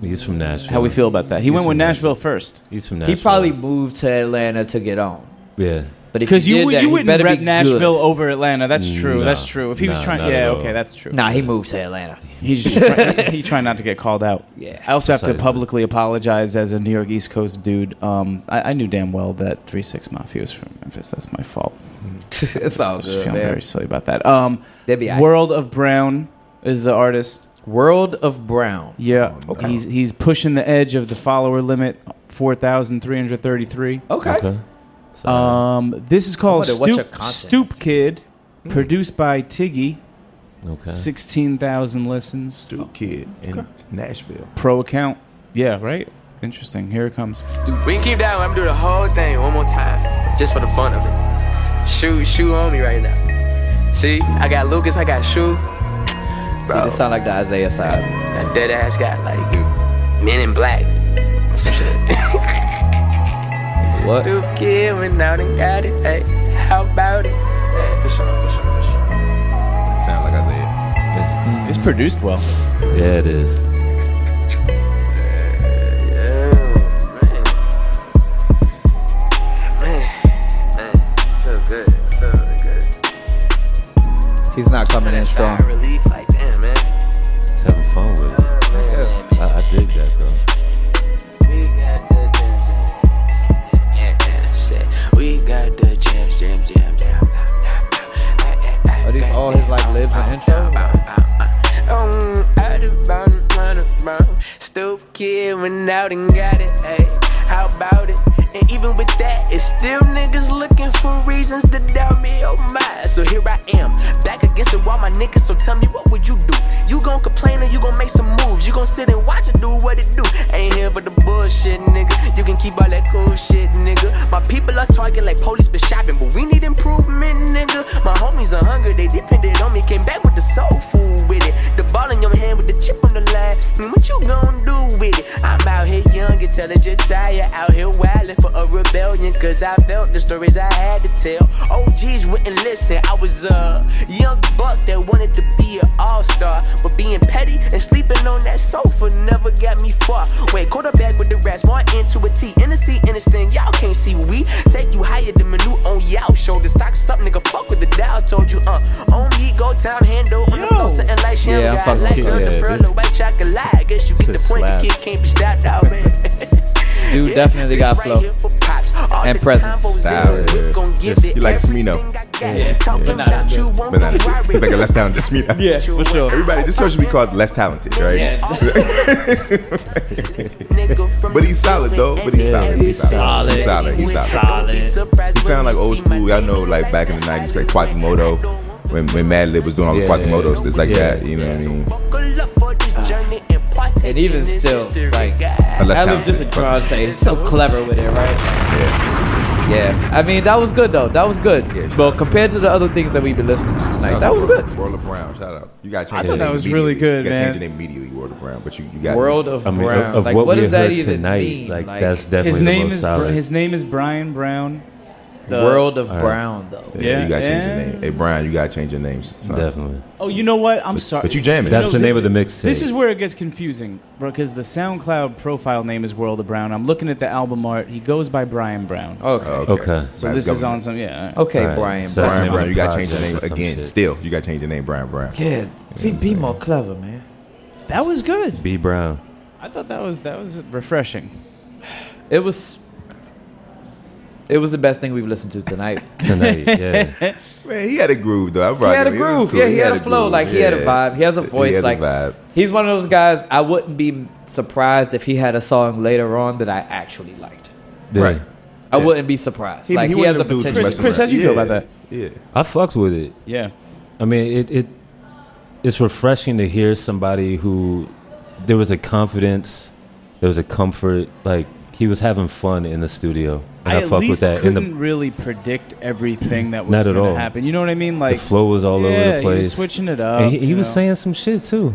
Speaker 4: he's from Nashville.
Speaker 6: How we feel about that? He went with Nashville first
Speaker 4: He's from
Speaker 3: He
Speaker 4: Nashville.
Speaker 3: probably moved to Atlanta to get on.
Speaker 4: yeah.
Speaker 3: But if
Speaker 6: because
Speaker 3: he
Speaker 6: you
Speaker 3: did
Speaker 6: would-
Speaker 3: that,
Speaker 6: you
Speaker 3: he
Speaker 6: wouldn't
Speaker 3: better
Speaker 6: rep
Speaker 3: be
Speaker 6: Nashville
Speaker 3: Good.
Speaker 6: over Atlanta. That's true.
Speaker 4: No.
Speaker 6: that's true. If he was
Speaker 4: No,
Speaker 6: trying,
Speaker 4: not
Speaker 6: yeah,
Speaker 4: at all.
Speaker 6: okay, that's true.
Speaker 3: Nah, he moved to Atlanta.
Speaker 6: He's just trying, he, he trying not to get called out.
Speaker 3: Yeah.
Speaker 6: I also have to
Speaker 4: Precisely.
Speaker 6: publicly apologize as a New York East Coast dude. Um, I, I knew damn well that Three Six Mafia was from Memphis. That's my fault.
Speaker 3: it's all
Speaker 6: I just
Speaker 3: good,
Speaker 6: feel
Speaker 3: man.
Speaker 6: very silly about that. Um,
Speaker 3: They'd be aight.
Speaker 6: World of Brown is the artist.
Speaker 12: World of Brown.
Speaker 6: Yeah. Okay. He's he's pushing the edge of the follower limit, four thousand three hundred thirty three.
Speaker 12: Okay. Okay.
Speaker 6: Um, this is called
Speaker 12: I wonder what your
Speaker 6: Stoop,
Speaker 12: content Hmm.
Speaker 6: Stoop Kid, produced by Tiggy.
Speaker 4: Okay.
Speaker 6: Sixteen thousand listens. Stoop
Speaker 5: Kid in Nashville.
Speaker 6: Pro account. Yeah. Right. Interesting. Here it comes.
Speaker 13: We can keep that one. I'm gonna do the whole thing one more time, just for the fun of it. Shoe, shoe on me right now. See, I got Lucas, I got shoe.
Speaker 3: See, this sound like the Isaiah side.
Speaker 13: That dead ass got like men in black. or Some shit.
Speaker 3: What?
Speaker 13: Stoop kid went out and got it. Hey, how about it? Hey, for sure, for sure, for sure.
Speaker 5: Sound like Isaiah.
Speaker 6: It's produced well.
Speaker 4: Yeah, it is.
Speaker 13: Man, man, feel good. Feel really good.
Speaker 3: He's not coming in strong.
Speaker 13: Sigh of relief, like damn, man.
Speaker 4: It's having fun with it.
Speaker 13: Yes.
Speaker 4: I, I dig that though.
Speaker 13: We got the jam, jam. Yeah, yeah, shit. We got the jam, jam, jam, jam. Are
Speaker 3: these all his like libs and intro?
Speaker 13: Um, out of bound, run around. Stoop kid went out and got it. Hey, how about it? And even with that, it's still niggas looking for reasons to doubt me. Oh my! So here I am, back against the wall, my niggas. So tell me, what would you do? You gon' complain or you gon' make some moves? You gon' sit and watch it do what it do? Ain't here for the bullshit, nigga. You can keep all that cool shit, nigga. My people are target like police for shopping, but we need improvement, nigga. My homies are hungry, they depended on me. Came back with the soul food with it. The ball in your hand with the chip on the line. And what you gon' do with it? I'm out here young, intelligent, tired. Out here wildin' for a rebellion. Cause I felt the stories I had to tell. OGs wouldn't listen. I was a young buck that wanted to be an all star. But being petty and sleeping on that sofa never got me far. Wait, quarterback with the rest. One into a T. Innocent, innocent. Y'all can't see we take you higher than menu on y'all shoulder. Stock up, nigga. Fuck with the dial. Told you, uh. On me, go time, handle. On the floor, something like shit.
Speaker 3: Yeah, I'm
Speaker 13: Yeah,
Speaker 3: fucking
Speaker 13: like
Speaker 3: with
Speaker 13: us,
Speaker 3: that.
Speaker 13: bro,
Speaker 3: This-
Speaker 13: the white chocolate. I guess you get the point. The
Speaker 3: slaps.
Speaker 13: kid can't be stopped out, man.
Speaker 3: Dude definitely got flow and presence.
Speaker 5: Style. You like Smino.
Speaker 13: Yeah. Talking about you won't
Speaker 5: Banana
Speaker 13: be
Speaker 5: split.
Speaker 13: worried.
Speaker 5: Like a less talented Smino.
Speaker 13: Yeah, for sure.
Speaker 5: Everybody, this show should be called Less Talented, right? but he's solid, though. But he's
Speaker 13: Yeah,
Speaker 5: solid. He's
Speaker 13: he's
Speaker 5: solid. He's solid.
Speaker 13: solid.
Speaker 5: He's solid.
Speaker 13: He's solid.
Speaker 5: He sound like old school. Y'all know, like back in the 90s, like Quasimodo. When, when Madlib was doing all the
Speaker 4: Yeah.
Speaker 5: Quasimodo stuff like
Speaker 4: Yeah.
Speaker 5: that, you know what I mean?
Speaker 3: And even still, like,
Speaker 5: A less
Speaker 3: I live just a
Speaker 5: talented
Speaker 3: drum
Speaker 5: person.
Speaker 3: say, he's so clever with it, right? Yeah. I mean, that was good, though. That was good. but compared to the other things that we've been listening to tonight, that was good.
Speaker 5: World of Brown, shout out. You got to change.
Speaker 3: I
Speaker 5: your
Speaker 3: thought that
Speaker 5: name
Speaker 3: was really
Speaker 5: immediately.
Speaker 3: good,
Speaker 5: You got to
Speaker 3: man.
Speaker 5: change your name immediately, World of Brown. But you, you got
Speaker 3: World of
Speaker 4: I mean, of, of
Speaker 3: Like,
Speaker 4: what,
Speaker 3: what
Speaker 4: we
Speaker 3: does that
Speaker 4: heard
Speaker 3: even
Speaker 4: tonight,
Speaker 3: mean?
Speaker 4: like,
Speaker 3: Like-
Speaker 4: that's definitely
Speaker 6: his
Speaker 4: the
Speaker 6: name
Speaker 4: most
Speaker 6: is Br-
Speaker 4: solid.
Speaker 6: his name is Brian Brown.
Speaker 3: World of
Speaker 4: All right.
Speaker 3: Brown, though.
Speaker 5: Yeah, you got to change your
Speaker 6: Yeah.
Speaker 5: name. Hey, Brian, you got to change your name. son.
Speaker 4: Definitely.
Speaker 6: Oh, you know what? I'm sorry.
Speaker 5: but you jamming.
Speaker 4: That's
Speaker 5: No,
Speaker 4: the
Speaker 5: thi-
Speaker 4: name of the mixtape.
Speaker 6: This is where it gets confusing because the SoundCloud profile name is World of Brown. I'm looking at the album art. He goes by Brian Brown.
Speaker 5: Oh,
Speaker 3: Okay.
Speaker 4: Okay.
Speaker 6: So this is on some yeah. all right.
Speaker 3: Okay,
Speaker 4: All right,
Speaker 3: Brian.
Speaker 4: so that's
Speaker 3: Brown.
Speaker 5: Brian
Speaker 4: name of
Speaker 5: Brown,
Speaker 4: the
Speaker 5: you got to change your
Speaker 4: project
Speaker 5: name
Speaker 4: or some
Speaker 5: again.
Speaker 4: shit.
Speaker 5: Still, you got to change your name, Brian Brown.
Speaker 3: Yeah, be, be more clever, man.
Speaker 6: That was good.
Speaker 4: B Brown.
Speaker 6: I thought that was that was refreshing.
Speaker 3: It was. It was the best thing we've listened to tonight.
Speaker 4: Tonight, yeah.
Speaker 5: Man, he had a groove though. I
Speaker 3: he
Speaker 5: rock
Speaker 3: had a
Speaker 5: with him. It was
Speaker 3: groove.
Speaker 5: cool.
Speaker 3: Yeah, he, had, a flow.
Speaker 5: groove.
Speaker 3: Like he had a
Speaker 5: Yeah.
Speaker 3: vibe. He has a
Speaker 5: He
Speaker 3: voice.
Speaker 5: had a
Speaker 3: like
Speaker 5: vibe.
Speaker 3: he's one of those guys. I wouldn't be surprised if he had a song later on that I actually liked.
Speaker 5: Right.
Speaker 3: I wouldn't be surprised. like he, has the potential.
Speaker 6: Chris- Chris, how'd you feel about that?
Speaker 5: Yeah.
Speaker 4: I fucked with it.
Speaker 6: Yeah.
Speaker 4: I mean, it, it it's refreshing to hear somebody who there was a confidence, there was a comfort. Like he was having fun in the studio, and I,
Speaker 6: at
Speaker 4: fucked with
Speaker 6: least
Speaker 4: that. And
Speaker 6: couldn't
Speaker 4: the,
Speaker 6: really predict everything that was
Speaker 4: Not at
Speaker 6: going to
Speaker 4: all.
Speaker 6: happen. You know what I mean? Like
Speaker 4: the flow was all
Speaker 6: yeah,
Speaker 4: over the
Speaker 6: He
Speaker 4: place.
Speaker 6: was switching it up.
Speaker 4: And he, he
Speaker 6: you
Speaker 4: was
Speaker 6: know.
Speaker 4: saying some shit too.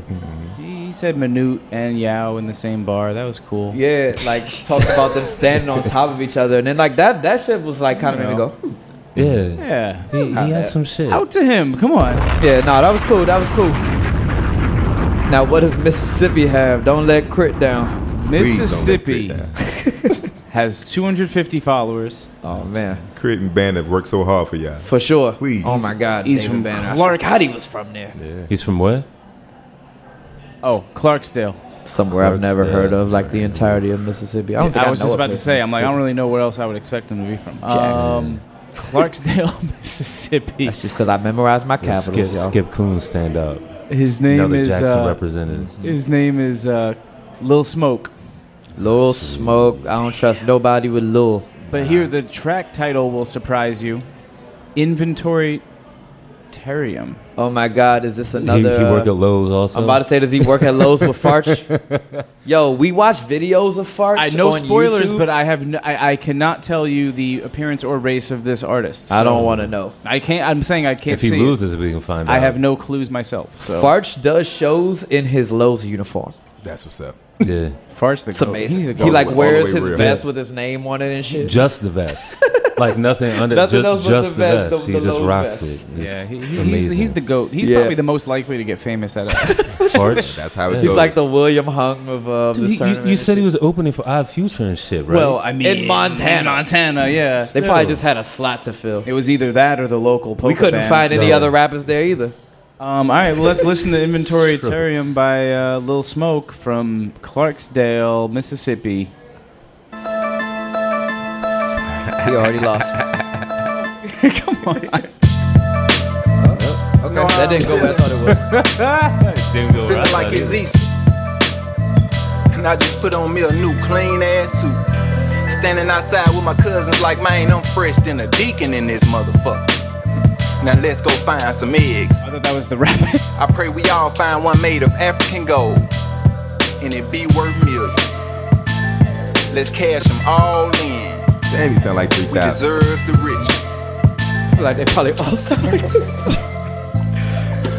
Speaker 6: He said Minute and Yao in the same bar. That was cool.
Speaker 3: yeah, like talk about them standing on top of each other, and then like that. That shit was like kind of made me go. hmm.
Speaker 4: Yeah,
Speaker 6: Yeah.
Speaker 4: he, he
Speaker 3: Not
Speaker 4: had
Speaker 3: bad.
Speaker 4: some shit.
Speaker 6: Out to him. Come on.
Speaker 3: Yeah, no, that was cool. That was cool. Now, what does Mississippi have? Don't let crit down.
Speaker 5: Please don't let
Speaker 6: Mississippi
Speaker 5: Crit down.
Speaker 6: has 250 followers.
Speaker 3: Oh man,
Speaker 5: Crit and Banner have worked so hard for y'all.
Speaker 3: for sure.
Speaker 5: Please.
Speaker 3: Oh my God,
Speaker 6: He's
Speaker 3: David
Speaker 6: from
Speaker 3: Banner.
Speaker 6: Clarks-
Speaker 3: I forgot he was from there.
Speaker 4: He's from where?
Speaker 6: Oh, Clarksdale.
Speaker 3: somewhere I've
Speaker 4: Clarks,
Speaker 3: never
Speaker 4: yeah.
Speaker 3: heard of, like the entirety of Mississippi. I don't think
Speaker 6: I
Speaker 3: I
Speaker 6: was
Speaker 3: know
Speaker 6: just
Speaker 3: a
Speaker 6: about to
Speaker 3: place
Speaker 6: say,
Speaker 3: in
Speaker 6: I'm like, I don't
Speaker 3: Mississippi.
Speaker 6: really know where else I would expect him to be from.
Speaker 3: Jackson.
Speaker 6: Um, Clarksdale, Mississippi.
Speaker 3: That's just because I memorized my capitals,
Speaker 4: Skip,
Speaker 3: y'all.
Speaker 4: Skip Coon stand up.
Speaker 6: His name
Speaker 4: Another
Speaker 6: is
Speaker 4: Jackson
Speaker 6: uh,
Speaker 4: representative.
Speaker 6: His name is uh, Lil Smoke.
Speaker 3: Lil Smoke. I don't trust nobody with Lil.
Speaker 6: But here, the track title will surprise you. Inventory Terrium.
Speaker 3: Oh my God, is this
Speaker 4: He,
Speaker 3: another?
Speaker 4: he work
Speaker 3: uh,
Speaker 4: at Lowe's also.
Speaker 3: I'm about to say, does he work at Lowe's with Farch? Yo, we watch videos of Farch.
Speaker 6: I know
Speaker 3: on
Speaker 6: spoilers,
Speaker 3: YouTube.
Speaker 6: but I have no, I, I cannot tell you the appearance or race of this artist.
Speaker 3: I don't
Speaker 6: so-
Speaker 3: wanna know.
Speaker 6: I can't. I'm saying I can't.
Speaker 4: If he
Speaker 6: see it.
Speaker 4: loses, we can find
Speaker 6: I
Speaker 4: out.
Speaker 6: have no clues myself. So
Speaker 3: Farch does shows in his Lowe's uniform.
Speaker 11: That's what's up.
Speaker 4: Yeah.
Speaker 6: Farch the
Speaker 3: It's
Speaker 6: goat.
Speaker 3: amazing.
Speaker 6: He's the
Speaker 3: He
Speaker 6: goat.
Speaker 3: like
Speaker 6: All the
Speaker 3: wears
Speaker 6: way
Speaker 3: his
Speaker 6: real.
Speaker 3: vest with his name on it and shit.
Speaker 4: Just the vest. like nothing under
Speaker 3: Nothing else but the
Speaker 4: just, just the
Speaker 3: vest,
Speaker 4: vest.
Speaker 3: the-
Speaker 4: he
Speaker 3: the
Speaker 4: just
Speaker 3: Lowe's
Speaker 4: rocks
Speaker 3: vest.
Speaker 4: it.
Speaker 6: Yeah,
Speaker 4: It's
Speaker 6: he, he- he's,
Speaker 4: amazing.
Speaker 6: the, he's the goat. He's
Speaker 4: Yeah.
Speaker 6: probably the most likely to get famous at it.
Speaker 4: Farch? That's how it
Speaker 3: He's
Speaker 4: goes.
Speaker 3: like the William Hung of uh,
Speaker 4: Dude,
Speaker 3: this
Speaker 4: he- you,
Speaker 3: tournament.
Speaker 4: you said he was opening for Odd Future and shit, right?
Speaker 6: Well, I mean,
Speaker 3: In Montana.
Speaker 6: in Montana, yeah.
Speaker 3: They probably just had a slot to fill.
Speaker 6: It was either that or the local. Polka
Speaker 3: we couldn't
Speaker 6: band,
Speaker 3: find any
Speaker 6: so-
Speaker 3: other rappers there either.
Speaker 6: Um, all right, well, let's listen to Inventory Terrium by uh, Lil Smoke from Clarksdale, Mississippi.
Speaker 3: He already lost.
Speaker 6: Come on.
Speaker 3: Okay, that didn't go where I thought it would.
Speaker 4: Didn't go
Speaker 12: Feeling like it's easy. And I just put on me a new clean ass suit. Standing outside with my cousins like, man, I'm fresh than a deacon in this motherfucker. Now let's go find some eggs.
Speaker 6: I thought that was the rap. I
Speaker 12: pray we all find one made of African gold. And it be worth millions. Let's cash them all in.
Speaker 5: Damn, he sound like three
Speaker 12: We
Speaker 5: thousand.
Speaker 12: deserve the riches.
Speaker 3: Like they probably all sound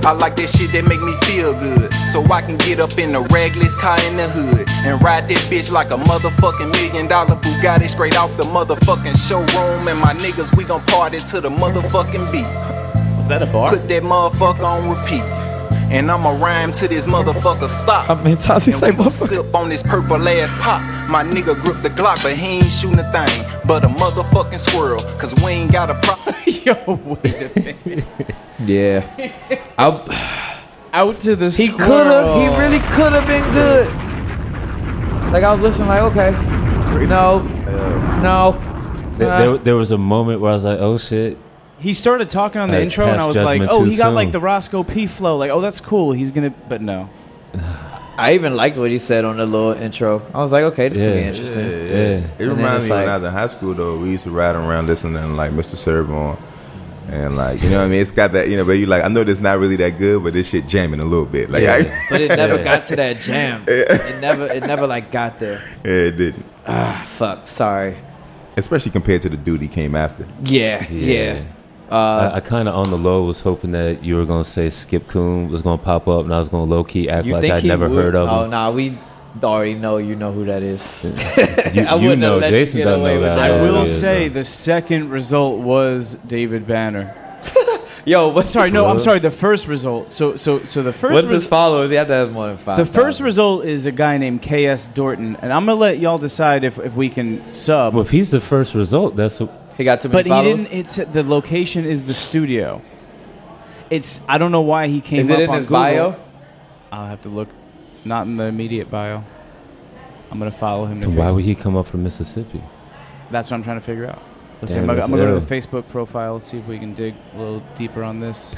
Speaker 12: I like that shit that make me feel good. So I can get up in the ragless car in the hood and ride that bitch like a motherfucking million dollar Bugatti straight off the motherfucking showroom. And my niggas, we gon' party to the motherfucking beat.
Speaker 6: Was that a bar?
Speaker 12: Put that motherfucker on repeat. And I'ma rhyme to this motherfucker stop.
Speaker 3: I mean, Tazzy say
Speaker 12: Gon' Sip on this purple ass pop. My nigga grip the Glock, but he ain't shooting a thing. But a motherfucking squirrel, cause we ain't got a problem.
Speaker 6: Yo, wait a minute.
Speaker 3: Yeah.
Speaker 6: Out to the
Speaker 3: He could have. He really could have been good. Like I was listening, like okay, no, no.
Speaker 4: There,
Speaker 3: uh,
Speaker 4: there, there was a moment where I was like, "Oh shit!"
Speaker 6: He started talking on the
Speaker 4: I
Speaker 6: intro, and I
Speaker 4: passed
Speaker 6: was like,
Speaker 4: judgment
Speaker 6: "Oh,
Speaker 4: too
Speaker 6: he got
Speaker 4: soon.
Speaker 6: like the Roscoe P flow. Like, oh, that's cool. He's gonna." But no,
Speaker 3: I even liked what he said on the little intro. I was like, okay, this could be
Speaker 5: Yeah.
Speaker 3: interesting.
Speaker 5: It
Speaker 3: And then
Speaker 5: reminds
Speaker 3: it's
Speaker 5: me when I
Speaker 3: like-
Speaker 5: was in high school though. We used to ride around listening to like Mr. Servon. And like you know what I mean? It's got that you know, but you like I know this not really that good, but this shit jamming a little bit. Like I,
Speaker 3: but it never got to that jam. It never, it never like got there.
Speaker 5: Yeah, it didn't.
Speaker 3: Ah, fuck. Sorry.
Speaker 5: Especially compared to the dude he came after.
Speaker 3: Yeah, uh, yeah.
Speaker 4: I, I kind of on the low was hoping that you were gonna say Skip Coon was gonna pop up, and I was gonna low key act like I'd
Speaker 3: he
Speaker 4: never
Speaker 3: would-
Speaker 4: heard of
Speaker 3: Oh
Speaker 4: him.
Speaker 3: nah, we already know. You know who that is.
Speaker 4: You-
Speaker 3: I
Speaker 4: you
Speaker 3: wouldn't
Speaker 4: know,
Speaker 3: have let
Speaker 4: Jason
Speaker 3: you get
Speaker 4: doesn't
Speaker 3: away
Speaker 4: know
Speaker 3: with
Speaker 4: Uh, that.
Speaker 6: I
Speaker 4: Yeah,
Speaker 6: will
Speaker 4: yeah,
Speaker 6: say the second result was David Banner.
Speaker 3: Yo, what?
Speaker 6: Sorry, no, I'm sorry. The first result. So, so, so the first.
Speaker 3: What's his
Speaker 6: res-
Speaker 3: followers? You have to have more than five.
Speaker 6: The first result is a guy named K.S. Dorton, and I'm gonna let y'all decide if, if we can sub.
Speaker 4: Well, if he's the first result, that's a,
Speaker 3: he got too
Speaker 6: But he didn't. It's the location is the studio. It's I don't know why he came.
Speaker 3: Is it
Speaker 6: up
Speaker 3: in
Speaker 6: on
Speaker 3: his
Speaker 6: Google.
Speaker 3: bio?
Speaker 6: I'll have to look. Not in the immediate bio. I'm gonna follow him. To
Speaker 4: Then why
Speaker 6: fix
Speaker 4: would
Speaker 6: it.
Speaker 4: he come up from Mississippi?
Speaker 6: That's what I'm trying to figure out. Let's see.
Speaker 4: Yeah,
Speaker 6: I'm gonna,
Speaker 4: that's
Speaker 6: I'm gonna go
Speaker 4: ill.
Speaker 6: to the Facebook profile. Let's see if we can dig a little deeper on this.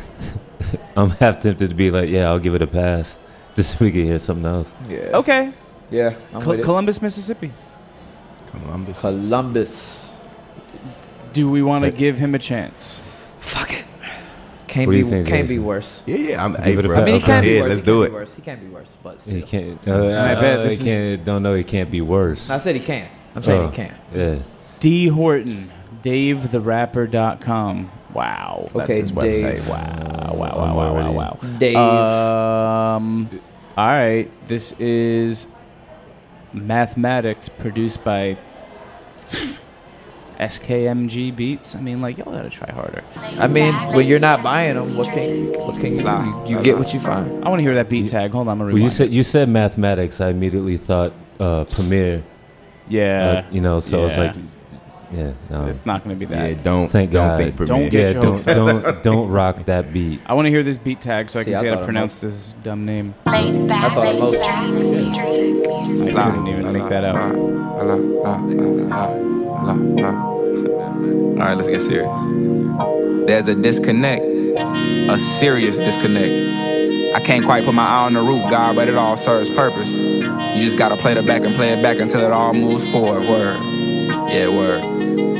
Speaker 4: I'm half tempted to be like, "Yeah, I'll give it a pass," just so we can hear something else.
Speaker 3: Yeah.
Speaker 6: Okay.
Speaker 3: Yeah. I'm
Speaker 6: Col-
Speaker 3: with it.
Speaker 6: Columbus, Mississippi.
Speaker 5: Columbus.
Speaker 3: Columbus.
Speaker 6: Do we want to
Speaker 3: Right.
Speaker 6: give him a chance?
Speaker 3: Fuck it. Can't
Speaker 4: What do
Speaker 3: be
Speaker 4: you think,
Speaker 3: can't be
Speaker 4: Jason?
Speaker 3: worse.
Speaker 5: Yeah, yeah, I'm-
Speaker 4: Give
Speaker 5: hey,
Speaker 4: it a
Speaker 5: bro.
Speaker 4: pass.
Speaker 3: I mean, he can't be
Speaker 5: Yeah,
Speaker 3: worse.
Speaker 5: let's
Speaker 3: he
Speaker 5: do
Speaker 3: can't
Speaker 5: it.
Speaker 3: Be worse. He can't be worse, but still.
Speaker 4: He can't.
Speaker 3: I
Speaker 4: Uh, I
Speaker 6: bet
Speaker 4: bet
Speaker 6: this is-
Speaker 4: can't, don't know. It can't be worse.
Speaker 3: I said he can. I'm saying
Speaker 4: Oh,
Speaker 3: he can.
Speaker 4: Yeah.
Speaker 6: D Horton, DaveTheRapper.com. Wow, that's
Speaker 3: Okay,
Speaker 6: his website.
Speaker 3: Dave.
Speaker 6: Wow, wow,
Speaker 4: I'm
Speaker 6: wow, wow, wow,
Speaker 4: already-
Speaker 6: wow. Uh,
Speaker 3: Dave.
Speaker 6: Um, all right, this is Mathematics produced by SKMG Beats. I mean, like y'all gotta try harder.
Speaker 3: I mean, when you're not buying them, what can what can you do? You, you get what you find.
Speaker 6: I want to hear that beat tag. Hold on, I'm gonna
Speaker 4: Well, you
Speaker 6: rewind.
Speaker 4: said you said mathematics. I immediately thought uh, Premiere.
Speaker 6: yeah,
Speaker 4: uh, you know, so it's
Speaker 6: yeah.
Speaker 4: like, yeah, no.
Speaker 6: it's not gonna be that.
Speaker 5: Yeah, don't
Speaker 4: Thank
Speaker 5: don't
Speaker 4: God.
Speaker 5: think Premier.
Speaker 6: Don't get
Speaker 4: yeah,
Speaker 6: your
Speaker 4: don't
Speaker 6: hopes up.
Speaker 4: don't don't rock that beat.
Speaker 6: I want to hear this beat tag so I
Speaker 3: See,
Speaker 6: can
Speaker 3: I
Speaker 6: see how
Speaker 3: thought
Speaker 6: to
Speaker 3: it
Speaker 6: pronounce this dumb name.
Speaker 14: Laid back,
Speaker 3: thought
Speaker 14: laid
Speaker 3: most-
Speaker 14: back, sister
Speaker 6: I
Speaker 14: six.
Speaker 6: couldn't even make that out.
Speaker 15: All right, let's get serious. There's a disconnect, a serious disconnect
Speaker 14: I can't quite put my eye on the root, God, but it all serves purpose. You just gotta play the back and play it back until it all moves forward. Word. Yeah, word.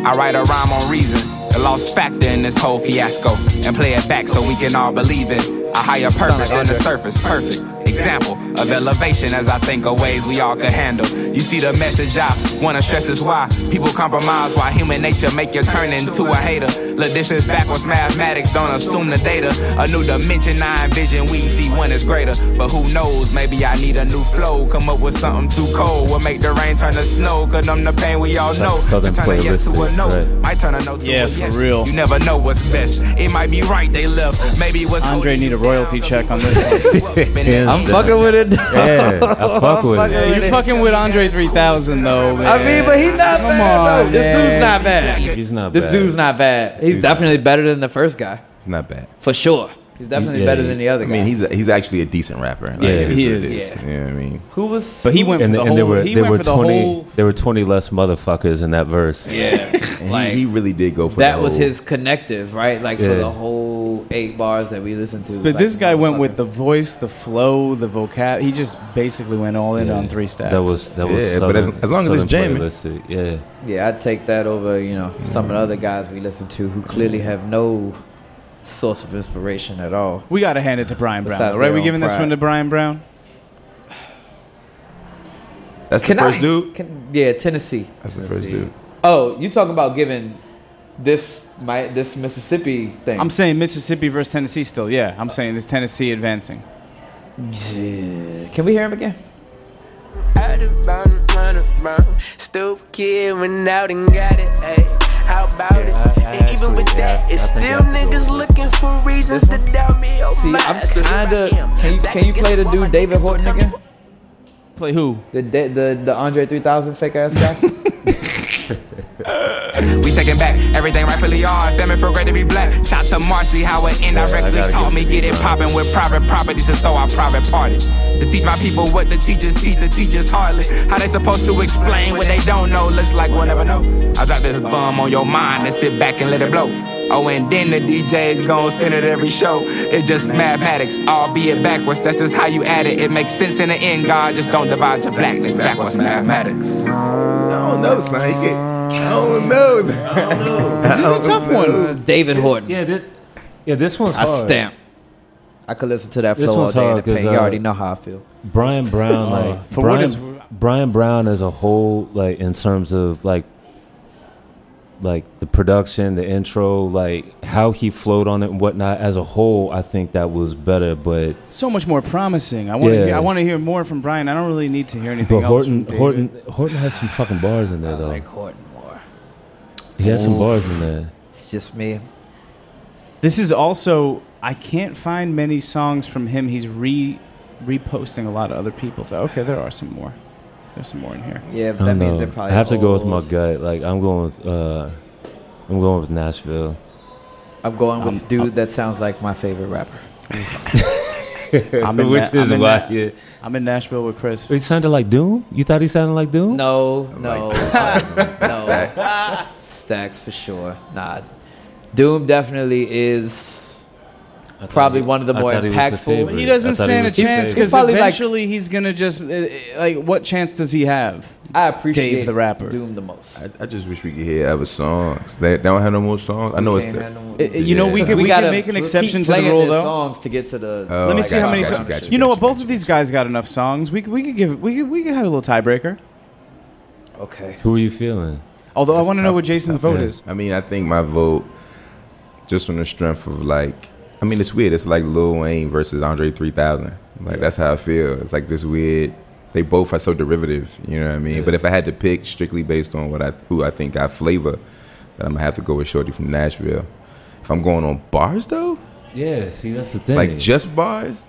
Speaker 14: I write a rhyme on reason, the lost factor in this whole fiasco, and play it back so we can all believe it. A higher purpose than the surface, perfect. Example of elevation as I think of ways we all could handle. You see the message I wanna stress is why people compromise, why human nature make you turn into a hater. Look, this is backwards mathematics, don't assume the data. A new dimension I envision, we see one is greater. But who knows, maybe I need a new flow. Come up with something too cold, will make the rain turn to snow. Cause I'm the pain
Speaker 6: Oh,
Speaker 14: we all
Speaker 4: It's like
Speaker 14: know.
Speaker 4: Southern
Speaker 14: turn a yes to a
Speaker 4: playlist,
Speaker 14: no,
Speaker 4: right.
Speaker 14: might turn a no to
Speaker 6: Yeah,
Speaker 14: a
Speaker 6: for
Speaker 14: yes.
Speaker 6: real.
Speaker 14: You never know what's best. It might be right they left, maybe what's
Speaker 6: Andre need a royalty check on this one.
Speaker 3: I'm fucking with it. though.
Speaker 6: You're fucking with Andre 3000 though. Man.
Speaker 3: I mean, but he not
Speaker 6: Come
Speaker 3: bad.
Speaker 6: on,
Speaker 3: though. This dude's
Speaker 6: man.
Speaker 3: not bad.
Speaker 4: He's not
Speaker 3: This
Speaker 4: bad.
Speaker 3: dude's not bad. He's, definitely better than the first guy.
Speaker 5: He's not bad.
Speaker 3: For sure. He's definitely
Speaker 5: Yeah,
Speaker 3: better
Speaker 5: he-
Speaker 3: than the other
Speaker 5: I
Speaker 3: guy.
Speaker 5: mean, he's a, he's actually a decent rapper. Like,
Speaker 4: Yeah,
Speaker 5: it
Speaker 4: he
Speaker 5: what it
Speaker 4: is.
Speaker 5: You know what I mean?
Speaker 3: Who was
Speaker 6: But he went
Speaker 4: and
Speaker 6: for the
Speaker 4: and
Speaker 6: whole.
Speaker 4: there were
Speaker 6: he
Speaker 4: there
Speaker 6: went
Speaker 4: were
Speaker 6: for the
Speaker 4: twenty
Speaker 6: whole.
Speaker 4: there were twenty less motherfuckers in that verse.
Speaker 3: Yeah.
Speaker 5: And
Speaker 3: Like,
Speaker 5: he, he really did go for
Speaker 3: that
Speaker 5: the
Speaker 3: was
Speaker 5: whole-
Speaker 3: his connective, right? Like for
Speaker 4: Yeah.
Speaker 3: the whole eight bars that we listened to.
Speaker 6: But this guy went with the voice, the flow, the vocab. He just basically went all in on three steps.
Speaker 4: That was that was Southern- Southern playlist. Yeah. Mm.
Speaker 3: Yeah, I'd take that over, you know, some of the other guys we listen to who clearly have no source of inspiration at all.
Speaker 6: We got to hand it to Brian Brown,
Speaker 3: Besides
Speaker 6: though, right?
Speaker 3: their
Speaker 6: We
Speaker 3: own
Speaker 6: giving this
Speaker 3: pride.
Speaker 6: one to Brian Brown.
Speaker 5: That's
Speaker 3: Can
Speaker 5: the first
Speaker 3: I-
Speaker 5: dude.
Speaker 3: Can, yeah, Tennessee.
Speaker 5: That's the first dude.
Speaker 3: Oh, you talking about giving this my this Mississippi thing?
Speaker 6: I'm saying Mississippi versus Tennessee still. Yeah, I'm saying is Tennessee advancing.
Speaker 3: Can we hear him again?
Speaker 13: Out of bound, run around. Stoop kid went out and got it. ayy. How about it? and even with that, it's still niggas looking for reasons to doubt me. Oh
Speaker 3: See,
Speaker 13: my.
Speaker 3: I'm
Speaker 13: So here
Speaker 3: kinda.
Speaker 13: I am,
Speaker 3: Can you,
Speaker 13: back
Speaker 3: can you
Speaker 13: against
Speaker 3: play the
Speaker 13: wall, my
Speaker 3: dude David
Speaker 13: niggas, so
Speaker 3: Horton
Speaker 13: tell me
Speaker 3: again?
Speaker 6: Play who?
Speaker 3: The da- the the Andre 3000 fake ass guy.
Speaker 14: We taking back everything rightfully ours. Damn it, feel great to be black. Shout to Marcy, how it indirectly
Speaker 4: gotta
Speaker 14: taught
Speaker 4: give
Speaker 14: me
Speaker 4: it to
Speaker 14: get
Speaker 4: you,
Speaker 14: it
Speaker 4: bro.
Speaker 14: poppin' with private properties to throw our private parties. To teach my people what the teachers teach, the teachers hardly. How they supposed to explain what they don't know looks like we'll never know. I drop this bomb on your mind and sit back and let it blow. Oh, and then the DJ's gon' spin it every show. It's just mathematics, albeit backwards. That's just how you add it. It makes sense in the end, God. Just don't divide your blackness backwards mathematics.
Speaker 5: I don't know, son. He get, I don't know. I don't know.
Speaker 3: This is a tough one. Uh, David Horton.
Speaker 4: Yeah, this, yeah, this one's
Speaker 3: I
Speaker 4: hard.
Speaker 3: stamp. I could listen to that
Speaker 4: This
Speaker 3: flow all
Speaker 4: one's
Speaker 3: day in the
Speaker 4: hard 'cause,
Speaker 3: paint. You
Speaker 4: uh,
Speaker 3: already know how I feel.
Speaker 4: Brian Brown,
Speaker 3: Oh.
Speaker 4: like
Speaker 3: For
Speaker 4: Brian,
Speaker 3: what it's-
Speaker 4: Brian Brown as a whole, like in terms of like like the production, the intro, like how he flowed on it and whatnot. As a whole, I think that was better. But
Speaker 6: So much more promising. I want to.
Speaker 4: Yeah.
Speaker 6: Hear, I want to hear more from Brian. I don't really need to hear anything
Speaker 4: but
Speaker 6: else.
Speaker 4: Horton
Speaker 6: from
Speaker 4: Horton Horton has some fucking bars in there though.
Speaker 3: Horton more.
Speaker 4: He has some bars in there.
Speaker 3: It's just me.
Speaker 6: This is also I can't find many songs from him. He's re reposting a lot of other people's. Oh, Okay, there are some more. There's some more in here.
Speaker 3: Yeah,
Speaker 4: I don't know. I have to go with my gut. Like I'm going with uh, I'm going with Nashville.
Speaker 3: I'm going with dude that sounds like my favorite rapper.
Speaker 6: I'm in
Speaker 4: Which
Speaker 6: that-
Speaker 4: is
Speaker 6: I'm in
Speaker 4: why
Speaker 6: that-
Speaker 4: yeah.
Speaker 6: I'm in Nashville with Chris.
Speaker 4: He sounded like Doom. You thought he sounded like Doom?
Speaker 3: No, no, no. Stacks. for sure. Nah, Doom definitely is probably
Speaker 6: he-
Speaker 3: one of the
Speaker 6: I
Speaker 3: more
Speaker 6: thought he was the
Speaker 3: impactful.
Speaker 4: favorite.
Speaker 6: He doesn't stand a chance because
Speaker 3: probably like
Speaker 6: eventually he's gonna just uh, uh, like. What chance does he have?
Speaker 3: I appreciate
Speaker 6: Dave the rapper.
Speaker 3: Doom the most.
Speaker 5: I just wish we could hear other songs. They, they don't have no more songs. I know it's.
Speaker 3: Can't have no
Speaker 6: Uh, uh, you know, we
Speaker 5: Yeah.
Speaker 6: could we,
Speaker 3: gotta
Speaker 6: could make an
Speaker 3: keep
Speaker 6: exception to the
Speaker 3: playing
Speaker 6: rule
Speaker 3: their
Speaker 6: though.
Speaker 3: songs to get to the.
Speaker 5: Oh,
Speaker 6: Let me
Speaker 5: I
Speaker 6: see
Speaker 5: got
Speaker 6: how
Speaker 5: you,
Speaker 6: many.
Speaker 5: got you,
Speaker 6: songs.
Speaker 5: got you,
Speaker 6: you know what? Both of these guys got enough songs. We could, we could give we could, we could have a little tiebreaker.
Speaker 3: Okay.
Speaker 4: Who are you feeling?
Speaker 6: Although I
Speaker 5: That's
Speaker 6: want to know
Speaker 5: tough.
Speaker 6: what Jason's vote
Speaker 5: Yeah.
Speaker 6: is.
Speaker 5: I mean, I think my vote, just on the strength of like, I mean, it's weird. It's like Lil Wayne versus Andre 3000. Like that's how I feel. It's like this weird. They both are so derivative. You know what I mean? But if I had to pick strictly based on what I who I think got flavor, then I'm gonna have to go with Shorty from Nashville. If I'm going on bars though,
Speaker 4: Yeah, see, that's the thing.
Speaker 5: like just bars,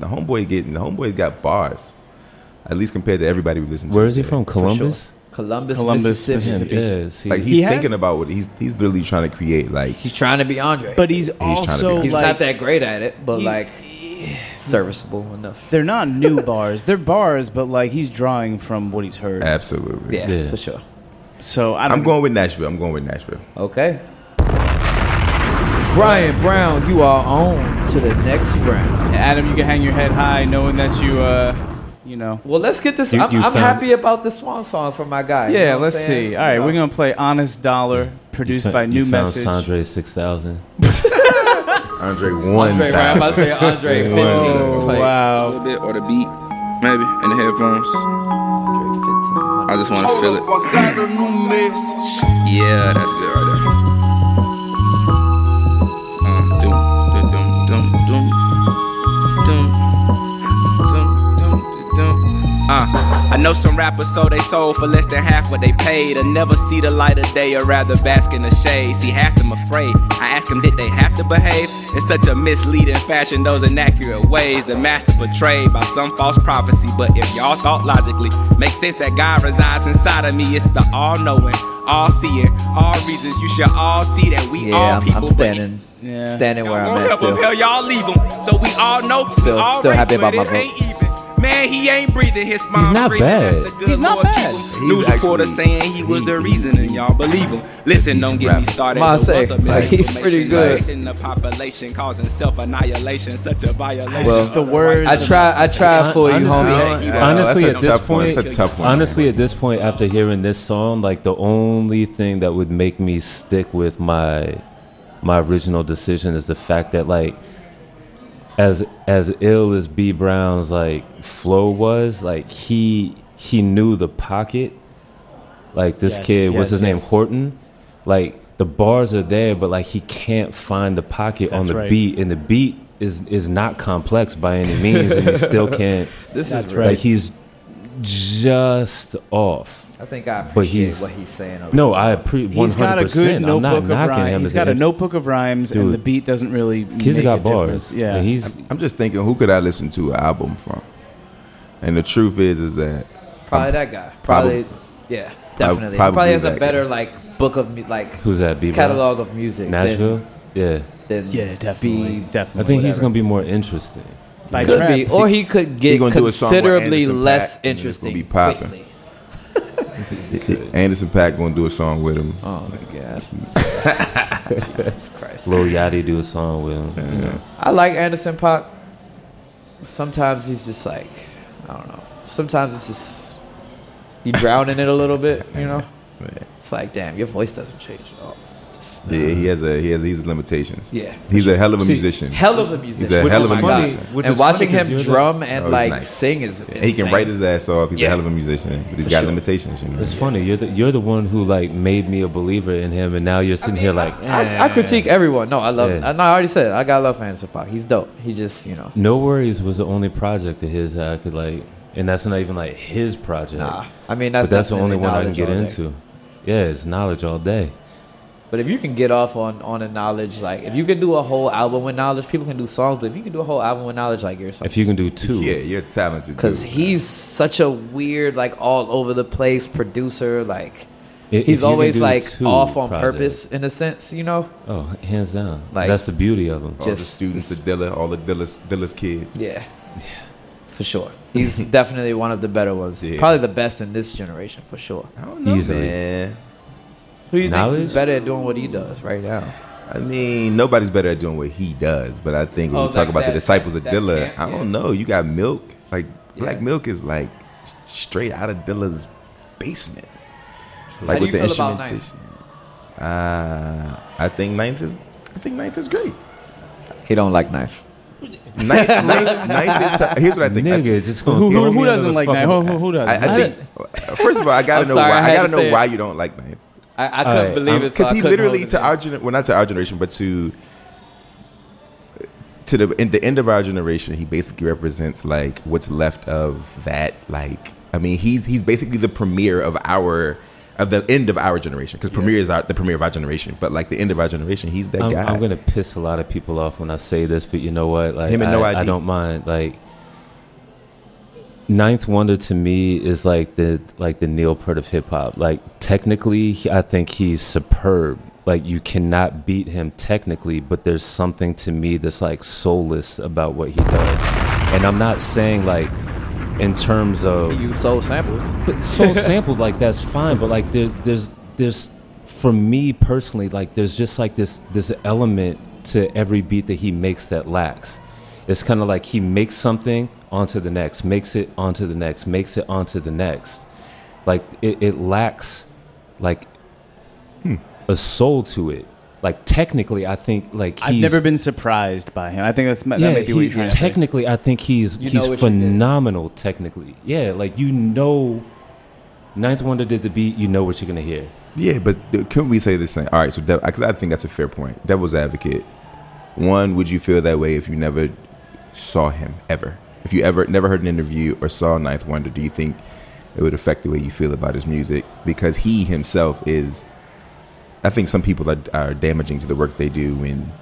Speaker 5: the homeboy getting the homeboy's got bars. At least compared to everybody we listen to.
Speaker 4: Where is he
Speaker 5: today.
Speaker 4: from?
Speaker 5: For sure.
Speaker 4: Columbus.
Speaker 3: Columbus,
Speaker 6: Columbus,
Speaker 3: Mississippi.
Speaker 6: Mississippi.
Speaker 4: Yeah, see,
Speaker 5: Like he's
Speaker 6: He has-
Speaker 5: thinking about what he's he's literally trying to create. Like
Speaker 3: He's trying to be Andre,
Speaker 6: But he's,
Speaker 5: trying to be
Speaker 6: also
Speaker 5: honest.
Speaker 3: he's
Speaker 6: like
Speaker 3: not that great at it. But
Speaker 6: He-
Speaker 3: like, serviceable enough.
Speaker 6: they're not new bars. They're bars, but like he's drawing from what he's heard.
Speaker 5: Absolutely.
Speaker 3: Yeah, for sure.
Speaker 6: So I don't
Speaker 5: I'm going with Nashville. I'm going with Nashville.
Speaker 3: Okay. Brian Brown, you are owned. to the next round.
Speaker 6: Adam, you can hang your head high knowing that you, uh, you know.
Speaker 3: Well, let's get this. I'm, I'm happy about the swan song from my guy. you know
Speaker 6: Yeah,
Speaker 3: what I'm
Speaker 6: let's
Speaker 3: saying?
Speaker 6: see. All right, we're going to play Honest Dollar, produced by New
Speaker 4: you found
Speaker 6: Message.
Speaker 4: Sandre six thousand.
Speaker 5: Andre
Speaker 4: one
Speaker 6: Andre, right, I'm about to say Andre
Speaker 4: One.
Speaker 6: 15. Oh, Play. wow.
Speaker 15: A little bit, or the beat, maybe, in the headphones. I just
Speaker 11: Oh,
Speaker 15: want to feel it. Yeah, that's good right there. Uh, dum, dum, dum, dum, dum, dum, dum, dum, dum.
Speaker 14: Uh, I know some rappers sold they sold for less than half what they paid. I never see the light of day, or rather bask in the shade. See, half them afraid. I ask them, did they have to behave in such a misleading fashion? Those inaccurate ways, the master portrayed by some false prophecy. But if y'all thought logically, makes sense that God resides inside of me. It's the all knowing, all seeing, all reasons. You should all see that we
Speaker 3: Yeah,
Speaker 14: all
Speaker 3: I'm-
Speaker 14: people.
Speaker 3: I'm, standing, standing where I'm
Speaker 14: Won't
Speaker 3: at
Speaker 14: help him,
Speaker 3: still.
Speaker 14: hell, y'all leave him. So we all know, we
Speaker 3: Still-
Speaker 14: all
Speaker 3: still
Speaker 14: race,
Speaker 3: happy about
Speaker 14: but
Speaker 3: my
Speaker 14: it
Speaker 3: vote.
Speaker 14: ain't even. Man, he ain't breathing. His mom's
Speaker 4: not
Speaker 14: breathing.
Speaker 4: bad.
Speaker 14: That's the good He's not bad. News reporter saying he was the reason, and y'all believe him. Listen, don't get me started.
Speaker 3: Ma
Speaker 14: The
Speaker 3: say,
Speaker 14: wealth of
Speaker 3: like, he's
Speaker 14: misinformation
Speaker 3: pretty good.
Speaker 14: affecting the population, causing self annihilation, such a violation.
Speaker 3: Well, I tried. I tried for you, homie.
Speaker 4: Honestly, at
Speaker 5: that's a
Speaker 4: this
Speaker 5: tough one.
Speaker 4: point,
Speaker 5: That's a tough one.
Speaker 4: honestly, at this point, after hearing this song, like the only thing that would make me stick with my my original decision is the fact that like as as ill as B Brown's like flow was, like he he knew the pocket. Like this
Speaker 16: Yes,
Speaker 4: kid,
Speaker 16: yes,
Speaker 4: what's his name,
Speaker 16: yes.
Speaker 4: Horton? Like the bars are there, but like he can't find the pocket
Speaker 16: That's
Speaker 4: on the
Speaker 16: right.
Speaker 4: beat, and the beat is is not complex by any means, and he still can't.
Speaker 3: This is That's
Speaker 4: like
Speaker 3: right.
Speaker 4: he's just off.
Speaker 3: I think I
Speaker 4: But
Speaker 3: appreciate
Speaker 4: he's-
Speaker 3: what he's saying over
Speaker 4: No,
Speaker 3: there.
Speaker 4: I appreciate one
Speaker 6: He's got
Speaker 4: hundred
Speaker 6: a good
Speaker 4: percent. I'm not
Speaker 6: notebook of
Speaker 4: knocking him.
Speaker 6: rhymes. He's
Speaker 4: as
Speaker 6: got
Speaker 4: an
Speaker 6: a notebook of rhymes, and
Speaker 4: Dude.
Speaker 6: the beat doesn't really.
Speaker 4: Kid's
Speaker 6: make
Speaker 4: got
Speaker 6: a
Speaker 4: bars.
Speaker 6: difference. Yeah,
Speaker 5: I'm- I'm just thinking, who could I listen to an album from? And the truth is, is that
Speaker 3: Probably
Speaker 5: I'm-
Speaker 3: that guy. Probably,
Speaker 5: probab-
Speaker 3: yeah,
Speaker 5: prob-
Speaker 3: definitely. He probably, has a
Speaker 5: that guy.
Speaker 3: better like book of mu- like
Speaker 4: Who's that? B
Speaker 3: catalog of music. than-
Speaker 4: Nashville. yeah.
Speaker 3: Than
Speaker 6: Yeah, definitely, definitely.
Speaker 4: I think he's gonna be more interesting.
Speaker 3: By Could trap. be, or he could get
Speaker 5: He gonna do a song with
Speaker 3: considerably
Speaker 5: Anderson Paak,
Speaker 3: less
Speaker 5: and it's gonna
Speaker 3: interesting
Speaker 5: Be popping. Anderson Pack gonna do a song with him.
Speaker 3: Oh my god. Jesus Christ.
Speaker 4: Lil Yachty do a song with him. Oh, You know.
Speaker 3: I like Anderson Pop. Sometimes he's just like, I don't know. Sometimes it's just you drown in it a little bit, you know. It's like, damn, your voice doesn't change at all. Just, uh,
Speaker 5: Yeah, he has a he has he's limitations.
Speaker 3: Yeah.
Speaker 5: he's a hell of a
Speaker 3: See,
Speaker 5: musician.
Speaker 3: hell of a musician.
Speaker 5: He's a
Speaker 3: Which
Speaker 5: hell
Speaker 3: is
Speaker 5: of a
Speaker 3: funny-
Speaker 5: musician.
Speaker 3: which And is watching funny 'cause him you're the- drum and,
Speaker 5: Oh, he's
Speaker 3: like, sing is
Speaker 5: Yeah, he can
Speaker 3: insane.
Speaker 5: write his ass off. He's
Speaker 3: Yeah.
Speaker 5: a hell of a musician, but he's
Speaker 4: For
Speaker 5: got
Speaker 4: sure.
Speaker 5: limitations. You know?
Speaker 4: It's funny. You're the you're the one who like made me a believer in him, and now you're sitting here like
Speaker 3: I, I
Speaker 4: "Eh."
Speaker 3: critique everyone. No, I love.
Speaker 4: Yeah.
Speaker 3: I, no, I already said it. I got love for Anderson Pop. He's dope. He just, you know,
Speaker 4: No Worries was the only project of his that I could like, and that's not even like his project.
Speaker 3: Nah. I mean, that's
Speaker 4: but that's the only
Speaker 3: definitely
Speaker 4: one I can
Speaker 3: knowledge
Speaker 4: get
Speaker 3: all day.
Speaker 4: into. Yeah, it's knowledge all day.
Speaker 3: But if you can get off on on a knowledge, like if you can do a whole album with knowledge, people can do songs. But if you can do a whole album with knowledge, like yourself,
Speaker 4: If you can do two,
Speaker 5: yeah, you're talented.
Speaker 3: because he's such a weird, like all over the place producer. Like
Speaker 4: If- if you
Speaker 3: he's
Speaker 4: can
Speaker 3: always
Speaker 4: do
Speaker 3: like
Speaker 4: two
Speaker 3: off on
Speaker 4: projects.
Speaker 3: purpose in a sense, you know.
Speaker 4: Oh, hands down.
Speaker 3: Like,
Speaker 4: that's the beauty of him.
Speaker 5: all the students of Dilla, all the Dilla's, Dilla's kids.
Speaker 3: Yeah. For sure. He's definitely one of the better ones.
Speaker 5: Yeah.
Speaker 3: Probably the best in this generation, for sure. I
Speaker 5: don't know, Easily. man.
Speaker 3: Who you think
Speaker 5: Knowledge?
Speaker 3: is better at doing what he does right now?
Speaker 5: I mean, nobody's better at doing what he does, but I think when
Speaker 3: Oh,
Speaker 5: we talk
Speaker 3: like
Speaker 5: about
Speaker 3: that-
Speaker 5: the disciples of
Speaker 3: that
Speaker 5: Dilla,
Speaker 3: camp,
Speaker 5: I don't
Speaker 3: yeah.
Speaker 5: know. You got Milk, like Black Milk is like s- straight out of Dilla's basement, like
Speaker 3: How do
Speaker 5: with
Speaker 3: you
Speaker 5: the
Speaker 3: feel about
Speaker 5: instrumentation. Uh, I think ninth is, I think ninth is great.
Speaker 3: He don't like knife.
Speaker 5: Ninth, ninth, ninth is tough. Here's what I think.
Speaker 4: Nigga,
Speaker 5: I,
Speaker 4: just
Speaker 6: gonna Who- throw who- me who under doesn't the like fucking- Ninth? Who- who- who doesn't?
Speaker 5: I, I think. First of all, I gotta
Speaker 3: I'm
Speaker 5: know
Speaker 3: sorry,
Speaker 5: why.
Speaker 3: I
Speaker 5: I,
Speaker 3: had
Speaker 5: gotta
Speaker 3: to
Speaker 5: know
Speaker 3: say it.
Speaker 5: why you don't like Ninth.
Speaker 3: I- I couldn't Alright, believe I'm- it, so
Speaker 5: because
Speaker 3: I
Speaker 5: um, he
Speaker 3: couldn't
Speaker 5: literally
Speaker 3: hold it
Speaker 5: to our generation, well, not to our generation, but to to the in the end of our generation, he basically represents like what's left of that. Like, I mean, he's he's basically the premiere of our. Of the end of our generation, because premiere is our, the premiere of our generation, but like the end of our generation, he's that
Speaker 4: I'm,
Speaker 5: guy.
Speaker 4: I'm gonna piss a lot of people off when I say this, but you know what? Like,
Speaker 5: Him and
Speaker 4: I,
Speaker 5: No
Speaker 4: I
Speaker 5: ID.
Speaker 4: don't mind. Like, Ninth Wonder to me is like the like the Neil Peart of hip hop. Like, technically, he- I think he's superb. Like, you cannot beat him technically, but there's something to me that's like soulless about what he does. And I'm not saying like in terms of
Speaker 3: You soul samples.
Speaker 4: But soul sampled like that's fine, but like there, there's there's for me personally, like there's just like this this element to every beat that he makes that lacks. It's kind of like he makes something onto the next, makes it onto the next, makes it onto the next. Like it, it lacks like
Speaker 6: Hmm.
Speaker 4: a soul to it. Like technically, I think like he's,
Speaker 6: I've never been surprised by him. I think that's that
Speaker 4: yeah,
Speaker 6: might be what
Speaker 4: he-
Speaker 6: you're trying to say.
Speaker 4: technically, I think he's
Speaker 6: You know what you
Speaker 4: he's
Speaker 6: did.
Speaker 4: phenomenal. Technically, yeah, like you know, Ninth Wonder did the beat. You know what you're gonna hear.
Speaker 5: Yeah, but th- can we say this thing? All right, so dev- 'cause I think that's a fair point. Devil's advocate. One, would you feel that way if you never saw him ever? If you ever never heard an interview or saw Ninth Wonder, do you think it would affect the way you feel about his music? Because he himself is. I think some people are, are damaging to the work they do when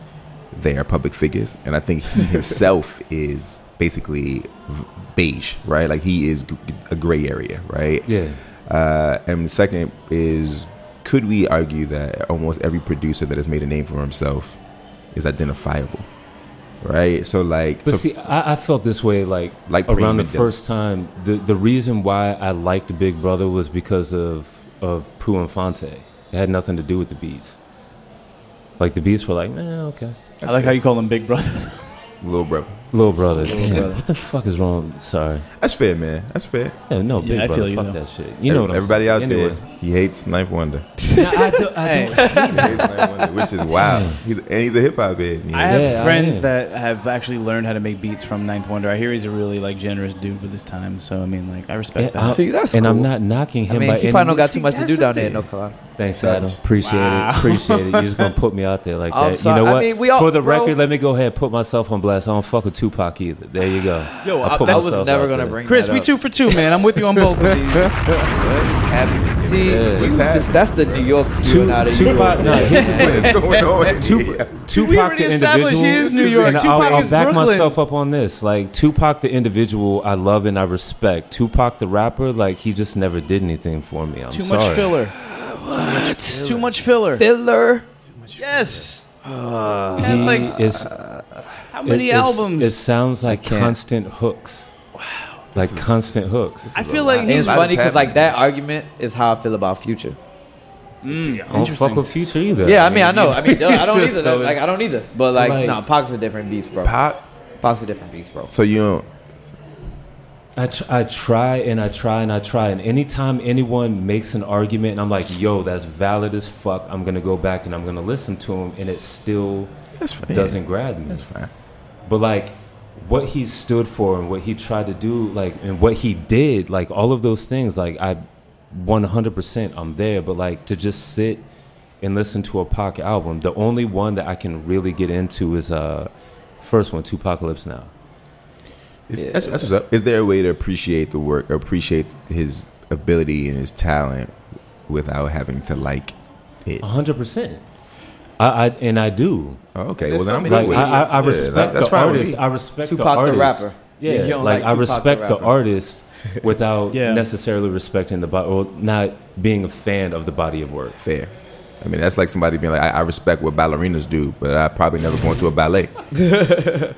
Speaker 5: they are public figures, and I think he himself is basically v- beige, right? Like he is g- a gray area, right?
Speaker 4: Yeah.
Speaker 5: Uh, and the second is, could we argue that almost every producer that has made a name for himself is identifiable, right? So like,
Speaker 4: But
Speaker 5: so-
Speaker 4: see, I, I felt this way like,
Speaker 5: Like Prem
Speaker 4: around the
Speaker 5: and Dilla.
Speaker 4: first time. The the reason why I liked Big Brother was because of of Pooh Infante. It had nothing to do with the beats. Like the beats were like, eh, okay.
Speaker 6: I like how you call him Big Brother.
Speaker 5: little brother.
Speaker 4: Little brother.
Speaker 6: Little
Speaker 4: Damn,
Speaker 6: brother.
Speaker 4: What the fuck is wrong? Sorry.
Speaker 5: That's fair, man. That's fair.
Speaker 4: Yeah, no, Big
Speaker 6: I
Speaker 4: Brother.
Speaker 6: feel you,
Speaker 4: fuck
Speaker 6: though.
Speaker 4: that shit. You know what I'm
Speaker 5: everybody
Speaker 4: saying.
Speaker 5: out
Speaker 4: Anyway.
Speaker 5: there, he hates Knife Wonder,
Speaker 4: Now, I do, I
Speaker 6: Hey.
Speaker 4: don't hate it.
Speaker 5: He hates Knife Wonder, which is wild. He's, and he's a hip hop head. you know?
Speaker 6: I have
Speaker 4: Yeah, I
Speaker 6: friends
Speaker 4: am.
Speaker 6: that have actually learned how to make beats from Ninth Wonder. I hear he's a really like generous dude with his time. So I mean, like I respect
Speaker 4: And
Speaker 6: that.
Speaker 4: I'm-
Speaker 3: See, that's
Speaker 4: and I'm
Speaker 3: cool.
Speaker 4: not knocking him.
Speaker 3: I mean,
Speaker 4: by
Speaker 3: he
Speaker 4: any
Speaker 3: probably don't got
Speaker 4: means.
Speaker 3: too much to do down there in North Carolina.
Speaker 4: Thanks,
Speaker 3: Savage.
Speaker 4: Adam. Appreciate
Speaker 6: Wow.
Speaker 4: it. Appreciate it. You're just gonna put me out there like
Speaker 3: I'm
Speaker 4: that.
Speaker 3: sorry.
Speaker 4: You
Speaker 3: I
Speaker 4: know what?
Speaker 3: mean, we all-
Speaker 4: For the
Speaker 3: bro-
Speaker 4: record, let me go ahead and put myself on blast. I don't fuck with Tupac either. There you go.
Speaker 6: Yo, I-
Speaker 4: put
Speaker 6: that was
Speaker 4: myself
Speaker 3: never
Speaker 4: out
Speaker 3: gonna
Speaker 4: there.
Speaker 3: bring
Speaker 6: Chris,
Speaker 3: that
Speaker 6: we
Speaker 3: up.
Speaker 6: two for two, man. I'm with you on both of these.
Speaker 5: What is happening?
Speaker 3: See,
Speaker 4: Yeah.
Speaker 5: What's
Speaker 3: that's,
Speaker 5: happening?
Speaker 3: that's the New York spewing out of you.
Speaker 4: Tupac, no, here's the
Speaker 5: What
Speaker 4: thing.
Speaker 5: is going on? here?
Speaker 6: We
Speaker 4: Tupac
Speaker 6: already
Speaker 4: the
Speaker 6: established
Speaker 4: individual.
Speaker 6: he is New York.
Speaker 4: And
Speaker 6: Tupac
Speaker 4: I'll, I'll
Speaker 6: is
Speaker 4: back
Speaker 6: Brooklyn.
Speaker 4: myself up on this. Like Tupac the individual, I love and I respect. Tupac the rapper, like he just never did anything for me. I'm
Speaker 6: Too
Speaker 4: sorry.
Speaker 6: much filler. Too much filler.
Speaker 3: Filler.
Speaker 6: Yes.
Speaker 3: Uh,
Speaker 6: Has,
Speaker 4: He
Speaker 6: like,
Speaker 4: is
Speaker 6: how many
Speaker 4: it- it's-
Speaker 6: albums?
Speaker 4: It sounds like
Speaker 3: can't.
Speaker 4: constant hooks. Wow. Like constant hooks.
Speaker 6: I feel like
Speaker 3: And it's
Speaker 6: he's.
Speaker 5: lot
Speaker 3: funny
Speaker 5: is
Speaker 3: because like that argument is how I feel about Future.
Speaker 6: Mm,
Speaker 4: I don't fuck with Future either.
Speaker 3: Yeah, I mean, I know. I mean, duh, I don't
Speaker 4: Just
Speaker 3: either.
Speaker 4: so
Speaker 3: Like, I don't either. But like,
Speaker 4: Like-
Speaker 3: nah, Pac's a different beast, bro.
Speaker 5: Pop.
Speaker 3: Pac's a different beast, bro.
Speaker 5: So you don't.
Speaker 4: I, tr- I try and I try and I try. And anytime anyone makes an argument and I'm like, yo, that's valid as fuck, I'm going to go back and I'm going to listen to him. And it still doesn't grab me.
Speaker 5: That's fine.
Speaker 4: But like what he stood for and what he tried to do, like and what he did, like all of those things, like I 100% I'm there. But like to just sit and listen to a Pac album, the only one that I can really get into is uh first one, Tupacalypse Now.
Speaker 5: Is, that's, that's what's up. Is there a way to appreciate the work, appreciate his ability and his talent without having to like it?
Speaker 4: 100%. Uh, I, I and I do.
Speaker 5: Oh, okay,
Speaker 3: There's
Speaker 5: well then
Speaker 3: so
Speaker 5: I'm
Speaker 3: many
Speaker 5: good
Speaker 4: Like
Speaker 5: with
Speaker 4: I,
Speaker 5: it.
Speaker 4: I, I
Speaker 5: Yeah,
Speaker 4: respect
Speaker 5: that- that's
Speaker 4: the
Speaker 5: fine with
Speaker 4: artist.
Speaker 5: me.
Speaker 4: I respect
Speaker 3: Tupac the
Speaker 4: the artist.
Speaker 3: rapper.
Speaker 4: Yeah,
Speaker 3: You don't like
Speaker 4: like,
Speaker 3: Tupac
Speaker 4: I
Speaker 3: the
Speaker 4: respect the
Speaker 3: rapper.
Speaker 4: artist without
Speaker 6: Yeah.
Speaker 4: necessarily respecting the body or not being a fan of the body of work.
Speaker 5: Fair. I mean, that's like somebody being like, I, I respect what ballerinas do, but I probably never going to a ballet.
Speaker 3: Nah,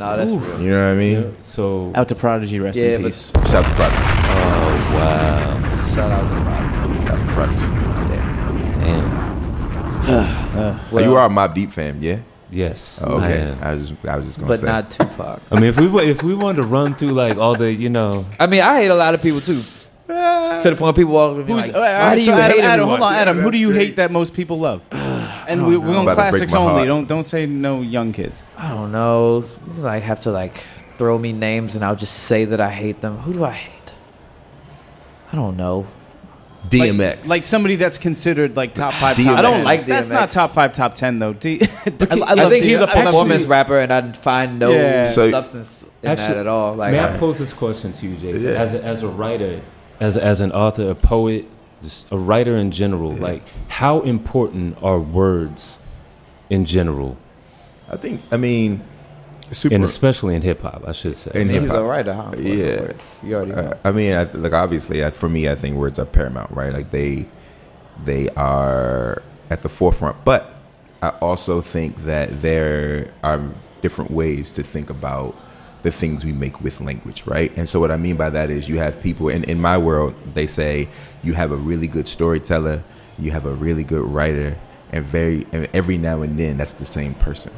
Speaker 3: Oh, that's real.
Speaker 5: You know what I mean?
Speaker 4: So
Speaker 6: Out to Prodigy, rest
Speaker 3: Yeah,
Speaker 6: in
Speaker 3: but-
Speaker 6: peace.
Speaker 5: Shout out to Prodigy.
Speaker 4: Oh, wow,
Speaker 3: Shout out to Pop.
Speaker 5: Shout out to Prodigy.
Speaker 3: Damn.
Speaker 4: damn,
Speaker 5: Oh, you are a Mob Deep fam, yeah?
Speaker 4: yes,
Speaker 5: Oh,
Speaker 4: I
Speaker 5: okay.
Speaker 4: am.
Speaker 5: I, was just, I was just gonna
Speaker 3: But
Speaker 5: say.
Speaker 3: not Tupac.
Speaker 4: I mean, if we wa- if we wanted to run through like all the you know,
Speaker 3: I mean, I hate a lot of people too. to the point people walk up to me
Speaker 6: Who's,
Speaker 3: like,
Speaker 6: all right, all
Speaker 3: "Why
Speaker 6: right,
Speaker 3: do
Speaker 6: so
Speaker 3: you
Speaker 6: Adam,
Speaker 3: hate
Speaker 6: Adam,
Speaker 3: everyone?"
Speaker 6: hold on, Adam. Who do you
Speaker 5: that's
Speaker 6: hate that most people love? And we, we're
Speaker 5: I'm
Speaker 6: on
Speaker 5: about to break
Speaker 6: classics
Speaker 5: my
Speaker 6: only.
Speaker 5: heart.
Speaker 6: Don't don't say no young kids.
Speaker 3: I don't know. You, like have to like throw me names and I'll just say that I hate them. Who do I hate? I don't know.
Speaker 5: DMX.
Speaker 6: Like somebody that's considered like top five.
Speaker 5: DMX.
Speaker 6: Top
Speaker 5: I don't
Speaker 6: 10.
Speaker 3: like
Speaker 6: That's not
Speaker 3: DMX.
Speaker 6: top five, top ten though. D- I, I
Speaker 3: I,
Speaker 6: love
Speaker 3: think he's a
Speaker 6: DMX. I love
Speaker 3: performance
Speaker 6: DMX.
Speaker 3: rapper, and I find no
Speaker 6: Yeah.
Speaker 5: So-
Speaker 3: substance in that
Speaker 4: Actually,
Speaker 3: at all. Like,
Speaker 4: may I pose this question to you, Jason?
Speaker 5: Yeah.
Speaker 4: As a, as a writer, as as an author, a poet, just a writer in general, like how important are words in general,
Speaker 5: I think, I mean, super.
Speaker 4: and especially in hip hop, I should say.
Speaker 5: In
Speaker 3: he's
Speaker 5: hip-hop.
Speaker 3: a writer, huh? Fuck
Speaker 5: Yeah.
Speaker 3: words. you already know.
Speaker 5: Uh, I mean, I, like obviously, I, for me, I think words are paramount, right? Like they, they are at the forefront. But I also think that there are different ways to think about the things we make with language, right? And so, what I mean by that is, you have people, and in my world, they say you have a really good storyteller, you have a really good writer, and very and every now and then that's the same person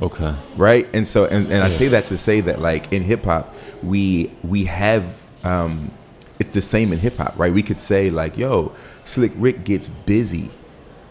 Speaker 4: Okay.
Speaker 5: right and so and, and i
Speaker 4: Yeah.
Speaker 5: say that to say that like in hip-hop we we have um it's the same in hip-hop right we could say like yo slick rick gets busy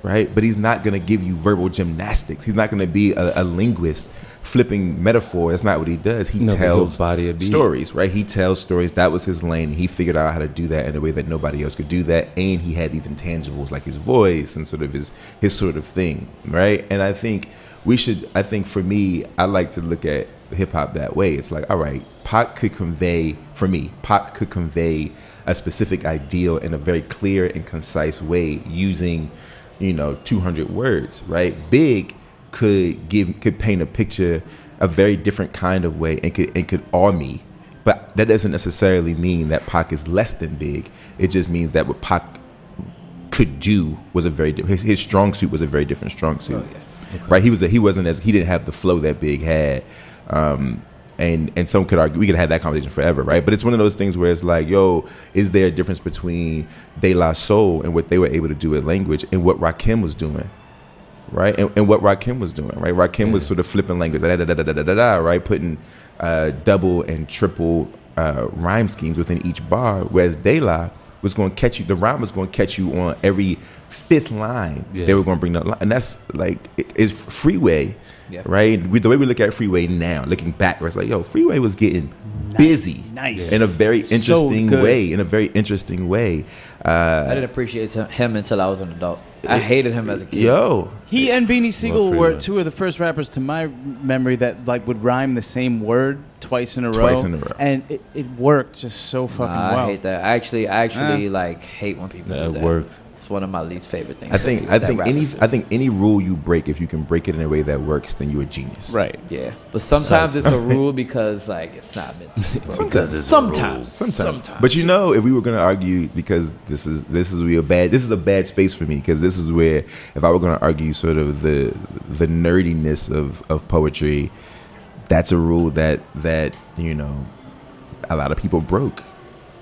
Speaker 5: right but he's not gonna give you verbal gymnastics he's not gonna be a, a linguist flipping metaphor that's not what he does he
Speaker 4: No, but he'll
Speaker 5: tells
Speaker 4: body a beat.
Speaker 5: stories right he tells stories that was his lane he figured out how to do that in a way that nobody else could do that and he had these intangibles like his voice and sort of his his sort of thing right and i think we should i think for me i like to look at hip hop that way it's like all right pop could convey for me pop could convey a specific ideal in a very clear and concise way using you know 200 words right big could give could paint a picture a very different kind of way and could and could awe me but that doesn't necessarily mean that Pac is less than big. It just means that what Pac could do was a very di- his, his strong suit was a very different strong suit. Right? He was a, he wasn't as he didn't have the flow that Big had. Um and and some could argue we could have had that conversation forever, right? But it's one of those things where it's like, yo, is there a difference between De La Soul and what they were able to do with language and what Rakim was doing? right? And, and what Rakim was doing, right? Rakim was sort of flipping language, da, da, da, da, da, da, da, da, right? Putting uh, double and triple uh, rhyme schemes within each bar, whereas De La was going to catch you. The rhyme was going to catch you on every fifth line.
Speaker 4: Yeah.
Speaker 5: They were going to bring that line, and that's like it, it's freeway.
Speaker 4: Yeah.
Speaker 5: Right, we, the way we look at freeway now, looking back, it's like, yo, freeway was getting busy,
Speaker 3: Nice.
Speaker 5: in a very
Speaker 3: So
Speaker 5: interesting
Speaker 3: good.
Speaker 5: way, in a very interesting way. Uh,
Speaker 3: I didn't appreciate him- him until I was an adult. I
Speaker 5: It-
Speaker 3: hated him as a kid.
Speaker 5: Yo,
Speaker 6: He and Beanie Siegel
Speaker 3: Well,
Speaker 6: were
Speaker 3: Freeway.
Speaker 6: two of the first rappers to my memory that like would rhyme the same word twice in a row.
Speaker 3: Twice in a row.
Speaker 6: And it, it worked just so fucking
Speaker 3: Nah,
Speaker 6: well.
Speaker 3: I hate that. I actually, I actually
Speaker 6: Yeah.
Speaker 3: like hate when people.
Speaker 6: Yeah,
Speaker 3: do
Speaker 6: it
Speaker 3: that.
Speaker 6: worked.
Speaker 3: It's one of my least favorite things.
Speaker 5: I
Speaker 3: that
Speaker 5: think
Speaker 3: you-
Speaker 5: I
Speaker 3: that
Speaker 5: think
Speaker 3: rappers
Speaker 5: any
Speaker 3: do.
Speaker 5: I think any rule you break, if you can break it in a way that works, then you're a genius.
Speaker 6: Right.
Speaker 3: Yeah. But sometimes it's a rule because like it's not meant to. Bro.
Speaker 5: Sometimes it's a
Speaker 3: sometimes,
Speaker 5: rule. sometimes, But you know, if we were going to argue, because this is this is a bad this is a bad space for me, because this is where if I were going to argue sort of the the nerdiness of of poetry, that's a rule that that you know a lot of people broke.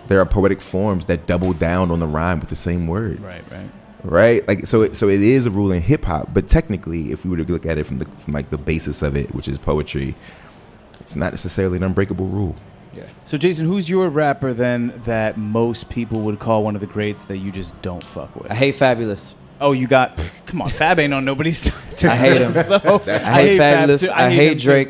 Speaker 5: There are poetic forms that double down on the rhyme with the same word.
Speaker 6: Right, right.
Speaker 5: right? Like so, it, so it is a rule in hip hop, but technically, if we were to look at it from the from like the basis of it, which is poetry, it's not necessarily an unbreakable rule.
Speaker 6: So Jason, who's your rapper then that most people would call one of the greats that you just don't fuck with?
Speaker 3: I hate Fabulous.
Speaker 6: Oh, you got pff, come on, Fab ain't on nobody's.
Speaker 3: I hate him.
Speaker 6: list, though.
Speaker 3: I hate
Speaker 6: Fab,
Speaker 3: Fabulous.
Speaker 6: too.
Speaker 3: I,
Speaker 6: need him,
Speaker 3: hate
Speaker 6: too.
Speaker 3: Drake.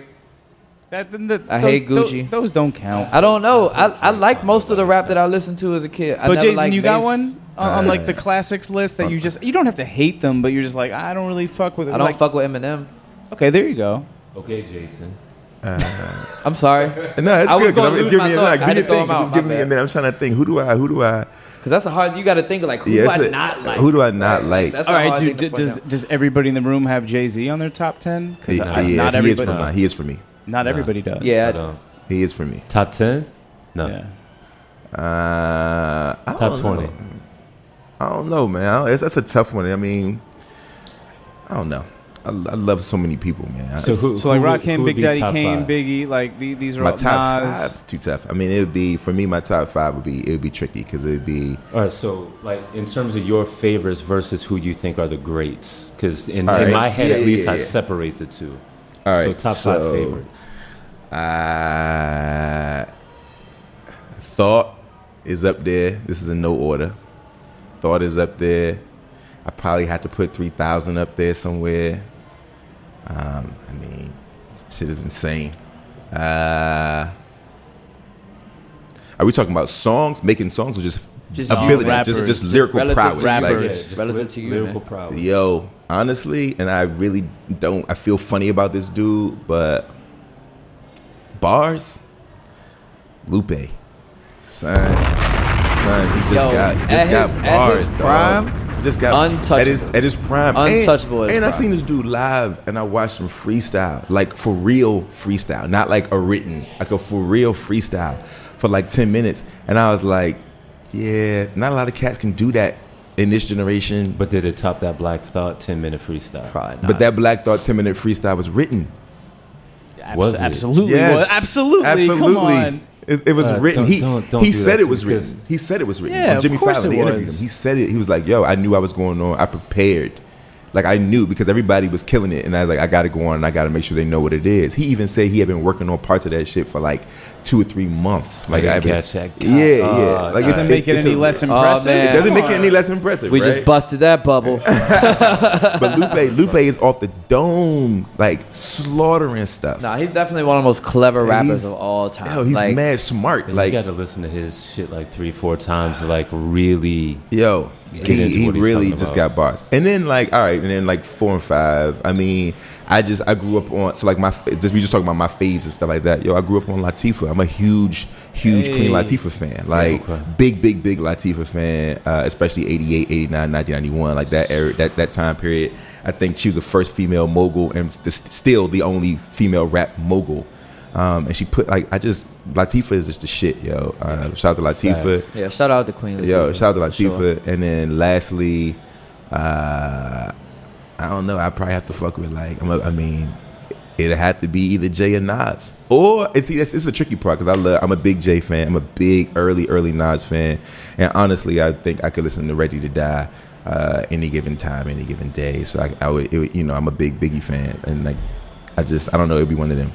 Speaker 6: That- then the-
Speaker 3: I
Speaker 6: those-
Speaker 3: hate
Speaker 6: tho-
Speaker 3: Gucci.
Speaker 6: Those don't count.
Speaker 3: I don't know. I, I like most of the rap that I listened to as a kid. I
Speaker 6: but
Speaker 3: never
Speaker 6: Jason,
Speaker 3: liked
Speaker 6: you got
Speaker 3: bass.
Speaker 6: one
Speaker 5: Uh,
Speaker 6: on, on like the classics list that you just you don't have to hate them, but you're just like I don't really fuck with. it.
Speaker 3: I don't
Speaker 6: Like-
Speaker 3: fuck with Eminem.
Speaker 6: Okay, there you go.
Speaker 4: Okay, Jason.
Speaker 5: Uh,
Speaker 3: I'm sorry.
Speaker 5: No, it's
Speaker 3: I was
Speaker 5: good. 'cause
Speaker 3: gonna
Speaker 5: I'm-
Speaker 3: lose
Speaker 5: It's giving
Speaker 3: my
Speaker 5: me a
Speaker 3: thought.
Speaker 5: like,
Speaker 3: I
Speaker 5: do
Speaker 3: had to
Speaker 5: your
Speaker 3: throw
Speaker 5: thing.
Speaker 3: them out,
Speaker 5: It's
Speaker 3: my
Speaker 5: giving me a
Speaker 3: bad.
Speaker 5: minute. I'm trying to think. Who do I? Who do I?
Speaker 3: Cause that's a hard. Uh, You got to think of like who
Speaker 5: Yeah,
Speaker 3: do
Speaker 5: it's
Speaker 3: I
Speaker 5: a-
Speaker 3: not like.
Speaker 5: Who do I not like?
Speaker 3: That's
Speaker 6: All
Speaker 3: a
Speaker 6: right,
Speaker 3: hard
Speaker 6: dude.
Speaker 3: thing
Speaker 6: d-
Speaker 3: to point
Speaker 6: Does does everybody in the room have Jay Z on their top ten? Because
Speaker 5: Yeah, yeah,
Speaker 6: not
Speaker 5: he is
Speaker 6: everybody.
Speaker 5: for mine. He is for me.
Speaker 6: Not everybody does.
Speaker 3: Yeah,
Speaker 5: He is for me.
Speaker 4: Top ten? No.
Speaker 5: Uh, I
Speaker 4: Top
Speaker 5: don't
Speaker 4: 20.
Speaker 5: know. I don't know, man. I don't- that's, that's a tough one. I mean, I don't know. I, I love so many people, man.
Speaker 6: So,
Speaker 5: It's-
Speaker 6: who, so like Rakim, Big Daddy Kane, Biggie, like the- these are
Speaker 5: my
Speaker 6: all
Speaker 5: top
Speaker 6: Nas.
Speaker 5: five's too tough. I mean, it would be for me. My top five would be it would be tricky because it'd be
Speaker 4: All right, so like in terms of your favorites versus who you think are the greats, because in,
Speaker 5: All
Speaker 4: in
Speaker 5: right.
Speaker 4: my head
Speaker 5: Yeah,
Speaker 4: at
Speaker 5: yeah,
Speaker 4: least I
Speaker 5: yeah.
Speaker 4: separate the two.
Speaker 5: all right.
Speaker 4: So top
Speaker 5: so,
Speaker 4: five favorites.
Speaker 5: Uh, Thought is up there. This is in no order. Thought is up there. I probably had to put three thousand up there somewhere. Um, I mean, shit is insane. Uh, are we talking about songs, making songs, or just,
Speaker 3: Just
Speaker 5: ability,
Speaker 3: you,
Speaker 5: just
Speaker 3: rappers.
Speaker 5: just lyrical
Speaker 3: Relative
Speaker 5: prowess?
Speaker 3: to rappers.
Speaker 5: like-
Speaker 3: Yeah, just Relative ly- to you, lyrical man. prowess.
Speaker 5: Yo, honestly, and I really don't. I feel funny about this dude, but bars, Lupe, son, son, he just
Speaker 3: Yo,
Speaker 5: got, he
Speaker 3: at
Speaker 5: just got
Speaker 3: his- at
Speaker 5: bars,
Speaker 3: his
Speaker 5: dog.
Speaker 3: prime,
Speaker 5: He just got
Speaker 3: untouchable.
Speaker 5: At his, at his prime, And-
Speaker 3: Untouchable at
Speaker 5: And,
Speaker 3: his
Speaker 5: I
Speaker 3: prime.
Speaker 5: seen this dude live, and I watched him freestyle, like for real freestyle, not like a written, like a for real freestyle, for like ten minutes, and I was like, yeah, not a lot of cats can do that in this generation.
Speaker 4: But did it top that Black Thought ten minute freestyle? Probably
Speaker 5: But that Black Thought 10 minute freestyle was written.
Speaker 6: Abs- Was it? absolutely was. Absolutely. Come on.
Speaker 5: It, it was
Speaker 4: Uh,
Speaker 5: written.
Speaker 4: don't-
Speaker 5: he
Speaker 4: don't- don't
Speaker 5: he
Speaker 4: do
Speaker 5: said
Speaker 4: that
Speaker 5: it
Speaker 4: to
Speaker 5: was
Speaker 4: me, 'cause-
Speaker 5: written. He said it was written.
Speaker 6: Yeah,
Speaker 5: On Jimmy
Speaker 6: of course
Speaker 5: Fallon,
Speaker 6: it
Speaker 5: they interviewed him.
Speaker 6: was.
Speaker 5: He said it. He was like, "Yo, I knew I was going on. I prepared. Like I knew because everybody was killing it, and I was like, I got to go on and I got to make sure they know what it is. He even said he had been working on parts of that shit for like two or three months. Like
Speaker 4: didn't
Speaker 5: I've been-
Speaker 4: Oh, catch that.
Speaker 5: Yeah, yeah.
Speaker 4: Oh,
Speaker 5: uh, Like
Speaker 4: God. Doesn't make it
Speaker 5: it's
Speaker 4: any
Speaker 5: a-
Speaker 4: less Oh, impressive? man.
Speaker 5: It doesn't make
Speaker 4: Come
Speaker 5: it any
Speaker 4: on.
Speaker 5: less impressive.
Speaker 3: We just
Speaker 5: right?
Speaker 3: busted that bubble.
Speaker 5: but Lupe, Lupe is off the dome, like slaughtering stuff.
Speaker 3: Nah, he's definitely one of the most clever rappers of all time.
Speaker 5: Yo, he's
Speaker 3: Like-
Speaker 5: mad smart.
Speaker 4: And
Speaker 5: Like
Speaker 4: you got to listen to his shit like three, four times to like really.
Speaker 5: Yo,
Speaker 4: get
Speaker 5: he,
Speaker 4: into
Speaker 5: he
Speaker 4: what he's
Speaker 5: really
Speaker 4: talking
Speaker 5: just
Speaker 4: about.
Speaker 5: got bars. And then like, all right, and then like four and five. I mean, I just I grew up on so like my fa- just we just talking about my faves and stuff like that. Yo, I grew up on Latifah. I'm a huge, huge Queen
Speaker 4: Hey.
Speaker 5: Latifah fan. Like big, big, big Latifah fan. Uh, especially 88, 89, 1991, like that era, that that time period. I think she was the first female mogul and the, still the only female rap mogul. Um, and she put like I just Latifah is just the shit, yo. Uh, shout out to Latifah.
Speaker 3: Facts. Yeah, shout out to Queen
Speaker 5: Yo,
Speaker 3: Latifah,
Speaker 5: shout out
Speaker 3: for
Speaker 5: to Latifah. And then lastly, uh, I don't know. I probably have to fuck with like I'm a, I mean, it'd have to be either Jay or Nas. Or and see, this, this is a tricky part because I love. I'm a big Jay fan. I'm a big early early Nas fan. And honestly, I think I could listen to Ready to Die. Uh, any given time, any given day. So I, I would, it would, you know, I'm a big Biggie fan, and like, I just, I don't know, it'd be one of them.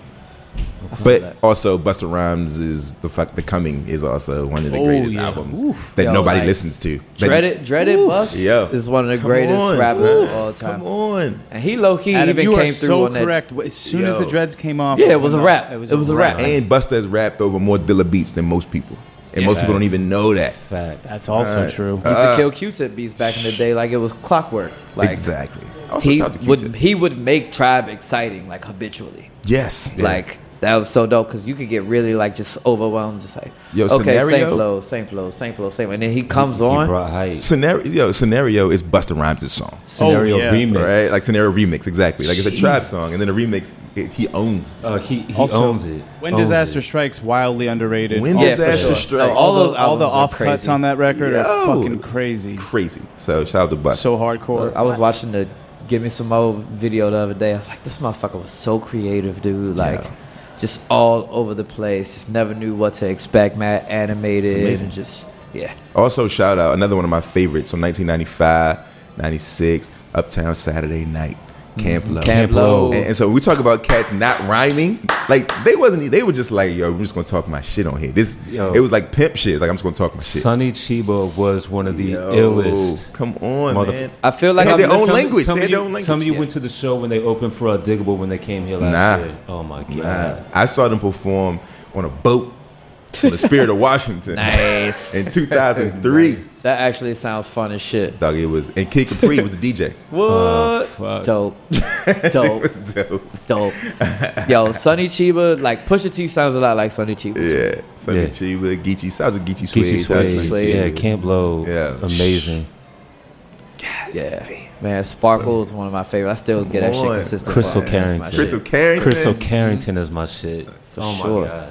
Speaker 5: But also, Buster Rhymes is the fuck. The Coming is also one of the
Speaker 3: Oh,
Speaker 5: greatest
Speaker 3: yeah.
Speaker 5: albums
Speaker 3: Oof.
Speaker 5: that
Speaker 3: Yo,
Speaker 5: nobody
Speaker 3: like,
Speaker 5: listens to.
Speaker 3: Dreaded, dreaded bus
Speaker 5: Yeah,
Speaker 3: is one of the
Speaker 5: Come
Speaker 3: greatest
Speaker 5: on,
Speaker 3: rappers
Speaker 5: son.
Speaker 3: of all time.
Speaker 5: Come on,
Speaker 3: and he low key
Speaker 6: Adam,
Speaker 3: even
Speaker 6: you
Speaker 3: came
Speaker 6: are
Speaker 3: through
Speaker 6: so
Speaker 3: on that.
Speaker 6: correct. As soon as the dreads came off,
Speaker 3: yeah, it was a rap. It was, a rap.
Speaker 5: And Buster has rapped over more Dilla beats than most people, and
Speaker 3: Yeah.
Speaker 5: most people don't
Speaker 3: Facts.
Speaker 5: even know that.
Speaker 4: Facts.
Speaker 6: That's also
Speaker 5: Alright. Uh,
Speaker 6: true.
Speaker 3: He used to kill Q-Tip beats back in the day, like it was clockwork. Like
Speaker 5: Exactly.
Speaker 3: He
Speaker 5: shout out to
Speaker 3: would he would make Tribe exciting like habitually.
Speaker 5: Yes. Yeah.
Speaker 3: like that was so dope because you could get really like just overwhelmed, just like
Speaker 5: Yo,
Speaker 3: okay, same
Speaker 5: scenario-
Speaker 3: flow, same flow, same flow, same. And then he comes on.
Speaker 5: Scenario, yo, scenario is Busta Rhymes' song.
Speaker 4: Scenario yeah. remix.
Speaker 5: right? Like scenario remix, exactly. Like it's a
Speaker 4: Jeez.
Speaker 5: tribe song, and then a remix, it, he owns.
Speaker 4: Oh, he- he
Speaker 6: Also, When Disaster Strikes, wildly underrated.
Speaker 5: When
Speaker 6: Oh, for
Speaker 5: Disaster
Speaker 6: sure.
Speaker 5: Strikes.
Speaker 6: All those,
Speaker 5: Those
Speaker 6: all the
Speaker 5: albums are
Speaker 6: offcuts
Speaker 5: crazy.
Speaker 6: on that record are
Speaker 5: Yo.
Speaker 6: fucking crazy.
Speaker 5: Crazy. So shout out to Busta.
Speaker 6: So hardcore.
Speaker 3: I was
Speaker 6: What?
Speaker 3: watching the Give Me Some Old video the other day. I was like, this motherfucker was so creative, dude. Like, just all over the place. Just never knew what to expect. Mad
Speaker 5: It's
Speaker 3: animated
Speaker 5: amazing.
Speaker 3: and just yeah.
Speaker 5: Also, shout out another one of my favorites. So 1995, 96, Uptown Saturday Night, Camp
Speaker 4: Mm-hmm.
Speaker 3: Mhm.
Speaker 5: Low.
Speaker 3: Camp Low.
Speaker 5: And, and so we talk about cats not rhyming. Like they wasn't. They were just like, yo, I'm just gonna talk my shit on here. This.
Speaker 4: Yo.
Speaker 5: It was like pimp shit. Like I'm just gonna talk my shit.
Speaker 4: Sonny Chiba was one of the
Speaker 5: Yo,
Speaker 4: illest.
Speaker 5: Come on, man.
Speaker 3: I feel
Speaker 5: like They had I'm their own
Speaker 4: Tell me-
Speaker 5: language.
Speaker 4: Tell me,
Speaker 5: They had
Speaker 4: you,
Speaker 5: their own
Speaker 4: tell me
Speaker 5: language.
Speaker 4: you went to the show when they opened for Digable when they came here last
Speaker 5: Nah.
Speaker 4: year. Oh my god.
Speaker 5: Nah. I saw them perform on a boat. on the Spirit of Washington.
Speaker 3: Nice.
Speaker 5: In 2003.
Speaker 3: That actually sounds fun as shit.
Speaker 5: Dog, it was. And Kid Capri was the DJ.
Speaker 3: What?
Speaker 4: Oh,
Speaker 3: Dope. dope.
Speaker 5: dope.
Speaker 3: Dope. Yo, Sonny Chiba, like Pusha T sounds a lot like Sonny Chiba.
Speaker 5: Yeah. Sonny
Speaker 4: Yeah.
Speaker 5: Chiba, Geechee. Shout out to Geechee Swede.
Speaker 4: Geechee
Speaker 5: Shout out to
Speaker 4: Suede.
Speaker 5: Sonny
Speaker 4: Yeah,
Speaker 5: Chiba.
Speaker 4: Camp Low.
Speaker 5: Yeah.
Speaker 4: Amazing. Oh
Speaker 3: Yeah. Man, Sparkle is one of my favorites. I still get that shit
Speaker 5: on.
Speaker 3: consistent.
Speaker 4: Crystal
Speaker 3: That's my
Speaker 4: Carrington.
Speaker 3: shit.
Speaker 5: Crystal Carrington.
Speaker 4: Crystal Carrington is my shit.
Speaker 3: For
Speaker 4: oh
Speaker 3: sure.
Speaker 4: my god.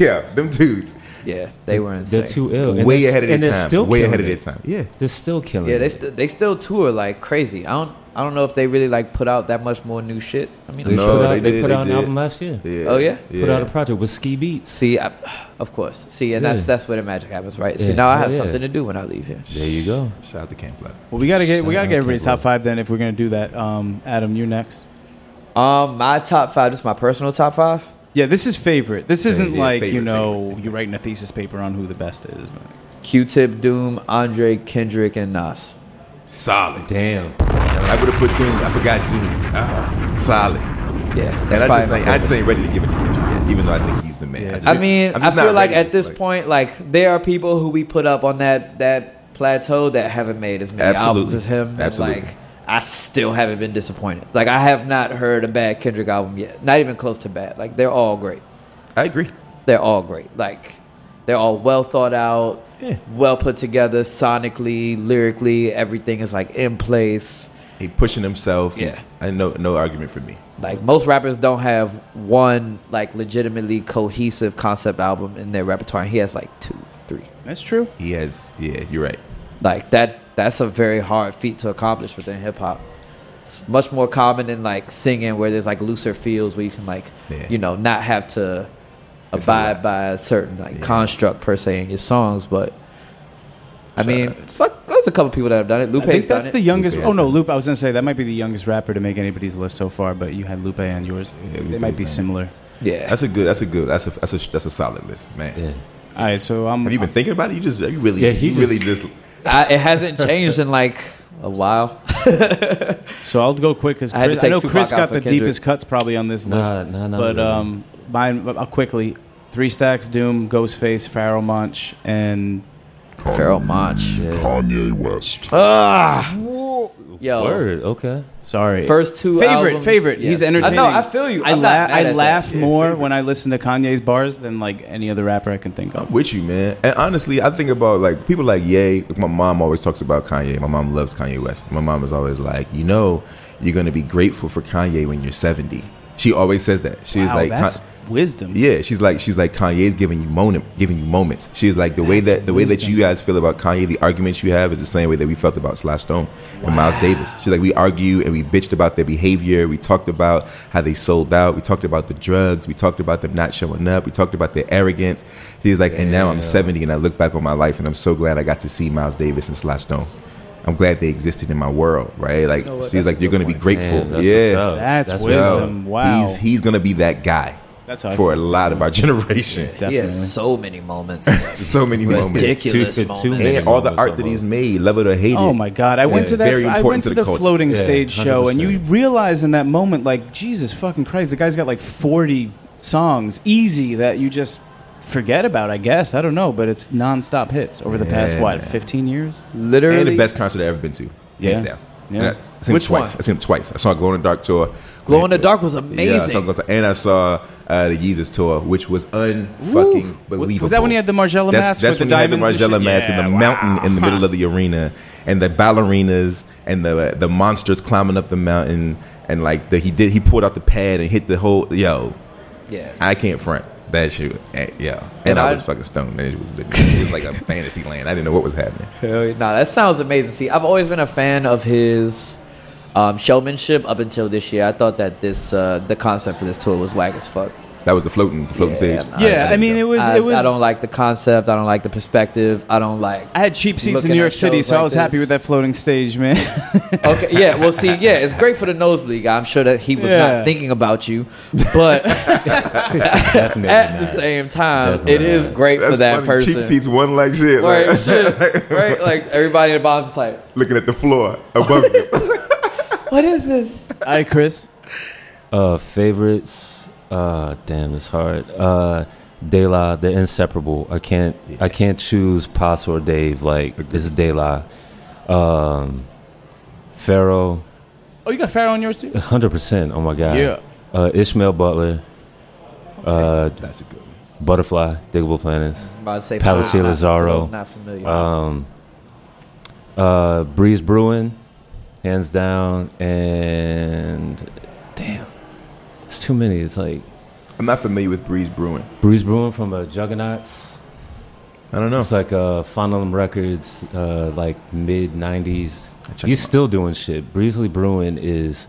Speaker 5: Yeah, them dudes.
Speaker 3: Yeah, they were insane.
Speaker 4: They're too ill. And
Speaker 5: Way
Speaker 4: they're-
Speaker 5: ahead of
Speaker 4: and
Speaker 5: their
Speaker 4: they're
Speaker 5: time.
Speaker 4: Still
Speaker 5: Way ahead of
Speaker 4: killing it.
Speaker 5: their time. Yeah.
Speaker 4: They're still killing
Speaker 3: Yeah,
Speaker 4: it.
Speaker 3: they still they still tour like crazy. I don't I don't know if they really like put out that much more new shit. I mean,
Speaker 4: They
Speaker 3: I'm
Speaker 4: No,
Speaker 3: sure
Speaker 4: put out- they they put out an did. album last year. Yeah.
Speaker 3: Oh yeah,
Speaker 4: Put out a project with Ski Beats.
Speaker 3: See, I, of course. See, and that's
Speaker 4: Yeah.
Speaker 3: that's where the magic happens, right? See,
Speaker 4: Yeah. Oh,
Speaker 3: now I have
Speaker 4: Yeah.
Speaker 3: something to do when I leave here.
Speaker 4: There you go.
Speaker 5: Shout out to Camp Low.
Speaker 6: Well, we gotta get we
Speaker 3: Shout
Speaker 6: gotta
Speaker 3: out
Speaker 6: get everybody's
Speaker 3: Kid Rock.
Speaker 6: top five then if we're gonna do that. Um, Adam, you next.
Speaker 3: Um, my top five. This is my personal top five.
Speaker 6: Yeah, this is favorite. This
Speaker 3: Yeah,
Speaker 6: isn't
Speaker 3: yeah,
Speaker 6: like you
Speaker 3: favorite,
Speaker 6: know you writing a thesis paper on who the best is. man.
Speaker 3: Q-Tip, Doom, Andre, Kendrick, and Nas.
Speaker 5: Solid.
Speaker 4: Damn.
Speaker 5: I would have put Doom. I forgot Doom. uh Solid.
Speaker 3: Yeah.
Speaker 5: And I
Speaker 3: that's
Speaker 5: just,
Speaker 3: probably
Speaker 5: ain't,
Speaker 3: my
Speaker 5: I just ain't ready to give it to Kendrick yet, even though I think he's the man. just-
Speaker 3: I mean,
Speaker 5: I'm
Speaker 3: I
Speaker 5: just
Speaker 3: feel
Speaker 5: not
Speaker 3: like
Speaker 5: ready.
Speaker 3: at this point, like there are people who we put up on that that plateau that haven't made as many
Speaker 5: Absolutely.
Speaker 3: albums as him. and,
Speaker 5: Absolutely.
Speaker 3: like I still haven't been disappointed. Like I have not heard a bad Kendrick album yet. Not even close to bad. Like they're all great.
Speaker 5: I agree.
Speaker 3: They're all great. Like they're all well thought out, well put together, sonically, lyrically, everything is like in place.
Speaker 5: He pushing himself.
Speaker 3: Yeah.
Speaker 5: Yeah. I no no argument for me.
Speaker 3: Like most rappers don't have one like legitimately cohesive concept album in their repertoire. He has like two, three.
Speaker 6: That's true.
Speaker 5: He has yeah, you're right.
Speaker 3: Like that that's a very hard feat to accomplish within hip hop. It's much more common in like singing where there's like looser feels where you can like you know, not have to abide by a certain like construct per se in your songs, but I mean, it's like, there's a couple people that have done it. Lupe's
Speaker 6: I think
Speaker 3: done
Speaker 6: that's
Speaker 3: it.
Speaker 6: the youngest. Oh no, Lupe. I was gonna say that might be the youngest rapper to make anybody's list so far, but you had Lupe on yours. it might be similar.
Speaker 3: Yeah,
Speaker 5: that's a good. That's a good. That's a that's a that's a solid list, man.
Speaker 6: All right, so I'm.
Speaker 5: Have you been thinking about it? You just you really
Speaker 3: Yeah, he
Speaker 5: you
Speaker 3: just-
Speaker 5: really just
Speaker 3: I, it hasn't changed in like a while.
Speaker 6: so I'll go quick because
Speaker 3: I had to
Speaker 6: Chris, I,
Speaker 3: take
Speaker 6: know
Speaker 3: Tupac
Speaker 6: Chris
Speaker 3: out
Speaker 6: got
Speaker 3: for
Speaker 6: the
Speaker 3: Kendrick.
Speaker 6: deepest cuts probably on this
Speaker 4: Nah,
Speaker 6: list.
Speaker 4: nah, not
Speaker 6: but
Speaker 4: really.
Speaker 6: um, mine uh, quickly: Three Stacks, Doom, Ghostface, Pharrell Monch, and
Speaker 3: Pharrell Monch,
Speaker 6: Kanye West.
Speaker 3: Ah, yo.
Speaker 4: Word. Okay.
Speaker 6: Sorry.
Speaker 3: First two
Speaker 6: favorite,
Speaker 3: albums,
Speaker 6: favorite.
Speaker 3: yes.
Speaker 6: He's entertaining.
Speaker 3: I know, I feel you.
Speaker 6: I,
Speaker 3: I'm
Speaker 6: la-
Speaker 3: not mad at
Speaker 6: I
Speaker 3: that.
Speaker 6: laugh more when I listen to Kanye's bars than like any other rapper I can think of.
Speaker 5: with you, man. And honestly, I think about like people like Ye. Like my mom always talks about Kanye. My mom loves Kanye West. My mom is always like, you know, you're gonna be grateful for Kanye when you're 70. She always says that. She's
Speaker 6: Wow,
Speaker 5: like,
Speaker 6: that's
Speaker 5: Kan-
Speaker 6: wisdom.
Speaker 5: yeah, she's like, she's like Kanye's giving you moment, giving you moments. She's like the way
Speaker 6: That's
Speaker 5: that the way that
Speaker 6: wisdom.
Speaker 5: you guys feel about Kanye, the arguments you have is the same way that we felt about Slash Stone and Miles Davis. She's like, we argue and we bitched about their behavior. We talked about how they sold out. We talked about the drugs. We talked about them not showing up. We talked about their arrogance. She's like, and now I'm 70 and I look back on my life and I'm so glad I got to see Miles Davis and Slash Stone. I'm glad they existed in my world, right? Like,
Speaker 6: know what?
Speaker 5: she's
Speaker 6: That's a
Speaker 5: like, you're going to be grateful.
Speaker 4: Man, that's what's
Speaker 5: yeah.
Speaker 4: up. That's That's
Speaker 6: what's wisdom. up. Wow.
Speaker 5: He's, he's going to be that guy
Speaker 6: That's how I
Speaker 5: for a
Speaker 6: feel,
Speaker 5: lot of our generation.
Speaker 3: He has so many moments.
Speaker 5: so many moments.
Speaker 3: Ridiculous Too- too moments. many
Speaker 5: And all the
Speaker 3: moments
Speaker 5: art that he's made, love it or hate it.
Speaker 6: Oh my God! I went
Speaker 5: is
Speaker 6: to that.
Speaker 5: very
Speaker 6: I
Speaker 5: important
Speaker 6: went to, the,
Speaker 5: culture.
Speaker 6: floating stage show, and you realize in that moment, like Jesus fucking Christ, the guy's got like forty songs easy that you just forget about. I guess I don't know, but it's nonstop hits over the past
Speaker 5: Yeah,
Speaker 6: what
Speaker 5: man.
Speaker 6: fifteen years.
Speaker 3: Literally,
Speaker 5: and the best concert I've ever been to, hands
Speaker 6: Yeah.
Speaker 5: down.
Speaker 6: Yeah.
Speaker 5: And I- I seen him
Speaker 3: Which
Speaker 5: twice.
Speaker 3: one?
Speaker 5: I seen him twice. I saw a Glow in the Dark tour.
Speaker 3: Glow in the Dark was
Speaker 5: Yeah, I saw
Speaker 3: amazing.
Speaker 5: Glow in the Dark- and I saw uh, the Yeezus tour, which was
Speaker 6: Woo.
Speaker 5: unfucking believable.
Speaker 6: Was that when he had the Margiela
Speaker 5: that's,
Speaker 6: mask?
Speaker 5: That's
Speaker 6: with
Speaker 5: when
Speaker 6: the
Speaker 5: he had the
Speaker 6: diamonds and
Speaker 5: Margiela
Speaker 6: shit?
Speaker 5: mask
Speaker 6: Yeah,
Speaker 5: and the
Speaker 6: wow.
Speaker 5: mountain in the middle of the arena, and the ballerinas and the the monsters climbing up the mountain, and like the, he did, he pulled out the pad and hit the whole yo.
Speaker 3: Yeah.
Speaker 5: I can't front that shit. eh, Yeah, and,
Speaker 3: And
Speaker 5: I,
Speaker 3: I-
Speaker 5: was fucking stoned. And it was, it was like a fantasy land. I didn't know what was happening.
Speaker 3: Hell yeah. Nah, that sounds amazing. See, I've always been a fan of his um, showmanship up until this year. I thought that this uh, the concept for this tour was whack as fuck.
Speaker 5: That was the floating, the floating stage.
Speaker 3: nah,
Speaker 6: Yeah, I mean, it was-
Speaker 3: I,
Speaker 6: it was-
Speaker 3: I don't like the concept. I don't like the perspective. I don't like.
Speaker 6: I had cheap seats
Speaker 3: looking
Speaker 6: in New
Speaker 3: at
Speaker 6: York City,
Speaker 3: shows
Speaker 6: so I
Speaker 3: like
Speaker 6: was
Speaker 3: this.
Speaker 6: happy with that floating stage, man.
Speaker 3: Okay, yeah. Well, see, yeah, it's great for the nosebleed guy. I'm sure that he was
Speaker 6: Yeah.
Speaker 3: not thinking about you, but at the same time, it is great for that
Speaker 5: funny.
Speaker 3: person.
Speaker 5: Cheap seats, one like shit.
Speaker 3: Right,
Speaker 5: like,
Speaker 3: shit, right? Like everybody at the bottom's just like,
Speaker 5: looking at the floor above you.
Speaker 3: what is this?
Speaker 6: Hi, Chris.
Speaker 4: Uh, favorites. Uh, damn, it's hard. Uh, De La, they're inseparable. I can't. I can't choose Paso or Dave. Like it's De La. Um, Pharaoh,
Speaker 6: Oh, you got Pharaoh on yours too.
Speaker 4: hundred percent. Oh my god.
Speaker 6: Yeah.
Speaker 4: Uh, Ishmael Butler. Uh,
Speaker 5: That's a good one.
Speaker 4: Butterfly, Diggable Planets.
Speaker 3: I'm about to say Butterfly, for
Speaker 4: Palisade
Speaker 3: those
Speaker 4: Lazaro.
Speaker 3: not familiar.
Speaker 4: Um, uh, Breeze Brewing, hands down, and damn, it's too many. It's like
Speaker 5: I'm not familiar with Breeze Brewing.
Speaker 4: Breeze Brewing from uh, Juggernauts.
Speaker 5: I don't know.
Speaker 4: It's like uh, Fondelum Records, uh, like mid '90s.
Speaker 5: check
Speaker 4: He's still doing shit. Breezley Brewing is.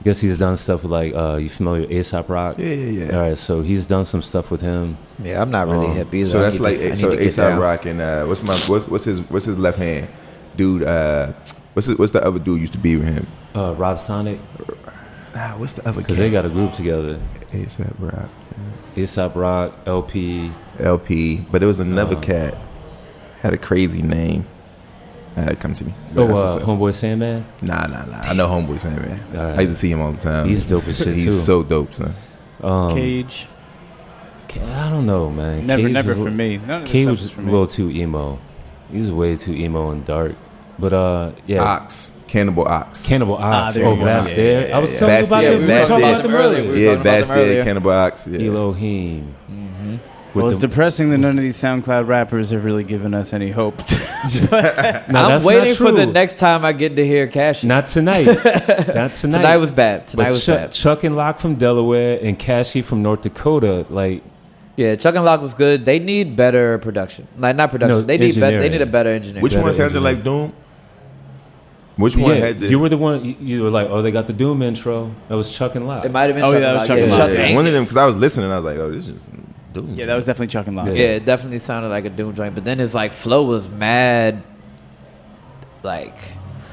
Speaker 4: I guess he's done stuff with like uh, you familiar with Aesop Rock?
Speaker 5: Yeah, yeah, yeah.
Speaker 4: All right, so he's done some stuff with him.
Speaker 3: yeah, I'm not really
Speaker 4: um,
Speaker 3: hip either.
Speaker 5: So
Speaker 3: I
Speaker 5: that's
Speaker 3: need
Speaker 5: like
Speaker 3: to, I need
Speaker 5: so
Speaker 3: to get
Speaker 5: ASAP
Speaker 3: down.
Speaker 5: Rock and uh, what's my what's what's his what's his left hand dude? Uh, what's his, what's the other dude used to be with him?
Speaker 4: Uh, Rob Sonic,
Speaker 5: Nah, what's the other?
Speaker 4: because they got a group together.
Speaker 5: ASAP Rock,
Speaker 4: Aesop Rock, Um, LP.
Speaker 5: LP, but it was
Speaker 4: Uh.
Speaker 5: another cat had a crazy name. Uh, come to me.
Speaker 4: Oh,
Speaker 5: That's what's
Speaker 4: uh,
Speaker 5: up.
Speaker 4: Homeboy Sandman.
Speaker 5: nah, nah, nah. I know Homeboy Sandman.
Speaker 4: Alright.
Speaker 5: I used to see him all the time.
Speaker 4: He's dope as shit,
Speaker 5: He's
Speaker 4: too.
Speaker 5: so dope, son.
Speaker 4: Um,
Speaker 6: Cage.
Speaker 4: Ca- I don't know, man.
Speaker 6: Never-
Speaker 4: Cage
Speaker 6: never
Speaker 4: was a
Speaker 6: for
Speaker 4: li-
Speaker 6: me. None of this
Speaker 4: Cage
Speaker 6: stuff
Speaker 4: was
Speaker 6: was for
Speaker 4: a
Speaker 6: me.
Speaker 4: little too emo. He's way too emo and dark. But uh, yeah,
Speaker 5: Ox, Cannibal Ox.
Speaker 4: Cannibal Ox.
Speaker 6: Ah, there
Speaker 4: oh,
Speaker 6: you go.
Speaker 4: Vast
Speaker 6: Yeah,
Speaker 4: Air.
Speaker 6: yeah,
Speaker 4: I was
Speaker 6: yeah,
Speaker 4: telling you about
Speaker 5: yeah.
Speaker 4: that. We were
Speaker 5: Vast
Speaker 4: talking
Speaker 5: Air.
Speaker 4: about them
Speaker 3: We were talking
Speaker 4: earlier.
Speaker 3: about
Speaker 5: yeah,
Speaker 3: them
Speaker 5: Vast
Speaker 3: earlier.
Speaker 5: Dead, Cannibal Ox. Yeah.
Speaker 4: Elohim.
Speaker 6: Mm-hmm. Well, it's
Speaker 4: With the-
Speaker 6: depressing that none of these SoundCloud rappers have really given us any hope. But-
Speaker 4: No,
Speaker 3: I'm
Speaker 4: that's
Speaker 3: waiting
Speaker 4: not
Speaker 3: for the
Speaker 4: true.
Speaker 3: next time I get to hear Cash.
Speaker 4: Not tonight. Not tonight.
Speaker 3: Tonight was bad. Tonight
Speaker 4: But
Speaker 3: was
Speaker 4: Chuck,
Speaker 3: bad.
Speaker 4: Chuck and Locke from Delaware and Cassie from North Dakota. Like,
Speaker 3: Yeah, Chuck and Lock was good. They need better production. Like not production.
Speaker 4: No,
Speaker 3: they need better. They
Speaker 4: engineering.
Speaker 3: need a better engineer.
Speaker 5: Which
Speaker 4: Better
Speaker 5: one sounded
Speaker 4: engineer.
Speaker 5: like Doom? Which one
Speaker 4: yeah,
Speaker 5: had the?
Speaker 4: you were the one. you- You were like, oh, they got the Doom intro. That was Chuck and Locke.
Speaker 3: It might have been.
Speaker 6: Oh,
Speaker 3: Chuck
Speaker 6: yeah,
Speaker 3: and
Speaker 6: that
Speaker 3: Lock.
Speaker 6: was Chuck
Speaker 5: yeah,
Speaker 6: and
Speaker 3: yeah,
Speaker 6: Lock.
Speaker 5: yeah, one of them
Speaker 3: Angus.
Speaker 5: because I was listening. I was like, oh, this is
Speaker 3: doom.
Speaker 6: Yeah, that was definitely Chuck and Locke.
Speaker 3: Mm-hmm. Yeah. it definitely sounded like a doom joint. But then his like flow was mad, like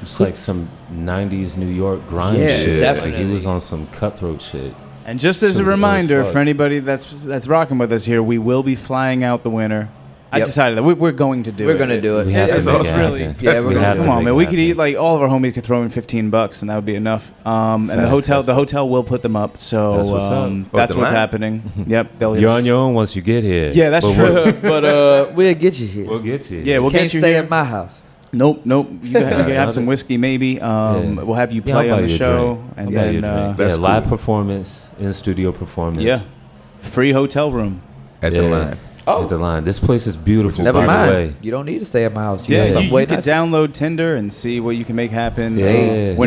Speaker 4: It's like some '90s New York grime
Speaker 6: Yeah,
Speaker 4: shit. Like
Speaker 6: definitely.
Speaker 4: he was on some cutthroat shit.
Speaker 6: And just as
Speaker 4: So
Speaker 6: a
Speaker 4: it was old as
Speaker 6: reminder
Speaker 4: fuck.
Speaker 6: for anybody that's that's rocking with us here, we will be flying out the winter. I
Speaker 3: Yep.
Speaker 6: decided that we, we're going to do
Speaker 3: We're
Speaker 6: it.
Speaker 3: gonna do it. We have to
Speaker 6: It's
Speaker 3: make it
Speaker 6: really,
Speaker 3: happen. Yeah, we're gonna do
Speaker 6: come
Speaker 3: it.
Speaker 6: on, man. We could
Speaker 3: happen.
Speaker 6: eat like all of our homies could throw in fifteen bucks, and that would be enough. Um, and the
Speaker 4: Facts.
Speaker 6: hotel, the hotel will put them up. So
Speaker 4: That's what's up.
Speaker 6: um,
Speaker 4: Oh,
Speaker 6: that's
Speaker 4: the
Speaker 6: what's
Speaker 4: line.
Speaker 6: happening. yep, they'll
Speaker 4: You're on your own once you get here.
Speaker 6: Yeah, that's
Speaker 4: But
Speaker 6: true.
Speaker 4: what-
Speaker 6: but uh,
Speaker 3: we'll get you here.
Speaker 4: We'll get you.
Speaker 6: Yeah, we'll
Speaker 3: Can't
Speaker 6: get you
Speaker 3: stay
Speaker 6: here.
Speaker 3: at my house.
Speaker 6: Nope, nope. You can, you can have
Speaker 4: Alright.
Speaker 6: some whiskey, maybe. Um, We'll have you
Speaker 4: Yeah,
Speaker 6: play
Speaker 4: I'll
Speaker 6: on
Speaker 4: buy
Speaker 6: the
Speaker 4: you a
Speaker 6: show,
Speaker 4: drink.
Speaker 6: and
Speaker 4: I'll buy you a
Speaker 6: then
Speaker 4: drink.
Speaker 6: uh,
Speaker 4: yeah, live performance, in studio performance.
Speaker 6: Yeah, free hotel room
Speaker 4: at
Speaker 6: the line.
Speaker 4: at the line. This place is beautiful.
Speaker 3: Never
Speaker 4: by
Speaker 3: mind.
Speaker 4: The way.
Speaker 3: You don't need to stay at my house. You
Speaker 6: Yeah,
Speaker 3: have
Speaker 6: you,
Speaker 3: something
Speaker 6: you
Speaker 3: way
Speaker 6: could
Speaker 3: nice.
Speaker 6: download Tinder and see what you can make happen.
Speaker 3: Yeah.
Speaker 6: Uh, we're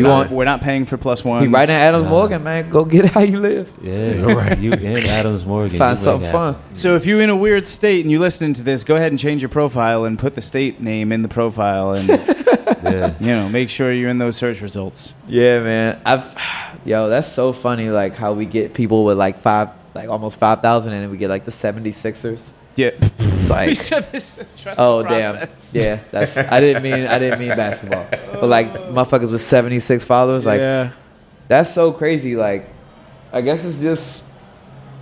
Speaker 3: You
Speaker 6: not
Speaker 3: want-
Speaker 6: we're not paying for plus one.
Speaker 3: He right in Adams Morgan, man. Go get it how you live.
Speaker 4: Yeah, you're right. You in Adams Morgan.
Speaker 3: Find
Speaker 4: You
Speaker 3: something
Speaker 4: ain't
Speaker 3: fun.
Speaker 6: So if you're in a weird state and you listen to this, go ahead and change your profile and put the state name in the profile and you know make sure you're in those search results.
Speaker 3: Yeah, man. I've yo, that's so funny. Like how we get people with like five, like almost five thousand, and then we get like the 76ers.
Speaker 6: Yeah,
Speaker 3: it's like
Speaker 6: We said this, trust the
Speaker 3: oh
Speaker 6: process.
Speaker 3: damn, yeah. That's I didn't mean I didn't mean basketball, but like motherfuckers with 76 followers, like
Speaker 6: Oh. Yeah.
Speaker 3: that's so crazy. Like I guess it's just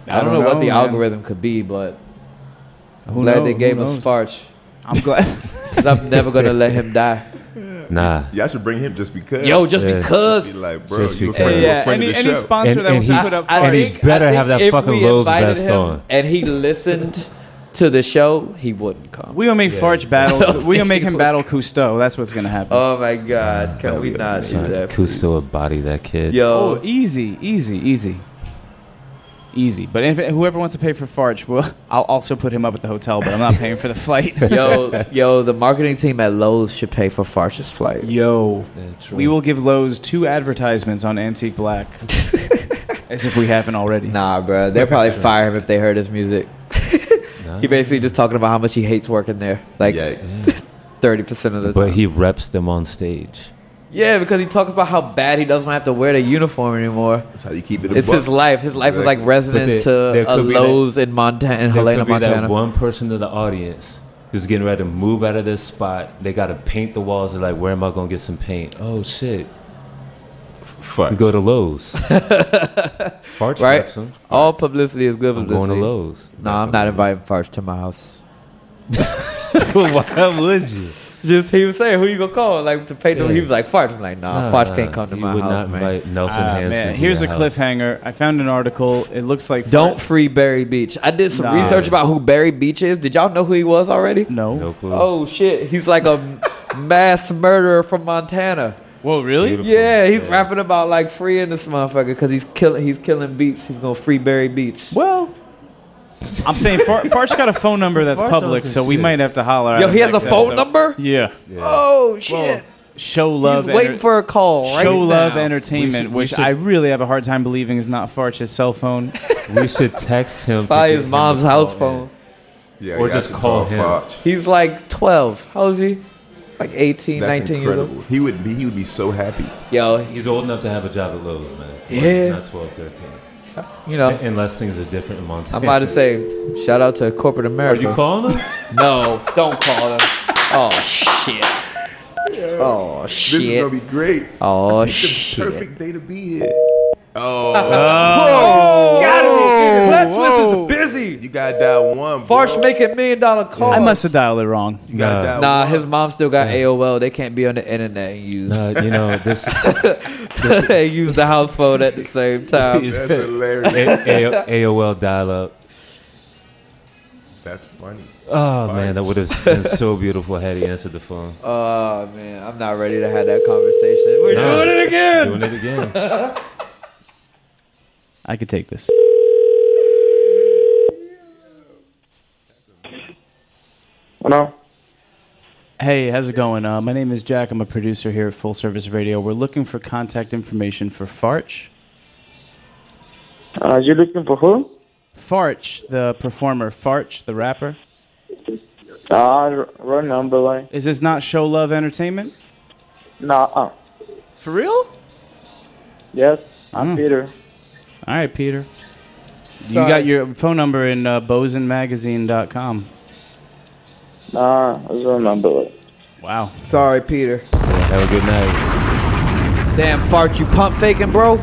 Speaker 3: I, don't, know, what the
Speaker 6: man.
Speaker 3: algorithm could be, but I'm
Speaker 6: Who
Speaker 3: glad they
Speaker 6: knows?
Speaker 3: gave
Speaker 6: Who
Speaker 3: us
Speaker 6: knows?
Speaker 3: Farch.
Speaker 6: I'm glad.
Speaker 3: 'Cause I'm never gonna let him die.
Speaker 4: Nah.
Speaker 5: Y'all should bring him just because.
Speaker 3: Yo, just
Speaker 4: Yeah.
Speaker 3: because.
Speaker 5: Be like, bro,
Speaker 4: Just
Speaker 5: you a
Speaker 4: because.
Speaker 5: friend,
Speaker 4: Yeah,
Speaker 5: a friend of
Speaker 4: any-
Speaker 5: the
Speaker 4: any
Speaker 5: show.
Speaker 4: sponsor And- that and wants to he- put up and he
Speaker 3: think-
Speaker 4: better have that
Speaker 3: if
Speaker 4: fucking
Speaker 3: we
Speaker 4: Lowe's
Speaker 3: invited
Speaker 4: vest
Speaker 3: him
Speaker 4: on.
Speaker 3: And he listened to the show, he wouldn't come.
Speaker 6: We gonna make
Speaker 3: Yeah.
Speaker 6: Farch
Speaker 3: I don't
Speaker 6: battle. We gonna
Speaker 3: think
Speaker 6: make
Speaker 3: he
Speaker 6: him battle Cousteau. That's what's gonna happen.
Speaker 3: Oh my god, can we not do
Speaker 4: Son,
Speaker 3: that?
Speaker 4: Kusto would body that kid.
Speaker 3: Yo.
Speaker 6: Oh, easy, easy, easy, easy. But if, whoever wants to pay for Farch, well, I'll also put him up at the hotel. But I'm not paying for the flight.
Speaker 3: yo, yo, the marketing team at Lowe's should pay for Farsh's flight.
Speaker 6: Yo, we will give Lowe's two advertisements on Antique Black, as if we haven't already.
Speaker 3: Nah, bro, they'll probably fire him if they heard his music. he basically just talking about how much he hates working there. Like thirty percent of the
Speaker 4: But
Speaker 3: time.
Speaker 4: he reps them on stage.
Speaker 3: Yeah, because he talks about how bad he doesn't have to wear the uniform anymore. That's
Speaker 5: how you keep
Speaker 3: It's his life. His life was like resident
Speaker 4: But there- there
Speaker 3: to a
Speaker 4: could be that-
Speaker 3: Lowe's in Montana, in
Speaker 4: there
Speaker 3: Helena,
Speaker 4: could be
Speaker 3: Montana.
Speaker 4: That one person in the audience who's getting ready to move out of this spot. They got to paint the walls. They're like, where am I going to get some paint? Oh shit.
Speaker 5: Fuck.
Speaker 4: Go to Lowe's. Farts
Speaker 3: right?
Speaker 4: reps 'em.
Speaker 3: All publicity is good
Speaker 4: I'm
Speaker 3: publicity.
Speaker 4: going to Lowe's.
Speaker 3: No, I'm not inviting Farsh to my house.
Speaker 4: Why would you?
Speaker 3: Just he was saying, who you gonna call? Like to pay them. He was like Farsh. I'm like, nah,
Speaker 4: Nah,
Speaker 3: Farsh
Speaker 4: nah,
Speaker 3: can't come to
Speaker 4: you
Speaker 3: my
Speaker 4: would
Speaker 3: house,
Speaker 4: not
Speaker 3: man.
Speaker 4: invite Nelson
Speaker 6: Ah,
Speaker 4: Hansen
Speaker 6: man,
Speaker 4: to
Speaker 6: here's a
Speaker 4: your house.
Speaker 6: cliffhanger. I found an article. It looks like
Speaker 3: Don't free Barry Beach. I did some
Speaker 6: Nah.
Speaker 3: research about who Barry Beach is. Did y'all know who he was already?
Speaker 6: No.
Speaker 4: No clue.
Speaker 3: Oh shit, he's like a mass murderer from Montana.
Speaker 6: Whoa, really?
Speaker 3: Yeah, he's rapping about like freeing this motherfucker because he's killing. He's killing beats. He's gonna free Barry Beach.
Speaker 6: Well, I'm saying Far- Farsh got a phone number that's
Speaker 3: Farsh
Speaker 6: public,
Speaker 3: owns
Speaker 6: so
Speaker 3: some
Speaker 6: we
Speaker 3: shit.
Speaker 6: might have to holler.
Speaker 3: Yo,
Speaker 6: at
Speaker 3: he
Speaker 6: him
Speaker 3: has a
Speaker 6: next
Speaker 3: phone
Speaker 6: episode.
Speaker 3: number?
Speaker 6: Yeah.
Speaker 3: Oh shit.
Speaker 6: Show love.
Speaker 3: He's waiting for a call right
Speaker 6: Show
Speaker 3: now.
Speaker 6: love
Speaker 4: We
Speaker 6: entertainment,
Speaker 4: should- we
Speaker 6: which
Speaker 4: should-
Speaker 6: I really have a hard time believing is not Farch's cell phone.
Speaker 4: we should text him. to
Speaker 3: By
Speaker 4: get
Speaker 3: his
Speaker 4: him
Speaker 3: mom's
Speaker 4: to
Speaker 3: house
Speaker 4: call in.
Speaker 3: phone.
Speaker 5: Yeah,
Speaker 4: or
Speaker 5: yeah, I
Speaker 4: just
Speaker 5: should call
Speaker 4: call, him.
Speaker 5: Farch.
Speaker 3: He's like 12. How old is he? Like 18,
Speaker 5: That's
Speaker 3: 19
Speaker 5: incredible.
Speaker 3: years old.
Speaker 5: He would be. He would be so happy.
Speaker 3: Yo,
Speaker 4: He's old enough to have a job at Lowe's, man. Come on,
Speaker 3: Yeah.
Speaker 4: He's not 12, 13.
Speaker 3: You know.
Speaker 4: Unless things are different in Montana.
Speaker 3: I'm about to say, shout out to corporate
Speaker 4: Are
Speaker 3: America.
Speaker 4: you calling him?
Speaker 3: No, don't call him. Oh shit. Oh shit.
Speaker 5: This is gonna be great.
Speaker 3: Oh
Speaker 5: It's the
Speaker 3: shit.
Speaker 5: perfect day to be here.
Speaker 3: Oh. Got it.
Speaker 5: Whoa.
Speaker 3: Plot twist is busy.
Speaker 5: You gotta dial one. bro.
Speaker 3: Farsh making million dollar calls.
Speaker 6: I must have dialed it wrong.
Speaker 5: You gotta dial
Speaker 3: Nah,
Speaker 5: one.
Speaker 3: his mom still got AOL. They can't be on the internet and use
Speaker 4: Uh, you know, this
Speaker 3: they use the house phone at the same time.
Speaker 5: That's hilarious.
Speaker 4: A- A- AOL dial up.
Speaker 5: That's funny.
Speaker 4: Oh, man, that would have been so beautiful had he answered the phone.
Speaker 3: Oh man, I'm not ready to have that conversation. We're
Speaker 4: No.
Speaker 3: doing it again.
Speaker 4: Doing it again.
Speaker 6: I could take this.
Speaker 9: Hello.
Speaker 6: Hey, how's it going? Uh, my name is Jack. I'm a producer here at Full Service Radio. We're looking for contact information for Farch.
Speaker 9: Uh, you're looking for who?
Speaker 6: Farch, the performer. Farch, the rapper.
Speaker 9: Uh, wrong number, like.
Speaker 6: Is this not Show Love Entertainment?
Speaker 9: Nah. Uh,
Speaker 6: For real?
Speaker 9: yes, I'm
Speaker 6: Mm.
Speaker 9: Peter.
Speaker 6: All right, Peter. You got
Speaker 9: Sorry.
Speaker 6: your phone number in uh, bosenmagazine.com.
Speaker 9: Nah, I just remember it.
Speaker 6: Wow.
Speaker 3: Sorry, Peter.
Speaker 4: Have a good night.
Speaker 3: Damn fart, you pump faking, bro.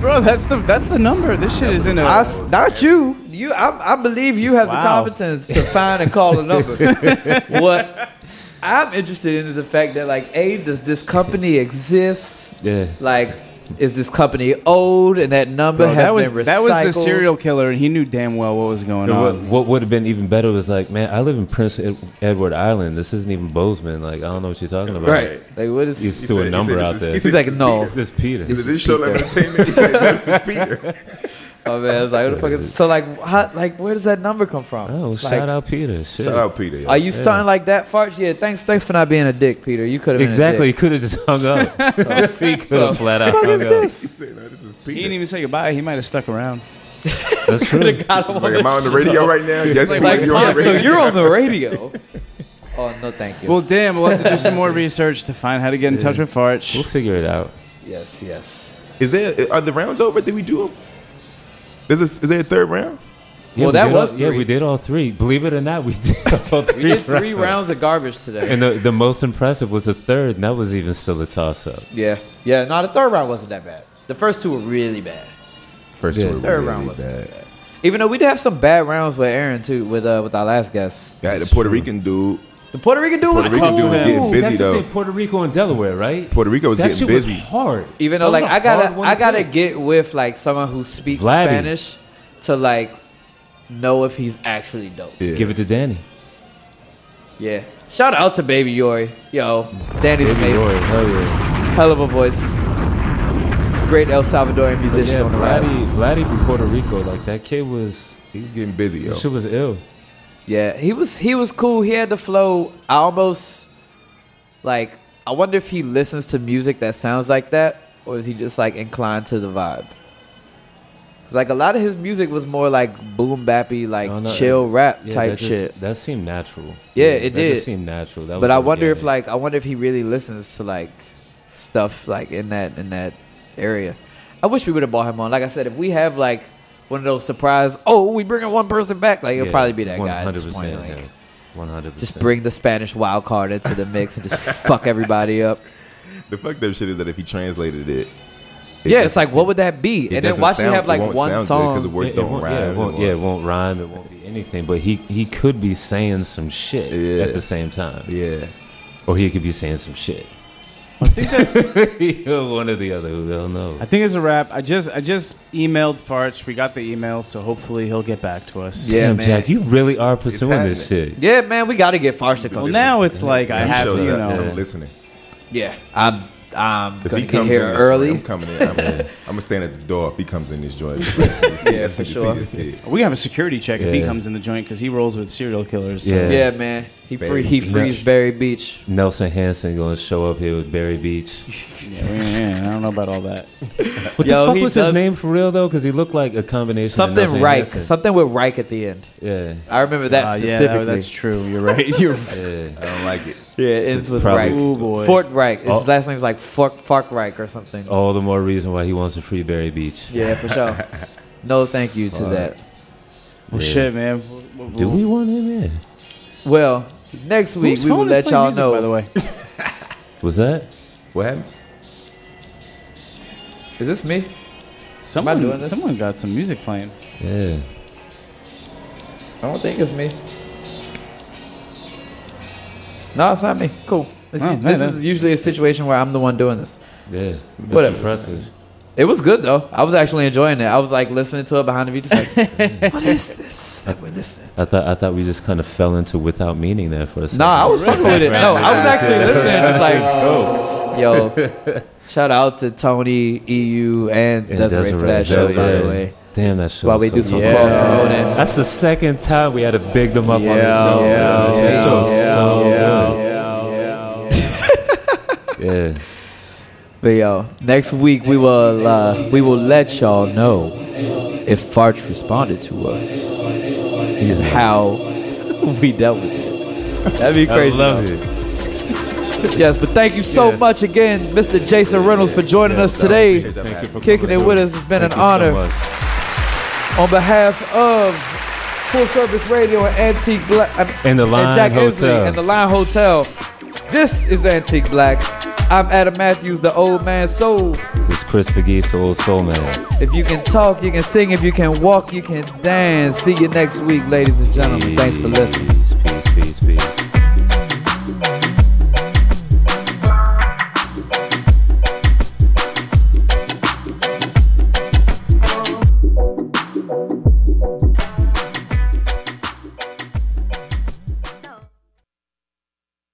Speaker 6: Bro, that's the that's the number. This shit is in a.
Speaker 3: I s- not you. You, I, I believe you have the
Speaker 6: Wow.
Speaker 3: competence to find and call a number. what I'm interested in is the fact that, like, a does this company exist?
Speaker 4: Yeah.
Speaker 3: Like, is this company old? And that number
Speaker 6: Bro,
Speaker 3: has
Speaker 6: that was
Speaker 3: been recycled.
Speaker 6: that was the serial killer, and he knew damn well what was going
Speaker 4: And what,
Speaker 6: on.
Speaker 4: what would have been even better was like, man, I live in Prince Ed- Edward Island. This isn't even Bozeman. Like, I don't know what you're talking about.
Speaker 3: Right. Like, what is-
Speaker 4: You
Speaker 3: He
Speaker 4: just threw
Speaker 3: said-
Speaker 4: a
Speaker 3: he
Speaker 4: number
Speaker 3: said this
Speaker 4: out
Speaker 3: is-
Speaker 4: there.
Speaker 3: he said He's like, this is no. Peter.
Speaker 4: This is Peter.
Speaker 3: This This is show Peter. entertainment, he said, this is Peter. Oh man, I was like, what the fuck is, so like, how, like, where does that number come from?
Speaker 4: Oh,
Speaker 3: Like,
Speaker 4: shout out Peter. Shit.
Speaker 3: Are you starting like that, Farts? Yeah, thanks, thanks for not being a dick, Peter. You could have
Speaker 4: Exactly.
Speaker 3: Been
Speaker 4: He could have just hung up.
Speaker 3: Oh,
Speaker 4: he could have flat out
Speaker 3: fuck
Speaker 4: hung
Speaker 3: is
Speaker 4: up.
Speaker 3: this?
Speaker 6: He didn't even say goodbye. He might have stuck around.
Speaker 4: That's true.
Speaker 6: Coulda got him
Speaker 5: Like, am I on the radio right now? Yes,
Speaker 6: Like,
Speaker 5: please, you're on the
Speaker 6: yeah, so
Speaker 5: radio.
Speaker 6: you're
Speaker 3: on the radio. oh no, thank you.
Speaker 6: Well, damn, we'll have to do some more research to find how to get in touch with Farch. We'll
Speaker 4: figure it out.
Speaker 3: Yes, yes.
Speaker 5: Is there are the rounds over? Did we do them? Is this is there a third round?
Speaker 4: Yeah, we did all, Yeah, we did all three. Believe it or not, we did all three.
Speaker 3: We did three
Speaker 4: rounds.
Speaker 3: rounds of garbage today.
Speaker 4: And the, the most impressive was the third, and that was even still a toss up.
Speaker 3: yeah, yeah. No, the third round wasn't that bad. The first two were really bad.
Speaker 5: First
Speaker 4: Yeah.
Speaker 5: two were
Speaker 3: Third
Speaker 5: really
Speaker 3: round wasn't
Speaker 5: bad.
Speaker 3: Even though we did have some bad rounds with Aaron too, with uh, with our last guest.
Speaker 5: Yeah, the Puerto Rican dude.
Speaker 3: The Puerto Rican dude was
Speaker 5: Puerto Rican dude
Speaker 3: cool.
Speaker 5: was getting busy
Speaker 4: That's
Speaker 5: though.
Speaker 4: the thing, Puerto Rico and Delaware, right?
Speaker 5: Puerto Rico was
Speaker 4: that
Speaker 5: getting
Speaker 4: shit
Speaker 5: busy.
Speaker 4: Was hard.
Speaker 3: Even though
Speaker 4: That was
Speaker 3: like
Speaker 4: a
Speaker 3: I
Speaker 4: hard
Speaker 3: gotta
Speaker 4: one
Speaker 3: I
Speaker 4: to
Speaker 3: gotta
Speaker 4: pick.
Speaker 3: get with like someone who speaks
Speaker 4: Vladdy.
Speaker 3: Spanish to like know if he's actually dope.
Speaker 4: Give it to Danny.
Speaker 3: Yeah. Shout out to Baby Yori. Yo, Danny's
Speaker 4: Baby
Speaker 3: amazing.
Speaker 4: Yori, hell yeah.
Speaker 3: Hell of a voice. Great El Salvadorian
Speaker 4: But
Speaker 3: musician
Speaker 4: yeah,
Speaker 3: on the rise.
Speaker 4: Vladdy, Vladdy from Puerto Rico, like that kid was.
Speaker 5: He was getting busy, yo.
Speaker 4: That shit was ill.
Speaker 3: Yeah, he was he was cool. He had the flow. I almost like I wonder if he listens to music that sounds like that or is he just like inclined to the vibe? Cuz like a lot of his music was more like boom bappy like
Speaker 4: I don't know,
Speaker 3: chill
Speaker 4: it-
Speaker 3: rap
Speaker 4: yeah,
Speaker 3: type
Speaker 4: that just-
Speaker 3: shit.
Speaker 4: That seemed natural.
Speaker 3: Yeah, it
Speaker 4: that
Speaker 3: did.
Speaker 4: Just seemed natural. That
Speaker 3: but
Speaker 4: was
Speaker 3: I
Speaker 4: what we
Speaker 3: wonder
Speaker 4: got.
Speaker 3: if like I wonder if he really listens to like stuff like in that in that area. I wish we would have bought him on. Like I said, if we have like one of those surprise, oh, we bringing one person back, like it'll
Speaker 4: Yeah,
Speaker 3: probably be that guy at this
Speaker 4: 100%
Speaker 3: point. Like,
Speaker 4: him. 100%.
Speaker 3: just bring the Spanish wild card into the mix and just fuck everybody up.
Speaker 5: The fucked up shit is that if he translated it,
Speaker 3: yeah, it's like what would that be? and then
Speaker 5: doesn't
Speaker 3: why should you
Speaker 5: sound-
Speaker 3: have
Speaker 5: it
Speaker 3: like
Speaker 5: won't
Speaker 3: one
Speaker 5: sound good
Speaker 3: song?
Speaker 5: 'cause the words
Speaker 4: it
Speaker 5: don't
Speaker 4: won't-
Speaker 5: rhyme,
Speaker 4: Yeah,
Speaker 5: it
Speaker 4: it won't,
Speaker 5: won't-
Speaker 4: yeah, it won't rhyme. It won't be anything. But he he could be saying some shit at the same time.
Speaker 5: Yeah.
Speaker 4: Or he could be saying some shit.
Speaker 6: I think that
Speaker 4: One or the other. We don't know.
Speaker 6: I think it's a wrap. I just I just emailed Farch. We got the email, so hopefully he'll get back to us.
Speaker 4: Damn, Jack, you really are pursuing this shit.
Speaker 3: Yeah, man, we got to get Farsh to come.
Speaker 6: Well, now it's like I
Speaker 5: He
Speaker 6: have
Speaker 5: shows
Speaker 6: to, you
Speaker 5: up,
Speaker 6: know.
Speaker 5: I'm listening.
Speaker 3: Yeah, I'm I'm
Speaker 5: If
Speaker 3: gonna
Speaker 5: he
Speaker 3: get
Speaker 5: comes in
Speaker 3: here
Speaker 5: this
Speaker 3: early.
Speaker 5: joint, I'm coming in. I'm, I'm gonna stand at the door if he comes in this joint. yeah,
Speaker 3: for sure.
Speaker 6: We have a security check if he
Speaker 4: Yeah.
Speaker 6: comes in the joint because he rolls with serial killers. so-
Speaker 4: Yeah.
Speaker 3: Yeah, man, he free, he frees Barry Beach.
Speaker 4: Nelson Hansen gonna show up here with Barry Beach.
Speaker 6: yeah, I don't know about all that.
Speaker 4: What
Speaker 3: Yo,
Speaker 4: the fuck
Speaker 3: he
Speaker 4: was
Speaker 3: does-
Speaker 4: his name for real though? Because he looked like a combination of
Speaker 3: something
Speaker 4: Nelson
Speaker 3: Reich,
Speaker 4: Hansen.
Speaker 3: something with Reich at the end.
Speaker 4: Yeah.
Speaker 3: I remember that
Speaker 6: Ah, yeah, that-
Speaker 3: specifically.
Speaker 6: that's true. You're right. You're right.
Speaker 5: I don't like it.
Speaker 3: Yeah, it ends with
Speaker 4: Probably-
Speaker 3: Reich.
Speaker 4: Ooh, boy.
Speaker 3: Fort Reich. His
Speaker 4: Oh.
Speaker 3: last name's like Fork, Fark Reich or something.
Speaker 4: All the more reason why he wants to free Barry Beach.
Speaker 3: Yeah, for sure. No, thank you to
Speaker 4: Fuck.
Speaker 3: that.
Speaker 6: Well, shit, man. W- w-
Speaker 4: Do we want him in?
Speaker 3: Well, next week
Speaker 6: Whose
Speaker 3: we will
Speaker 6: phone is
Speaker 3: let
Speaker 6: playing
Speaker 3: y'all
Speaker 6: music,
Speaker 3: know.
Speaker 6: by the way?
Speaker 4: Was that?
Speaker 5: What happened?
Speaker 3: Is this me?
Speaker 6: Someone,
Speaker 3: doing this?
Speaker 6: someone got some music playing.
Speaker 4: Yeah.
Speaker 3: I don't think it's me. No, it's not me. Cool. This,
Speaker 4: Oh,
Speaker 3: is-
Speaker 4: man,
Speaker 3: this
Speaker 4: that-
Speaker 3: is usually a situation where I'm the one doing this.
Speaker 4: Yeah. That's
Speaker 3: Whatever.
Speaker 4: impressive.
Speaker 3: It was good though. I was actually enjoying it. I was like listening to it behind the beat. Just like, what is this that we're listening?
Speaker 4: I thought I thought we just kind of fell into without meaning there for a second.
Speaker 3: No, I was fucking with it. No, I was actually listening. Just like, yo, shout out to Tony, EU, and
Speaker 4: And
Speaker 3: Desiree, for that show.
Speaker 4: Desiree,
Speaker 3: By the
Speaker 4: yeah.
Speaker 3: way,
Speaker 4: Damn, that show.
Speaker 3: While
Speaker 4: was
Speaker 3: we
Speaker 4: so
Speaker 3: do some
Speaker 4: good.
Speaker 3: cross promoting.
Speaker 4: That's the second time we had to big them up on the
Speaker 3: Yeah,
Speaker 4: show.
Speaker 3: yeah,
Speaker 4: man. That
Speaker 3: yeah,
Speaker 4: show was
Speaker 3: yeah,
Speaker 4: so good. yeah.
Speaker 3: But yo, next week we will uh, we will let y'all know if Farch responded to us is how we dealt with it. That'd be
Speaker 4: I
Speaker 3: crazy.
Speaker 4: love
Speaker 3: though. Yes, but thank you so much again, Mr. Jason Reynolds, for joining
Speaker 4: Yeah,
Speaker 3: us
Speaker 4: so I
Speaker 3: today.
Speaker 4: appreciate that, Thank man. you for
Speaker 3: Kicking it
Speaker 4: coming
Speaker 3: with
Speaker 4: through.
Speaker 3: us. It's been
Speaker 4: Thank
Speaker 3: an
Speaker 4: you so
Speaker 3: honor.
Speaker 4: much.
Speaker 3: on behalf of Full Service Radio and Antique Black
Speaker 4: And the Lion
Speaker 3: and Jack Inslee
Speaker 4: Hotel.
Speaker 3: and the Lion Hotel. This is Antique Black. I'm Adam Matthews, the old man soul.
Speaker 4: It's Chris Pagisa, old soul man.
Speaker 3: If you can talk, you can sing. If you can walk, you can dance. See you next week, ladies and gentlemen. Thanks for listening. Peace,
Speaker 4: peace, peace, peace.
Speaker 10: Thank you.